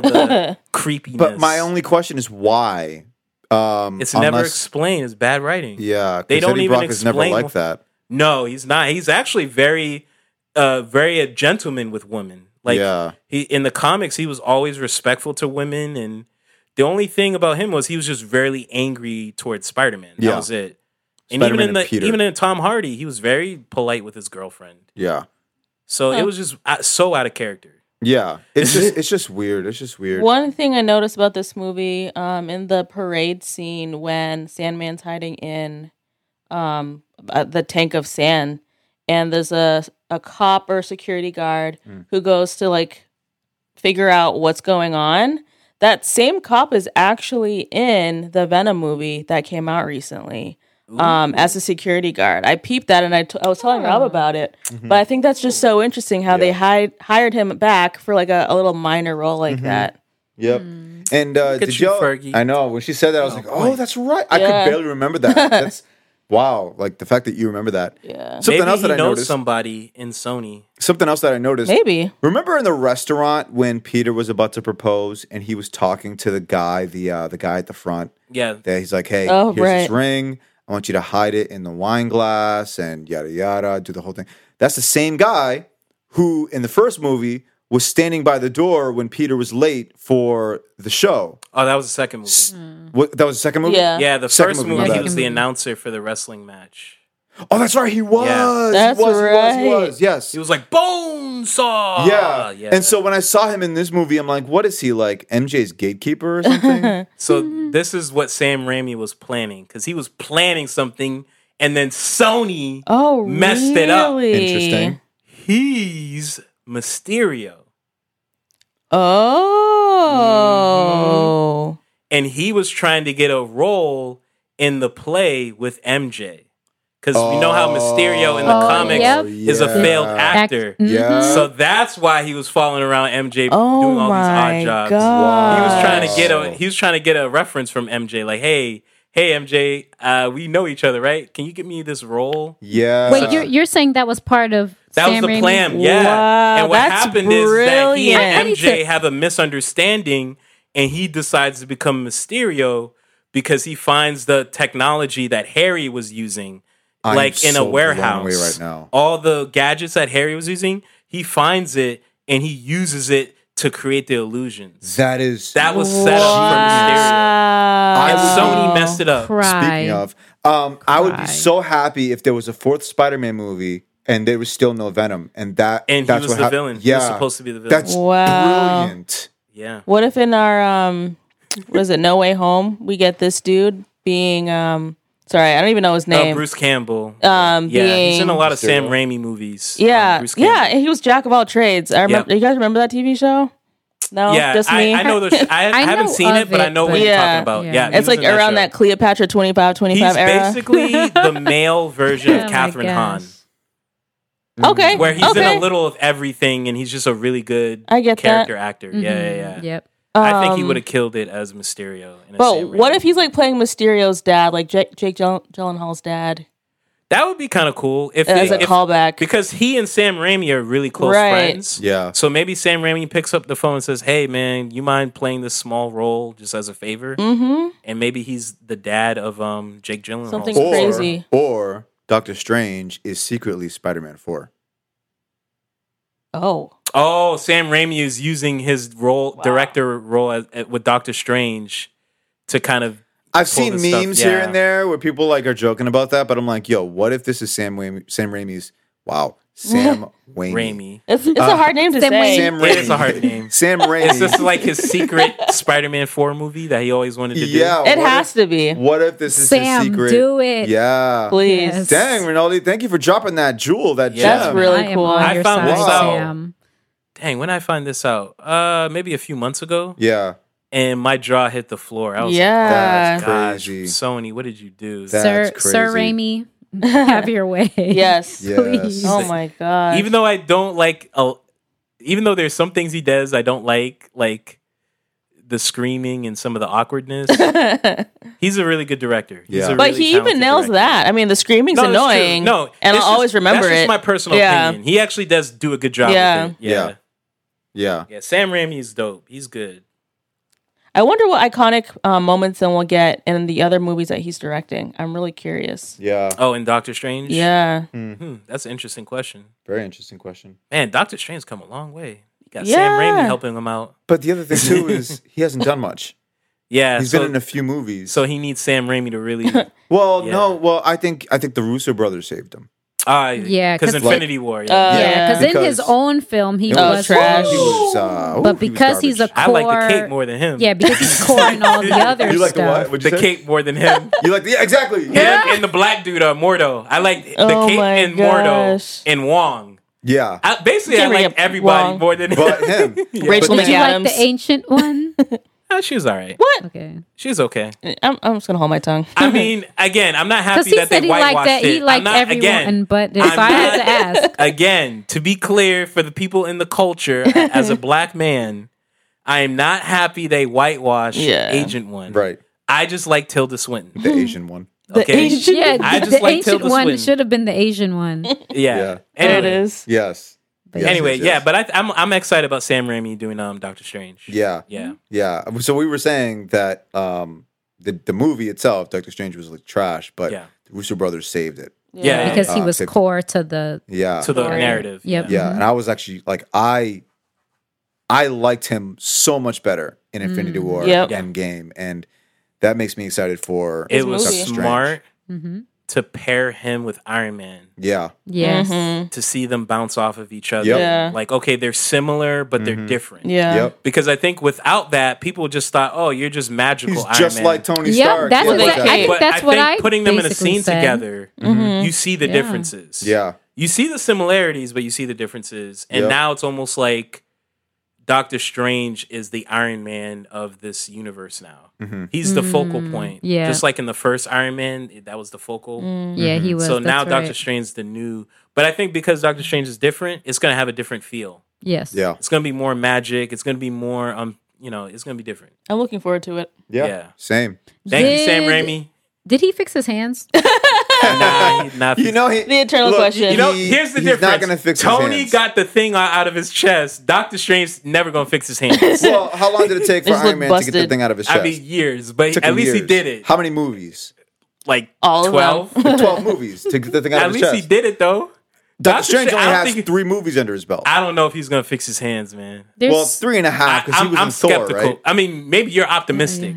Speaker 2: the creepiness.
Speaker 4: but my only question is why? Um
Speaker 2: it's never
Speaker 4: unless-
Speaker 2: explained. It's bad writing.
Speaker 4: Yeah,
Speaker 2: They
Speaker 4: 'cause
Speaker 2: don't
Speaker 4: Eddie
Speaker 2: even
Speaker 4: Brock is never
Speaker 2: explain
Speaker 4: like
Speaker 2: wh-
Speaker 4: that.
Speaker 2: No, he's not. He's actually very, uh, very a gentleman with women. Like
Speaker 4: Yeah.
Speaker 2: he in the comics, he was always respectful to women, and the only thing about him was he was just very angry towards Spider Man. That
Speaker 4: Yeah.
Speaker 2: was it. And
Speaker 4: Spider-Man
Speaker 2: even in
Speaker 4: and
Speaker 2: the
Speaker 4: Peter.
Speaker 2: even in Tom Hardy, he was very polite with his girlfriend.
Speaker 4: Yeah.
Speaker 2: So
Speaker 3: Oh.
Speaker 2: it was just uh, so out of character.
Speaker 4: Yeah. It's just it's just weird. It's just weird.
Speaker 3: One thing I noticed about this movie, um, in the parade scene when Sandman's hiding in um, uh, the tank of sand, and there's a a cop or security guard who goes to like figure out what's going on. That same cop is actually in the Venom movie that came out recently um, as a security guard. I peeped that and I, t- I was telling Rob about it. But I think that's just so interesting how they hide- hired him back for like a, a little minor role like that.
Speaker 4: Yep. And uh,
Speaker 3: Hmm.
Speaker 2: at
Speaker 4: did
Speaker 2: you,
Speaker 4: y'all-
Speaker 2: Fergie.
Speaker 4: I know when she said that, I was like, "Oh, that's right." I
Speaker 3: Yeah.
Speaker 4: could barely remember that. That's Wow, like the fact that you remember that.
Speaker 3: Yeah.
Speaker 4: Something
Speaker 2: Maybe
Speaker 4: else that
Speaker 2: he
Speaker 4: I
Speaker 2: knows
Speaker 4: noticed.
Speaker 2: somebody in Sony.
Speaker 4: something else that I noticed.
Speaker 3: Maybe.
Speaker 4: Remember in the restaurant when Peter was about to propose and he was talking to the guy, the uh, the guy at the front.
Speaker 2: Yeah,
Speaker 4: That he's like, "Hey,
Speaker 3: Oh,
Speaker 4: here's
Speaker 3: right.
Speaker 4: this ring. I want you to hide it in the wine glass and yada yada, do the whole thing." That's the same guy who in the first movie was standing by the door when Peter was late for the show.
Speaker 2: Oh, that was the second movie.
Speaker 4: What, that was the second movie.
Speaker 3: Yeah.
Speaker 2: Yeah, the
Speaker 4: Second
Speaker 2: first
Speaker 4: movie,
Speaker 2: movie,
Speaker 4: my
Speaker 2: he
Speaker 4: bad.
Speaker 2: was the announcer for the wrestling match.
Speaker 4: Oh, that's right. He was.
Speaker 3: That's
Speaker 4: he was, He was.
Speaker 3: right.
Speaker 4: He was. Yes.
Speaker 2: He was oh, like bone saw.
Speaker 4: yeah. And so when I saw him in this movie, I'm like, what is he like? MJ's gatekeeper or something?
Speaker 2: so this is what Sam Raimi was planning because he was planning something, and then Sony
Speaker 3: Oh,
Speaker 2: messed
Speaker 3: really?
Speaker 2: it up.
Speaker 4: Interesting.
Speaker 2: He's Mysterio, Mm-hmm.
Speaker 3: Oh.
Speaker 2: and he was trying to get a role in the play with MJ because we know how Mysterio in the
Speaker 1: Oh,
Speaker 2: comics
Speaker 1: yep.
Speaker 2: is a failed actor.
Speaker 1: Mhm.
Speaker 4: Yeah.
Speaker 2: So that's why he was following around MJ
Speaker 3: Oh
Speaker 2: doing all
Speaker 3: my
Speaker 2: these odd jobs.
Speaker 3: God.
Speaker 2: He was trying to get
Speaker 4: Wow.
Speaker 2: a he was trying to get a reference from MJ, like, hey, hey MJ, uh, we know each other, right? Can you give me this role?
Speaker 4: yeah.
Speaker 1: Wait, you're you're saying that was part of
Speaker 2: That
Speaker 1: Sam
Speaker 2: was the
Speaker 1: Raimi's-
Speaker 2: plan, yeah.
Speaker 3: Wow,
Speaker 2: and what
Speaker 3: that's
Speaker 2: happened is that he
Speaker 3: brilliant. I- I
Speaker 2: and
Speaker 1: need
Speaker 2: MJ
Speaker 1: to-
Speaker 2: have a misunderstanding, and he decides to become Mysterio because he finds the technology that Harry was using,
Speaker 4: I'm
Speaker 2: like in a
Speaker 4: so blown
Speaker 2: warehouse.
Speaker 4: away right now.
Speaker 2: all the gadgets that Harry was using, he finds it and he uses it to create the illusions.
Speaker 4: That is.
Speaker 2: That was set up for Mysterio, and Sony messed it up.
Speaker 1: Cry.
Speaker 4: Speaking of, um, I would be
Speaker 1: Cry.
Speaker 4: so happy if there was a fourth Spider-Man movie and there was still no Venom, and that
Speaker 2: And he
Speaker 4: that's
Speaker 2: was
Speaker 4: what
Speaker 2: the
Speaker 4: hap-
Speaker 2: villain. He
Speaker 4: Yeah,
Speaker 2: was supposed to be the villain.
Speaker 4: That's
Speaker 3: Wow.
Speaker 4: brilliant.
Speaker 2: Yeah,
Speaker 3: What if in our um what is it, No Way Home, we get this dude being um sorry, I don't even know his
Speaker 2: uh,
Speaker 3: name.
Speaker 2: Bruce Campbell.
Speaker 3: Um,
Speaker 2: yeah, he's in a
Speaker 3: being-
Speaker 2: lot of Sam Raimi movies. um,
Speaker 3: yeah.
Speaker 2: Bruce Campbell.
Speaker 3: yeah, and he was jack of all trades. I remember you guys remember that TV show? No,
Speaker 2: Yeah,
Speaker 3: just me.
Speaker 2: I, I know. The sh- I, I,
Speaker 1: I
Speaker 2: haven't
Speaker 1: know
Speaker 2: seen it,
Speaker 1: of
Speaker 2: but I
Speaker 1: it,
Speaker 2: know what
Speaker 1: but-
Speaker 2: you're
Speaker 3: Yeah.
Speaker 2: talking about. Yeah,
Speaker 1: Yeah.
Speaker 2: he was
Speaker 3: it's like
Speaker 2: in that
Speaker 3: around
Speaker 2: show.
Speaker 3: that Cleopatra 25,
Speaker 2: He's
Speaker 3: 25 era. Oh
Speaker 2: basically the male
Speaker 1: Oh
Speaker 2: version of Catherine Hahn,
Speaker 3: okay.
Speaker 2: Mm-hmm. where he's in
Speaker 3: okay.
Speaker 2: a little of everything, and he's just a really good
Speaker 3: I get that. Mm-hmm.
Speaker 2: character actor. Yeah, yeah, yeah.
Speaker 1: Mm, Yep.
Speaker 2: I think he
Speaker 3: Um,
Speaker 2: would have killed it as Mysterio. In a
Speaker 3: But
Speaker 2: Sam
Speaker 3: what
Speaker 2: Raimi.
Speaker 3: if he's like playing Mysterio's dad, like Jake, Jake Gyll- Gyllenhaal's dad,
Speaker 2: That would be kind of cool if
Speaker 3: as
Speaker 2: they-
Speaker 3: a
Speaker 2: if-
Speaker 3: callback?
Speaker 2: because he and Sam Raimi are really close
Speaker 3: Right.
Speaker 2: friends.
Speaker 4: Yeah.
Speaker 2: So maybe Sam Raimi picks up the phone and says, "Hey, man, you mind playing this small role just as a favor?"
Speaker 3: Mm.
Speaker 2: Mm-hmm. And maybe he's the dad of um Jake Gyllenhaal.
Speaker 3: Something
Speaker 4: Or
Speaker 3: crazy.
Speaker 4: or Doctor Strange is secretly Spider-Man Four.
Speaker 3: oh,
Speaker 2: Oh, Sam Raimi is using his role, director role as, at- with Doctor Strange, to kind of
Speaker 4: I've
Speaker 2: pull
Speaker 4: seen
Speaker 2: this stuff-
Speaker 4: memes here
Speaker 2: yeah.
Speaker 4: and there where people like are joking about that, but I'm like, yo, what if this is Sam Raimi, Sam Raimi's? Wow, Sam Raimi.
Speaker 2: Raimi.
Speaker 3: it's, it's
Speaker 2: Uh,
Speaker 3: a hard name to
Speaker 1: Sam
Speaker 3: say.
Speaker 1: Raimi.
Speaker 4: Sam Raimi.
Speaker 2: It is a hard name.
Speaker 4: Sam Raimi.
Speaker 2: Is this like his secret Spider-Man Four movie that he always wanted to do?
Speaker 4: yeah.
Speaker 3: It
Speaker 4: what
Speaker 3: has
Speaker 4: if,
Speaker 3: to be.
Speaker 4: What if this is
Speaker 1: Sam,
Speaker 4: his secret?
Speaker 1: do it.
Speaker 4: Yeah.
Speaker 3: Please.
Speaker 1: Yes.
Speaker 4: Dang, Rinaldi, thank you for dropping that jewel. That
Speaker 2: Yeah.
Speaker 3: That's
Speaker 4: gem.
Speaker 3: really
Speaker 1: I am
Speaker 3: cool.
Speaker 1: on
Speaker 2: I
Speaker 1: your
Speaker 2: found
Speaker 1: side,
Speaker 4: this out.
Speaker 1: Sam.
Speaker 2: Dang, when I find this out, uh, maybe a few months ago,
Speaker 4: Yeah.
Speaker 2: and my jaw hit the floor. I was
Speaker 3: yeah.
Speaker 2: like, "Oh "Gosh,
Speaker 4: Crazy.
Speaker 2: Sony, what did you do?"
Speaker 4: That-
Speaker 1: Sir,
Speaker 4: That's
Speaker 1: Sir Raimi, have your way.
Speaker 3: yes.
Speaker 4: Yes.
Speaker 1: Please.
Speaker 3: Oh my god.
Speaker 2: even though I don't like, uh, even though there's some things he does I don't like, like the screaming and some of the awkwardness. he's a really good director. He's
Speaker 4: Yeah.
Speaker 2: a
Speaker 3: but
Speaker 2: really
Speaker 3: he even
Speaker 2: talented
Speaker 3: nails
Speaker 2: director.
Speaker 3: that. I mean, the screaming's
Speaker 2: No, that's true.
Speaker 3: annoying.
Speaker 2: No,
Speaker 3: and I'll
Speaker 2: it's just-
Speaker 3: always remember
Speaker 2: that's
Speaker 3: it.
Speaker 2: Just my personal
Speaker 3: Yeah.
Speaker 2: opinion. He actually does do a good job.
Speaker 3: Yeah.
Speaker 2: With it. Yeah.
Speaker 4: Yeah.
Speaker 2: yeah,
Speaker 4: Yeah.
Speaker 2: Sam Raimi is dope. He's good.
Speaker 3: I wonder what iconic uh, moments then we'll get in the other movies that he's directing. I'm really curious.
Speaker 4: Yeah.
Speaker 2: Oh, and Doctor Strange.
Speaker 3: Yeah.
Speaker 2: hmm, that's an interesting question.
Speaker 4: Very interesting question.
Speaker 2: Man, Doctor Strange's come a long way. You got Sam
Speaker 3: Yeah.
Speaker 2: Raimi helping him out.
Speaker 4: But the other thing too is he hasn't done much.
Speaker 2: Yeah,
Speaker 4: He's
Speaker 2: so,
Speaker 4: been in a few movies.
Speaker 2: so he needs Sam Raimi to really.
Speaker 4: well,
Speaker 2: Yeah.
Speaker 4: no, well, I think I think the Russo brothers saved him.
Speaker 2: Uh,
Speaker 1: Yeah,
Speaker 2: because
Speaker 1: 'cause-
Speaker 2: Infinity War. Yeah.
Speaker 3: Uh,
Speaker 1: Yeah,
Speaker 3: Yeah.
Speaker 1: because in his
Speaker 4: Because-
Speaker 1: own film he
Speaker 4: It
Speaker 3: Oh,
Speaker 1: was,
Speaker 3: trash.
Speaker 4: He was, uh, ooh,
Speaker 1: but
Speaker 4: he was
Speaker 1: because he's a
Speaker 4: garbage.
Speaker 1: core,
Speaker 2: I like the cape more than him.
Speaker 1: Yeah, because he's core and all the other
Speaker 4: You like the
Speaker 1: stuff.
Speaker 4: what? What'd you
Speaker 2: the
Speaker 4: say?
Speaker 2: cape more than him.
Speaker 4: You like the yeah, exactly.
Speaker 2: Him and the black dude are Mordo. I like the
Speaker 3: Oh
Speaker 2: cape
Speaker 3: my
Speaker 2: and
Speaker 3: gosh.
Speaker 2: Mordo and Wong.
Speaker 4: Yeah.
Speaker 2: I, basically, I
Speaker 3: Can't
Speaker 2: like
Speaker 3: forget
Speaker 2: everybody
Speaker 3: Wong.
Speaker 2: more than him.
Speaker 4: But him.
Speaker 3: Rachel
Speaker 1: Did you like
Speaker 3: McAdams.
Speaker 1: the ancient one?
Speaker 2: Ah, she was all right.
Speaker 3: what?
Speaker 1: Okay,
Speaker 2: She's okay.
Speaker 3: I'm, I'm just gonna hold my tongue.
Speaker 2: I mean, again, I'm not
Speaker 1: because
Speaker 2: happy
Speaker 1: he
Speaker 2: that they
Speaker 1: said he liked
Speaker 2: whitewashed
Speaker 1: that.
Speaker 2: it.
Speaker 1: He liked
Speaker 2: I'm not,
Speaker 1: everyone,
Speaker 2: again,
Speaker 1: but so
Speaker 2: I'm
Speaker 1: I had
Speaker 2: not-
Speaker 1: to ask.
Speaker 2: again, to be clear, for the people in the culture, as a black man, I am not happy they whitewashed
Speaker 3: Yeah.
Speaker 2: Agent One.
Speaker 4: Right.
Speaker 2: I just like Tilda Swinton.
Speaker 4: The Asian one.
Speaker 3: The
Speaker 2: Okay.
Speaker 3: Asian-
Speaker 1: Yeah,
Speaker 2: I just
Speaker 1: the
Speaker 2: like
Speaker 1: ancient
Speaker 2: Tilda
Speaker 1: one
Speaker 2: Swinton.
Speaker 1: should have been the Asian one.
Speaker 2: Yeah.
Speaker 4: Yeah.
Speaker 3: there it
Speaker 2: Anyway.
Speaker 3: is.
Speaker 4: Yes. Yes,
Speaker 2: anyway,
Speaker 4: yes,
Speaker 2: yeah,
Speaker 4: yes.
Speaker 2: but I, I'm I'm excited about Sam Raimi doing um Doctor Strange.
Speaker 4: Yeah. Mm-hmm.
Speaker 2: yeah,
Speaker 4: Yeah. So we were saying that um the, the movie itself, Doctor Strange, was like trash, but
Speaker 2: Yeah.
Speaker 4: the Russo brothers saved it.
Speaker 2: Yeah.
Speaker 1: because he
Speaker 4: Uh,
Speaker 1: was
Speaker 4: fifty.
Speaker 1: core to the
Speaker 4: Yeah.
Speaker 2: to the
Speaker 3: Right.
Speaker 2: narrative.
Speaker 1: Yep.
Speaker 4: uh, yeah. And I was actually like I I liked him so much better in Infinity
Speaker 1: Mm.
Speaker 4: War
Speaker 3: Yep.
Speaker 4: and Endgame. And that makes me excited for
Speaker 2: it
Speaker 3: His
Speaker 2: was
Speaker 3: movie.
Speaker 2: smart
Speaker 1: hmm
Speaker 2: to pair him with Iron Man
Speaker 4: Yeah.
Speaker 1: yes.
Speaker 3: Mhm.
Speaker 2: to see them bounce off of each other.
Speaker 4: Yep.
Speaker 3: Yeah.
Speaker 2: Like, okay, they're similar, but they're
Speaker 4: Mhm.
Speaker 2: different.
Speaker 3: Yeah.
Speaker 4: Yep.
Speaker 2: Because I think without that, people just thought, oh, you're just magical.
Speaker 4: He's
Speaker 2: Iron
Speaker 4: just
Speaker 2: Man.
Speaker 4: like Tony
Speaker 1: Yeah,
Speaker 4: Stark.
Speaker 1: that's
Speaker 4: yeah,
Speaker 3: exactly-
Speaker 4: like uh, that.
Speaker 1: I think
Speaker 2: But
Speaker 1: that's what I
Speaker 2: putting them in a
Speaker 1: basically
Speaker 2: scene
Speaker 1: said. Mm-hmm.
Speaker 2: together, you see the
Speaker 1: Yeah.
Speaker 2: differences.
Speaker 4: yeah.
Speaker 2: you see the similarities, but you see the differences. And
Speaker 4: Yep.
Speaker 2: now it's almost like Doctor Strange is the Iron Man of this universe now.
Speaker 4: Mhm.
Speaker 2: He's the focal
Speaker 1: Mm,
Speaker 2: point.
Speaker 1: yeah.
Speaker 2: Just like in the first Iron Man, that was the focal.
Speaker 3: Mm.
Speaker 1: Yeah, he was.
Speaker 2: Mm-hmm. So now
Speaker 1: that's
Speaker 2: Doctor
Speaker 1: right.
Speaker 2: Strange's the new. But I think because Doctor Strange is different, it's going to have a different feel.
Speaker 1: Yes.
Speaker 4: Yeah.
Speaker 2: It's going to be more magic. It's going to be more, um, you know, it's going to be different.
Speaker 3: I'm looking forward to it.
Speaker 4: Yeah.
Speaker 2: Yeah.
Speaker 4: Same.
Speaker 2: Thank you, Sam
Speaker 1: Did-
Speaker 2: Raimi.
Speaker 1: Did he fix his hands?
Speaker 2: Nah, he- nah,
Speaker 4: You know he
Speaker 3: The eternal
Speaker 4: look,
Speaker 3: question.
Speaker 2: You know,
Speaker 4: He-
Speaker 2: here's the
Speaker 4: he's not
Speaker 2: difference.
Speaker 4: gonna fix his
Speaker 2: Tony
Speaker 4: hands.
Speaker 2: got the thing o- out of his chest. Doctor Strange's never gonna fix his hands.
Speaker 4: Well, how long did it take for
Speaker 3: This
Speaker 4: Iron
Speaker 3: look
Speaker 4: Man to get the
Speaker 3: busted.
Speaker 4: thing out of his chest?
Speaker 2: I mean, years, but
Speaker 4: Took
Speaker 2: at
Speaker 4: him
Speaker 2: least he
Speaker 4: years.
Speaker 2: did it.
Speaker 4: How many movies?
Speaker 2: like
Speaker 3: All of
Speaker 2: twelve.
Speaker 4: For 12 movies to get the thing out
Speaker 2: at
Speaker 4: of his
Speaker 2: least
Speaker 4: chest.
Speaker 2: he did it though.
Speaker 4: Doctor
Speaker 2: Strange
Speaker 4: Strange only
Speaker 2: I don't
Speaker 4: has
Speaker 2: think-
Speaker 4: three movies under his belt.
Speaker 2: I don't know if he's gonna fix his hands, man.
Speaker 1: There's Oh,
Speaker 4: well, three and a half because
Speaker 2: I,
Speaker 4: Ah, he
Speaker 2: am
Speaker 4: was in Thor,
Speaker 2: skeptical.
Speaker 4: right?
Speaker 2: I mean, maybe you're
Speaker 1: Mm-hmm.
Speaker 2: optimistic.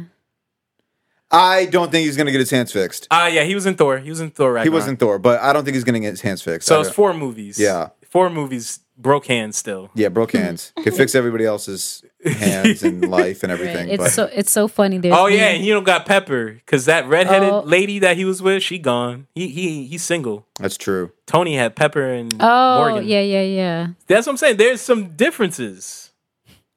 Speaker 4: I don't think he's going to get his hands fixed.
Speaker 2: Ah, yeah. he was in Thor. He was in Thor. Ragnarok.
Speaker 4: He was in Thor, but I don't think he's going to get his hands fixed.
Speaker 2: So
Speaker 4: I
Speaker 2: it's
Speaker 4: don't-
Speaker 2: four movies.
Speaker 4: Yeah.
Speaker 2: four movies. Broke hands still.
Speaker 4: yeah, broke hands. Could fix everybody else's hands and life and everything.
Speaker 1: it's
Speaker 4: but
Speaker 1: so it's so funny. There's
Speaker 2: Oh
Speaker 1: me-
Speaker 2: yeah, and he don't got Pepper because that redheaded
Speaker 1: Oh.
Speaker 2: lady that he was with, she gone. He he he's single.
Speaker 4: that's true.
Speaker 2: Tony had Pepper and
Speaker 1: Oh
Speaker 2: Morgan.
Speaker 1: yeah, yeah, yeah.
Speaker 2: That's what I'm saying. There's some differences.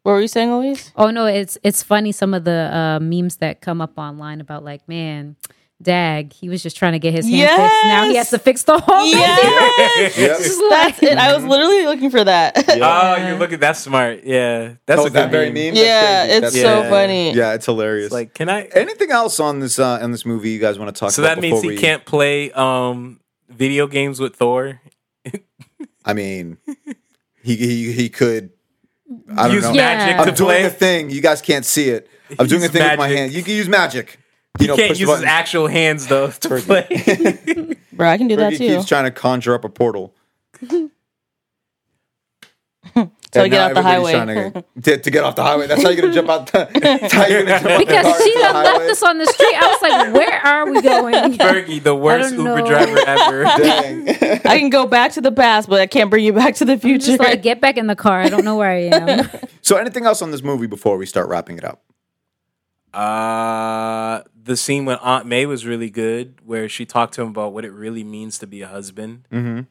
Speaker 3: What were you saying, Louise?
Speaker 1: Oh no, it's it's funny some of the uh, memes that come up online about like, man, Dag, he was just trying to get his hand fixed. Now he
Speaker 3: Yes.
Speaker 1: has to fix the whole thing.
Speaker 3: Yes.
Speaker 4: Yep.
Speaker 1: It's just like-
Speaker 3: That's it. I was literally looking for that.
Speaker 2: Oh, you're looking. That's smart. Yeah, that's
Speaker 4: Oh,
Speaker 2: a good
Speaker 4: that very
Speaker 2: meme.
Speaker 4: meme. That's
Speaker 3: yeah,
Speaker 4: crazy.
Speaker 3: it's
Speaker 4: That's
Speaker 3: so
Speaker 2: yeah.
Speaker 3: funny.
Speaker 4: Yeah, it's hilarious.
Speaker 2: It's like, can I?
Speaker 4: anything else on this uh, on this movie you guys want to talk
Speaker 2: so
Speaker 4: about?
Speaker 2: that means
Speaker 4: before
Speaker 2: he
Speaker 4: we-
Speaker 2: can't play um video games with Thor.
Speaker 4: I mean, he he, he could. I don't
Speaker 2: Use
Speaker 4: know.
Speaker 2: magic
Speaker 1: Yeah.
Speaker 2: to
Speaker 4: I'm doing
Speaker 2: play.
Speaker 4: a thing. You guys can't see it. I'm doing a
Speaker 2: Use
Speaker 4: thing with my
Speaker 2: magic.
Speaker 4: hand. You can use magic.
Speaker 2: He
Speaker 4: You know,
Speaker 2: can't
Speaker 4: push the
Speaker 2: use his
Speaker 4: button.
Speaker 2: actual hands though to play.
Speaker 3: Bro, I can do that
Speaker 4: Fergie
Speaker 3: too.
Speaker 4: keeps trying to conjure up a portal.
Speaker 3: So
Speaker 4: And
Speaker 3: I get
Speaker 4: now
Speaker 3: out the
Speaker 4: everybody's
Speaker 3: highway.
Speaker 4: trying To, to, to get off the highway. That's how you're gonna jump out. The, that's how you're gonna jump out the
Speaker 1: because
Speaker 4: car
Speaker 1: she
Speaker 4: is the
Speaker 1: done left
Speaker 4: highway.
Speaker 1: us on the street. I was like, where are we going?
Speaker 2: Fergie, the worst
Speaker 1: don't
Speaker 2: Uber
Speaker 1: know.
Speaker 2: driver ever.
Speaker 4: Dang.
Speaker 3: I can go back to the past, but I can't bring you back to the future.
Speaker 1: Just like get back in the car. I don't know where I am.
Speaker 4: so, anything else on this movie before we start wrapping it up?
Speaker 2: uh, the scene when Aunt May was really good, where she talked to him about what it really means to be a husband.
Speaker 4: Mhm.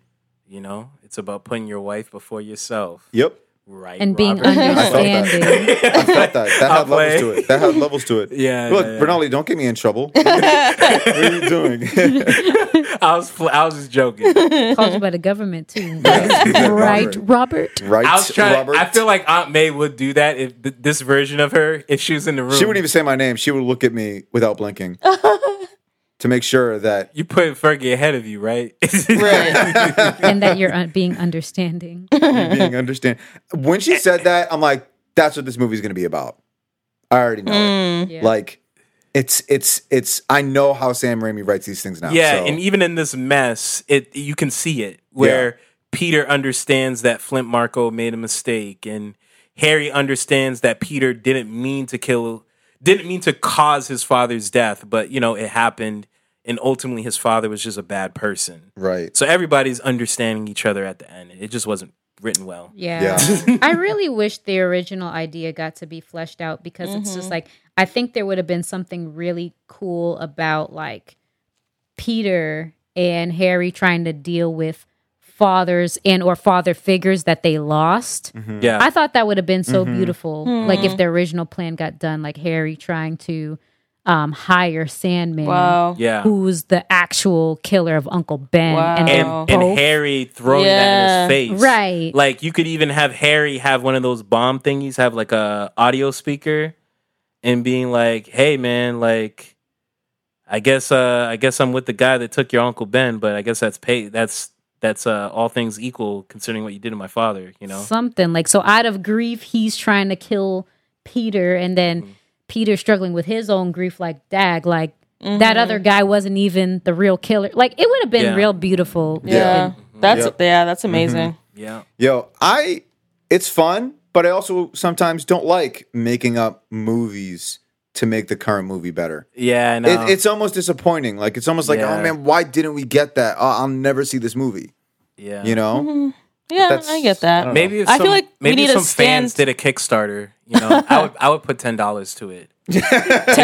Speaker 2: You know, it's about putting your wife before yourself,
Speaker 4: Yep,
Speaker 2: right?
Speaker 1: And being
Speaker 2: Robert?
Speaker 1: understanding.
Speaker 4: I felt that. That
Speaker 2: I'll
Speaker 4: had levels
Speaker 2: play.
Speaker 4: to it. That had levels to it.
Speaker 2: Yeah,
Speaker 4: Look,
Speaker 2: yeah, yeah.
Speaker 4: Bernali, don't get me in trouble. what are you doing?
Speaker 2: I was, fl- I was just joking.
Speaker 1: Called you by the government too.
Speaker 4: Robert.
Speaker 1: right, Robert.
Speaker 4: right,
Speaker 2: I was trying.
Speaker 4: Robert.
Speaker 2: I feel like Aunt May would do that if th- this version of her, if she was in the room,
Speaker 4: she wouldn't even say my name. She would look at me without blinking to make sure that
Speaker 2: You put Fergie ahead of you, right?
Speaker 3: right.
Speaker 1: And that you're un- being understanding.
Speaker 4: you being understand. When she said that, I'm like, that's what this movie's gonna be about. I already know it.
Speaker 1: Yeah.
Speaker 4: Like, it's it's it's. I know how Sam Raimi writes these things now.
Speaker 2: yeah,
Speaker 4: so.
Speaker 2: and e-, even in this mess, it you can see it where Peter understands that Flint Marco made a mistake, and Harry understands that Peter didn't mean to kill, didn't mean to cause his father's death, but you know it happened, and ultimately his father was just a bad person.
Speaker 4: right.
Speaker 2: So everybody's understanding each other at the end. It just wasn't written well.
Speaker 1: Yeah.
Speaker 4: Yeah.
Speaker 1: I really wish the original idea got to be fleshed out because it's
Speaker 3: Mm-hmm.
Speaker 1: just like I think there would have been something really cool about like Peter and Harry trying to deal with fathers and or father figures that they lost.
Speaker 2: Yeah,
Speaker 1: I thought that would have been so beautiful.
Speaker 3: Hmm.
Speaker 1: Like if the original plan got done like Harry trying to um hire Sandman
Speaker 3: wow.
Speaker 2: yeah.
Speaker 1: who's the actual killer of Uncle Ben and, their
Speaker 3: Wow.
Speaker 2: and, and
Speaker 1: Pope.
Speaker 2: Harry throwing
Speaker 3: Yeah.
Speaker 2: that in his face.
Speaker 1: uh, Right.
Speaker 2: Like you could even have Harry have one of those bomb thingies, have like a audio speaker and being like, "Hey man, like I guess uh, I guess I'm with the guy that took your uncle Ben, but I guess that's pay. That's that's uh, all things equal considering what you did to my father. You know,
Speaker 1: Something like so out of grief, he's trying to kill Peter, and then
Speaker 2: Mm-hmm.
Speaker 1: Peter struggling with his own grief, like dag, like that
Speaker 3: Mm-hmm.
Speaker 1: other guy wasn't even the real killer. Like it would have been
Speaker 2: Yeah.
Speaker 1: real beautiful.
Speaker 3: Yeah. That's
Speaker 4: Mm-hmm. Yep.
Speaker 3: yeah, that's amazing.
Speaker 2: yeah.
Speaker 4: Yo, I it's fun, but I also sometimes don't like making up movies to make the current movie better.
Speaker 2: Yeah, I know.
Speaker 4: It, it's almost disappointing. Like it's almost like,
Speaker 2: Oh. Yeah.
Speaker 4: oh man, why didn't we get that? Oh, I'll never see this movie.
Speaker 2: yeah.
Speaker 4: You know?
Speaker 3: Yeah,
Speaker 4: That's-
Speaker 3: I get that.
Speaker 4: I don't
Speaker 2: maybe if
Speaker 3: I
Speaker 2: some,
Speaker 3: feel like we
Speaker 2: maybe if
Speaker 3: need a
Speaker 2: some fans
Speaker 3: stand-
Speaker 2: did a Kickstarter. You know, I would I would put ten dollars to it.
Speaker 3: Ten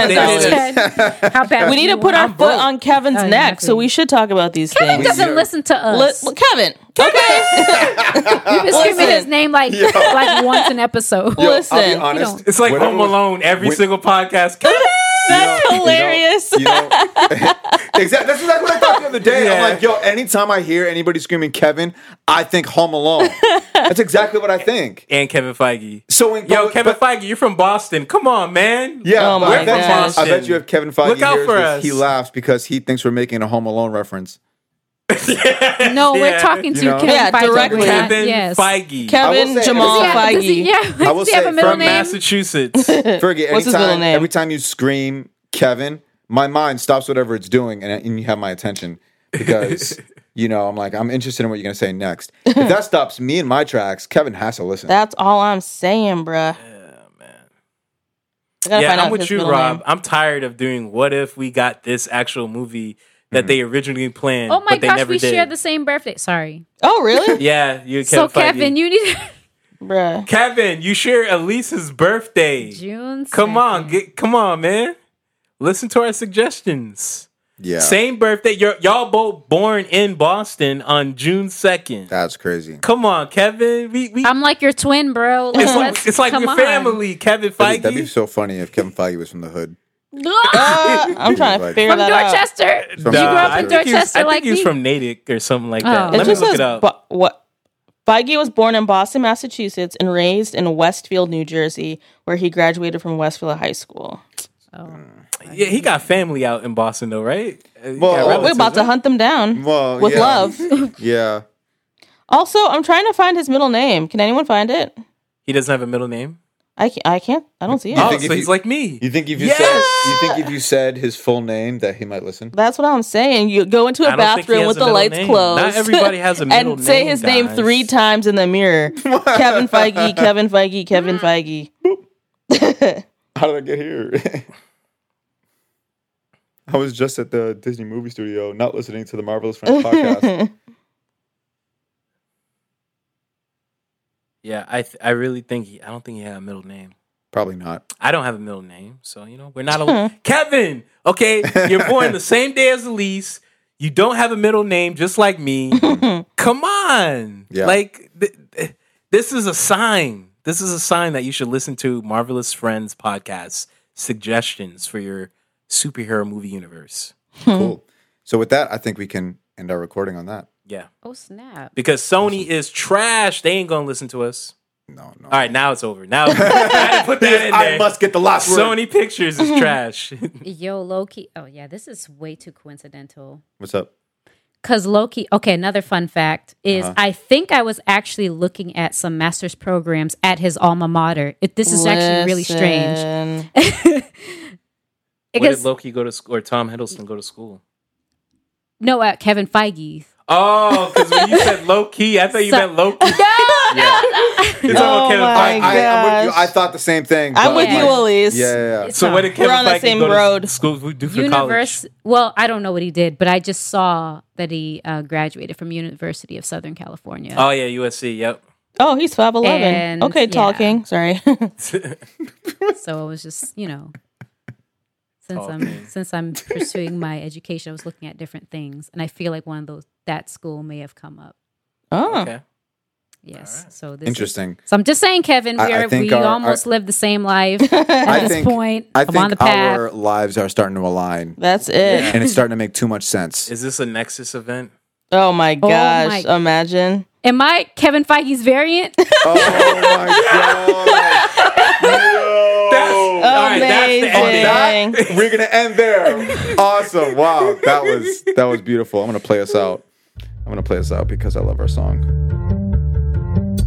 Speaker 2: They did
Speaker 3: dollars.
Speaker 2: it.
Speaker 1: How bad?
Speaker 3: We need to put our foot on Kevin's
Speaker 1: Oh,
Speaker 3: neck,
Speaker 1: exactly.
Speaker 3: so we should talk about these
Speaker 1: Kevin
Speaker 3: things.
Speaker 1: doesn't listen to us.
Speaker 3: Li- Kevin, okay,
Speaker 1: We've been screaming
Speaker 3: Listen.
Speaker 1: his name like like once an episode.
Speaker 4: Yo, I'll be
Speaker 3: Listen,
Speaker 4: honest.
Speaker 2: It's like
Speaker 4: whenever
Speaker 2: Home
Speaker 4: we-
Speaker 2: Alone. Every
Speaker 4: when-
Speaker 2: single podcast.
Speaker 4: That's
Speaker 3: hilarious.
Speaker 4: You know, exactly. That's exactly what I thought the other day.
Speaker 2: Yeah.
Speaker 4: I'm like, yo, anytime I hear anybody screaming Kevin, I think Home Alone. That's exactly what I think.
Speaker 2: and Kevin Feige.
Speaker 4: So when
Speaker 2: Yo,
Speaker 4: but-
Speaker 2: Kevin
Speaker 4: but-
Speaker 2: Feige, you're from Boston. Come on, man.
Speaker 4: Yeah,
Speaker 3: Oh
Speaker 4: but
Speaker 3: my
Speaker 4: I, bet
Speaker 3: gosh.
Speaker 4: you, I bet you have Kevin Feige
Speaker 2: Look out
Speaker 4: hears
Speaker 2: for
Speaker 4: this,
Speaker 2: us.
Speaker 4: He laughs because he thinks we're making a Home Alone reference.
Speaker 1: No, we're
Speaker 2: Yeah.
Speaker 1: talking to
Speaker 4: You know?
Speaker 1: Kevin
Speaker 3: Yeah,
Speaker 1: Feige.
Speaker 3: directly.
Speaker 1: We're not-
Speaker 2: Kevin
Speaker 1: yes.
Speaker 2: Feige uh,
Speaker 4: I will
Speaker 3: Kevin
Speaker 4: say-
Speaker 3: Jamal
Speaker 1: Does he have-
Speaker 3: Feige.
Speaker 1: does he- yeah,
Speaker 4: I will
Speaker 1: does he have
Speaker 4: say
Speaker 1: a middle
Speaker 2: from
Speaker 1: name?
Speaker 2: Massachusetts.
Speaker 4: Fergie,
Speaker 3: Uh, What's his middle
Speaker 4: anytime,
Speaker 3: name?
Speaker 4: every time you scream Kevin, my mind stops whatever it's doing and, and you have my attention because, you know, I'm like, I'm interested in what you're going to say next. If that stops me in my tracks, Kevin has to listen.
Speaker 3: That's all I'm saying, bruh. Yeah, man. I gotta find
Speaker 2: yeah,
Speaker 3: out
Speaker 2: I'm with
Speaker 3: his
Speaker 2: you,
Speaker 3: middle
Speaker 2: Rob.
Speaker 3: name.
Speaker 2: I'm tired of doing what if we got this actual movie that they originally planned,
Speaker 1: Oh my
Speaker 2: but they
Speaker 1: gosh,
Speaker 2: never
Speaker 1: we
Speaker 2: did.
Speaker 1: share the same birthday. Sorry.
Speaker 3: Oh, really,
Speaker 2: yeah, you Kevin
Speaker 1: so
Speaker 2: Feige.
Speaker 1: Kevin, you need
Speaker 3: bruh?
Speaker 2: Kevin, you share Elise's birthday.
Speaker 1: June.
Speaker 2: Come on,
Speaker 1: 2nd.
Speaker 2: get, come on, man. Listen to our suggestions.
Speaker 4: Yeah.
Speaker 2: Same birthday. You're, y'all both born in Boston on June second.
Speaker 4: That's crazy.
Speaker 2: Come on, Kevin. We, we
Speaker 1: I'm like your twin, bro. Like,
Speaker 2: it's like
Speaker 1: let's-
Speaker 2: it's like
Speaker 1: come
Speaker 2: your
Speaker 1: on.
Speaker 2: family, Kevin
Speaker 4: That'd be-
Speaker 2: Feige.
Speaker 4: That'd be so funny if Kevin Feige was from the hood.
Speaker 3: Uh, I'm trying to
Speaker 4: Like-
Speaker 3: figure
Speaker 1: From
Speaker 3: that out.
Speaker 1: Dorchester.
Speaker 4: From
Speaker 1: you grew
Speaker 4: Nah,
Speaker 1: up in
Speaker 2: I think he was-
Speaker 1: Dorchester
Speaker 2: I think
Speaker 1: like
Speaker 2: he was
Speaker 1: me.
Speaker 2: from Natick or something like that.
Speaker 1: Oh.
Speaker 2: Let
Speaker 3: It
Speaker 2: me
Speaker 3: just
Speaker 2: look
Speaker 3: says
Speaker 2: it up.
Speaker 3: Bo- what. Feige was born in Boston, Massachusetts, and raised in Westfield, New Jersey, where he graduated from Westfield High School.
Speaker 2: Yeah, he got family out in Boston though, right? Uh, he
Speaker 4: Well,
Speaker 2: got
Speaker 4: we're
Speaker 3: We're
Speaker 2: relatives,
Speaker 3: about to
Speaker 2: right?
Speaker 3: hunt them down
Speaker 4: Well,
Speaker 3: with
Speaker 4: yeah.
Speaker 3: love.
Speaker 4: Yeah.
Speaker 3: Also, I'm trying to find his middle name. Can anyone find it?
Speaker 2: He doesn't have a middle name.
Speaker 3: I can't. I can't. I don't see it.
Speaker 2: Oh,
Speaker 4: think if
Speaker 2: so he's
Speaker 4: you-
Speaker 2: like me.
Speaker 4: You think if you said you think if you said his full name that he might listen?
Speaker 3: That's what I'm saying. You go into a
Speaker 2: I don't think he
Speaker 3: bathroom
Speaker 2: has
Speaker 3: with
Speaker 2: a
Speaker 3: the
Speaker 2: middle
Speaker 3: lights
Speaker 2: name.
Speaker 3: closed.
Speaker 2: Not everybody has a middle
Speaker 3: and say
Speaker 2: name,
Speaker 3: his name
Speaker 2: guys.
Speaker 3: three times in the mirror. Kevin Feige, Kevin Feige, Kevin Feige.
Speaker 4: How did I get here? I was just at the Disney movie studio, not listening to the Marvelous Friends podcast.
Speaker 2: Yeah, I th- I really think he. I don't think he had a middle name.
Speaker 4: Probably not.
Speaker 2: I don't have a middle name, so you know we're not a Kevin. Okay, you're born the same day as Elise. You don't have a middle name, just like me. Come on,
Speaker 4: Yeah.
Speaker 2: like th- th- this is a sign. This is a sign that you should listen to Marvelous Friends podcast suggestions for your superhero movie universe.
Speaker 4: cool. So with that, I think we can end our recording on that.
Speaker 2: Yeah,
Speaker 1: Oh snap!
Speaker 2: because Sony is trash. They ain't gonna listen to us.
Speaker 4: No, no.
Speaker 2: All right, now it's over. Now I had to put that in there.
Speaker 4: get the last
Speaker 2: Sony Pictures is trash.
Speaker 1: Yo, Loki. Oh yeah, this is way too coincidental.
Speaker 4: What's up?
Speaker 1: Because Loki, okay, another fun fact is
Speaker 3: Uh-huh.
Speaker 1: I think I was actually looking at some master's programs at his alma mater. It, this is actually really strange.
Speaker 3: Listen.
Speaker 2: Where did
Speaker 1: Because,
Speaker 2: Loki go to school? Or Tom Hiddleston go to school?
Speaker 1: no, uh, Kevin Feige.
Speaker 2: Oh, because when you said low key, I thought you
Speaker 1: So-
Speaker 2: meant low key. You're talking about
Speaker 3: Oh
Speaker 2: Kevin
Speaker 3: my
Speaker 2: Feige.
Speaker 4: I, I'm with you.
Speaker 3: gosh.
Speaker 4: I thought the same thing.
Speaker 3: I'm
Speaker 4: but
Speaker 3: with
Speaker 4: like-
Speaker 3: you, Elise.
Speaker 4: Yeah, yeah, yeah.
Speaker 2: So what did Kevin
Speaker 3: on the
Speaker 2: Feige
Speaker 3: same
Speaker 2: go
Speaker 3: road.
Speaker 2: to school we do for
Speaker 1: Universe.
Speaker 2: college?
Speaker 1: Well, I don't know what he did, but I just saw that he uh, graduated from University of Southern California.
Speaker 2: Oh yeah, USC. Yep.
Speaker 3: Oh, he's five eleven.
Speaker 1: And,
Speaker 3: Okay, Tall
Speaker 1: yeah.
Speaker 3: King. Sorry.
Speaker 1: so it was just you know since
Speaker 2: Tall
Speaker 1: i'm since i'm pursuing my education i was looking at different things and i feel like one of those that school may have come up
Speaker 3: oh,
Speaker 2: Okay.
Speaker 1: yes so this is-
Speaker 4: Interesting.
Speaker 1: so i'm just saying kevin we,
Speaker 4: I- I
Speaker 1: are,
Speaker 4: think
Speaker 1: we
Speaker 4: our- our-
Speaker 1: almost live the same life at
Speaker 4: I
Speaker 1: this
Speaker 4: think-
Speaker 1: point
Speaker 4: I
Speaker 1: am on the
Speaker 4: think
Speaker 1: path
Speaker 4: our lives are starting to align,
Speaker 3: that's it.
Speaker 4: and it's starting to make too much sense.
Speaker 2: Is this a Nexus event?
Speaker 3: Oh my gosh!
Speaker 1: my-
Speaker 3: Imagine.
Speaker 1: am i kevin feige's variant
Speaker 4: oh my god!
Speaker 2: That's, all right,
Speaker 3: Oh, Amazing.
Speaker 4: We're gonna end there. Awesome. Wow. That was that was beautiful. I'm gonna play us out. I'm gonna play us out because I love our song.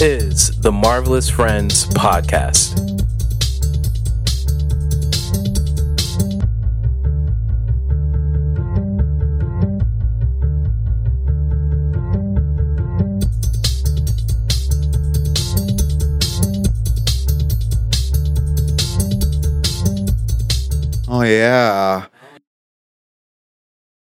Speaker 2: is the Marvelous Friends Podcast.
Speaker 4: Oh, yeah.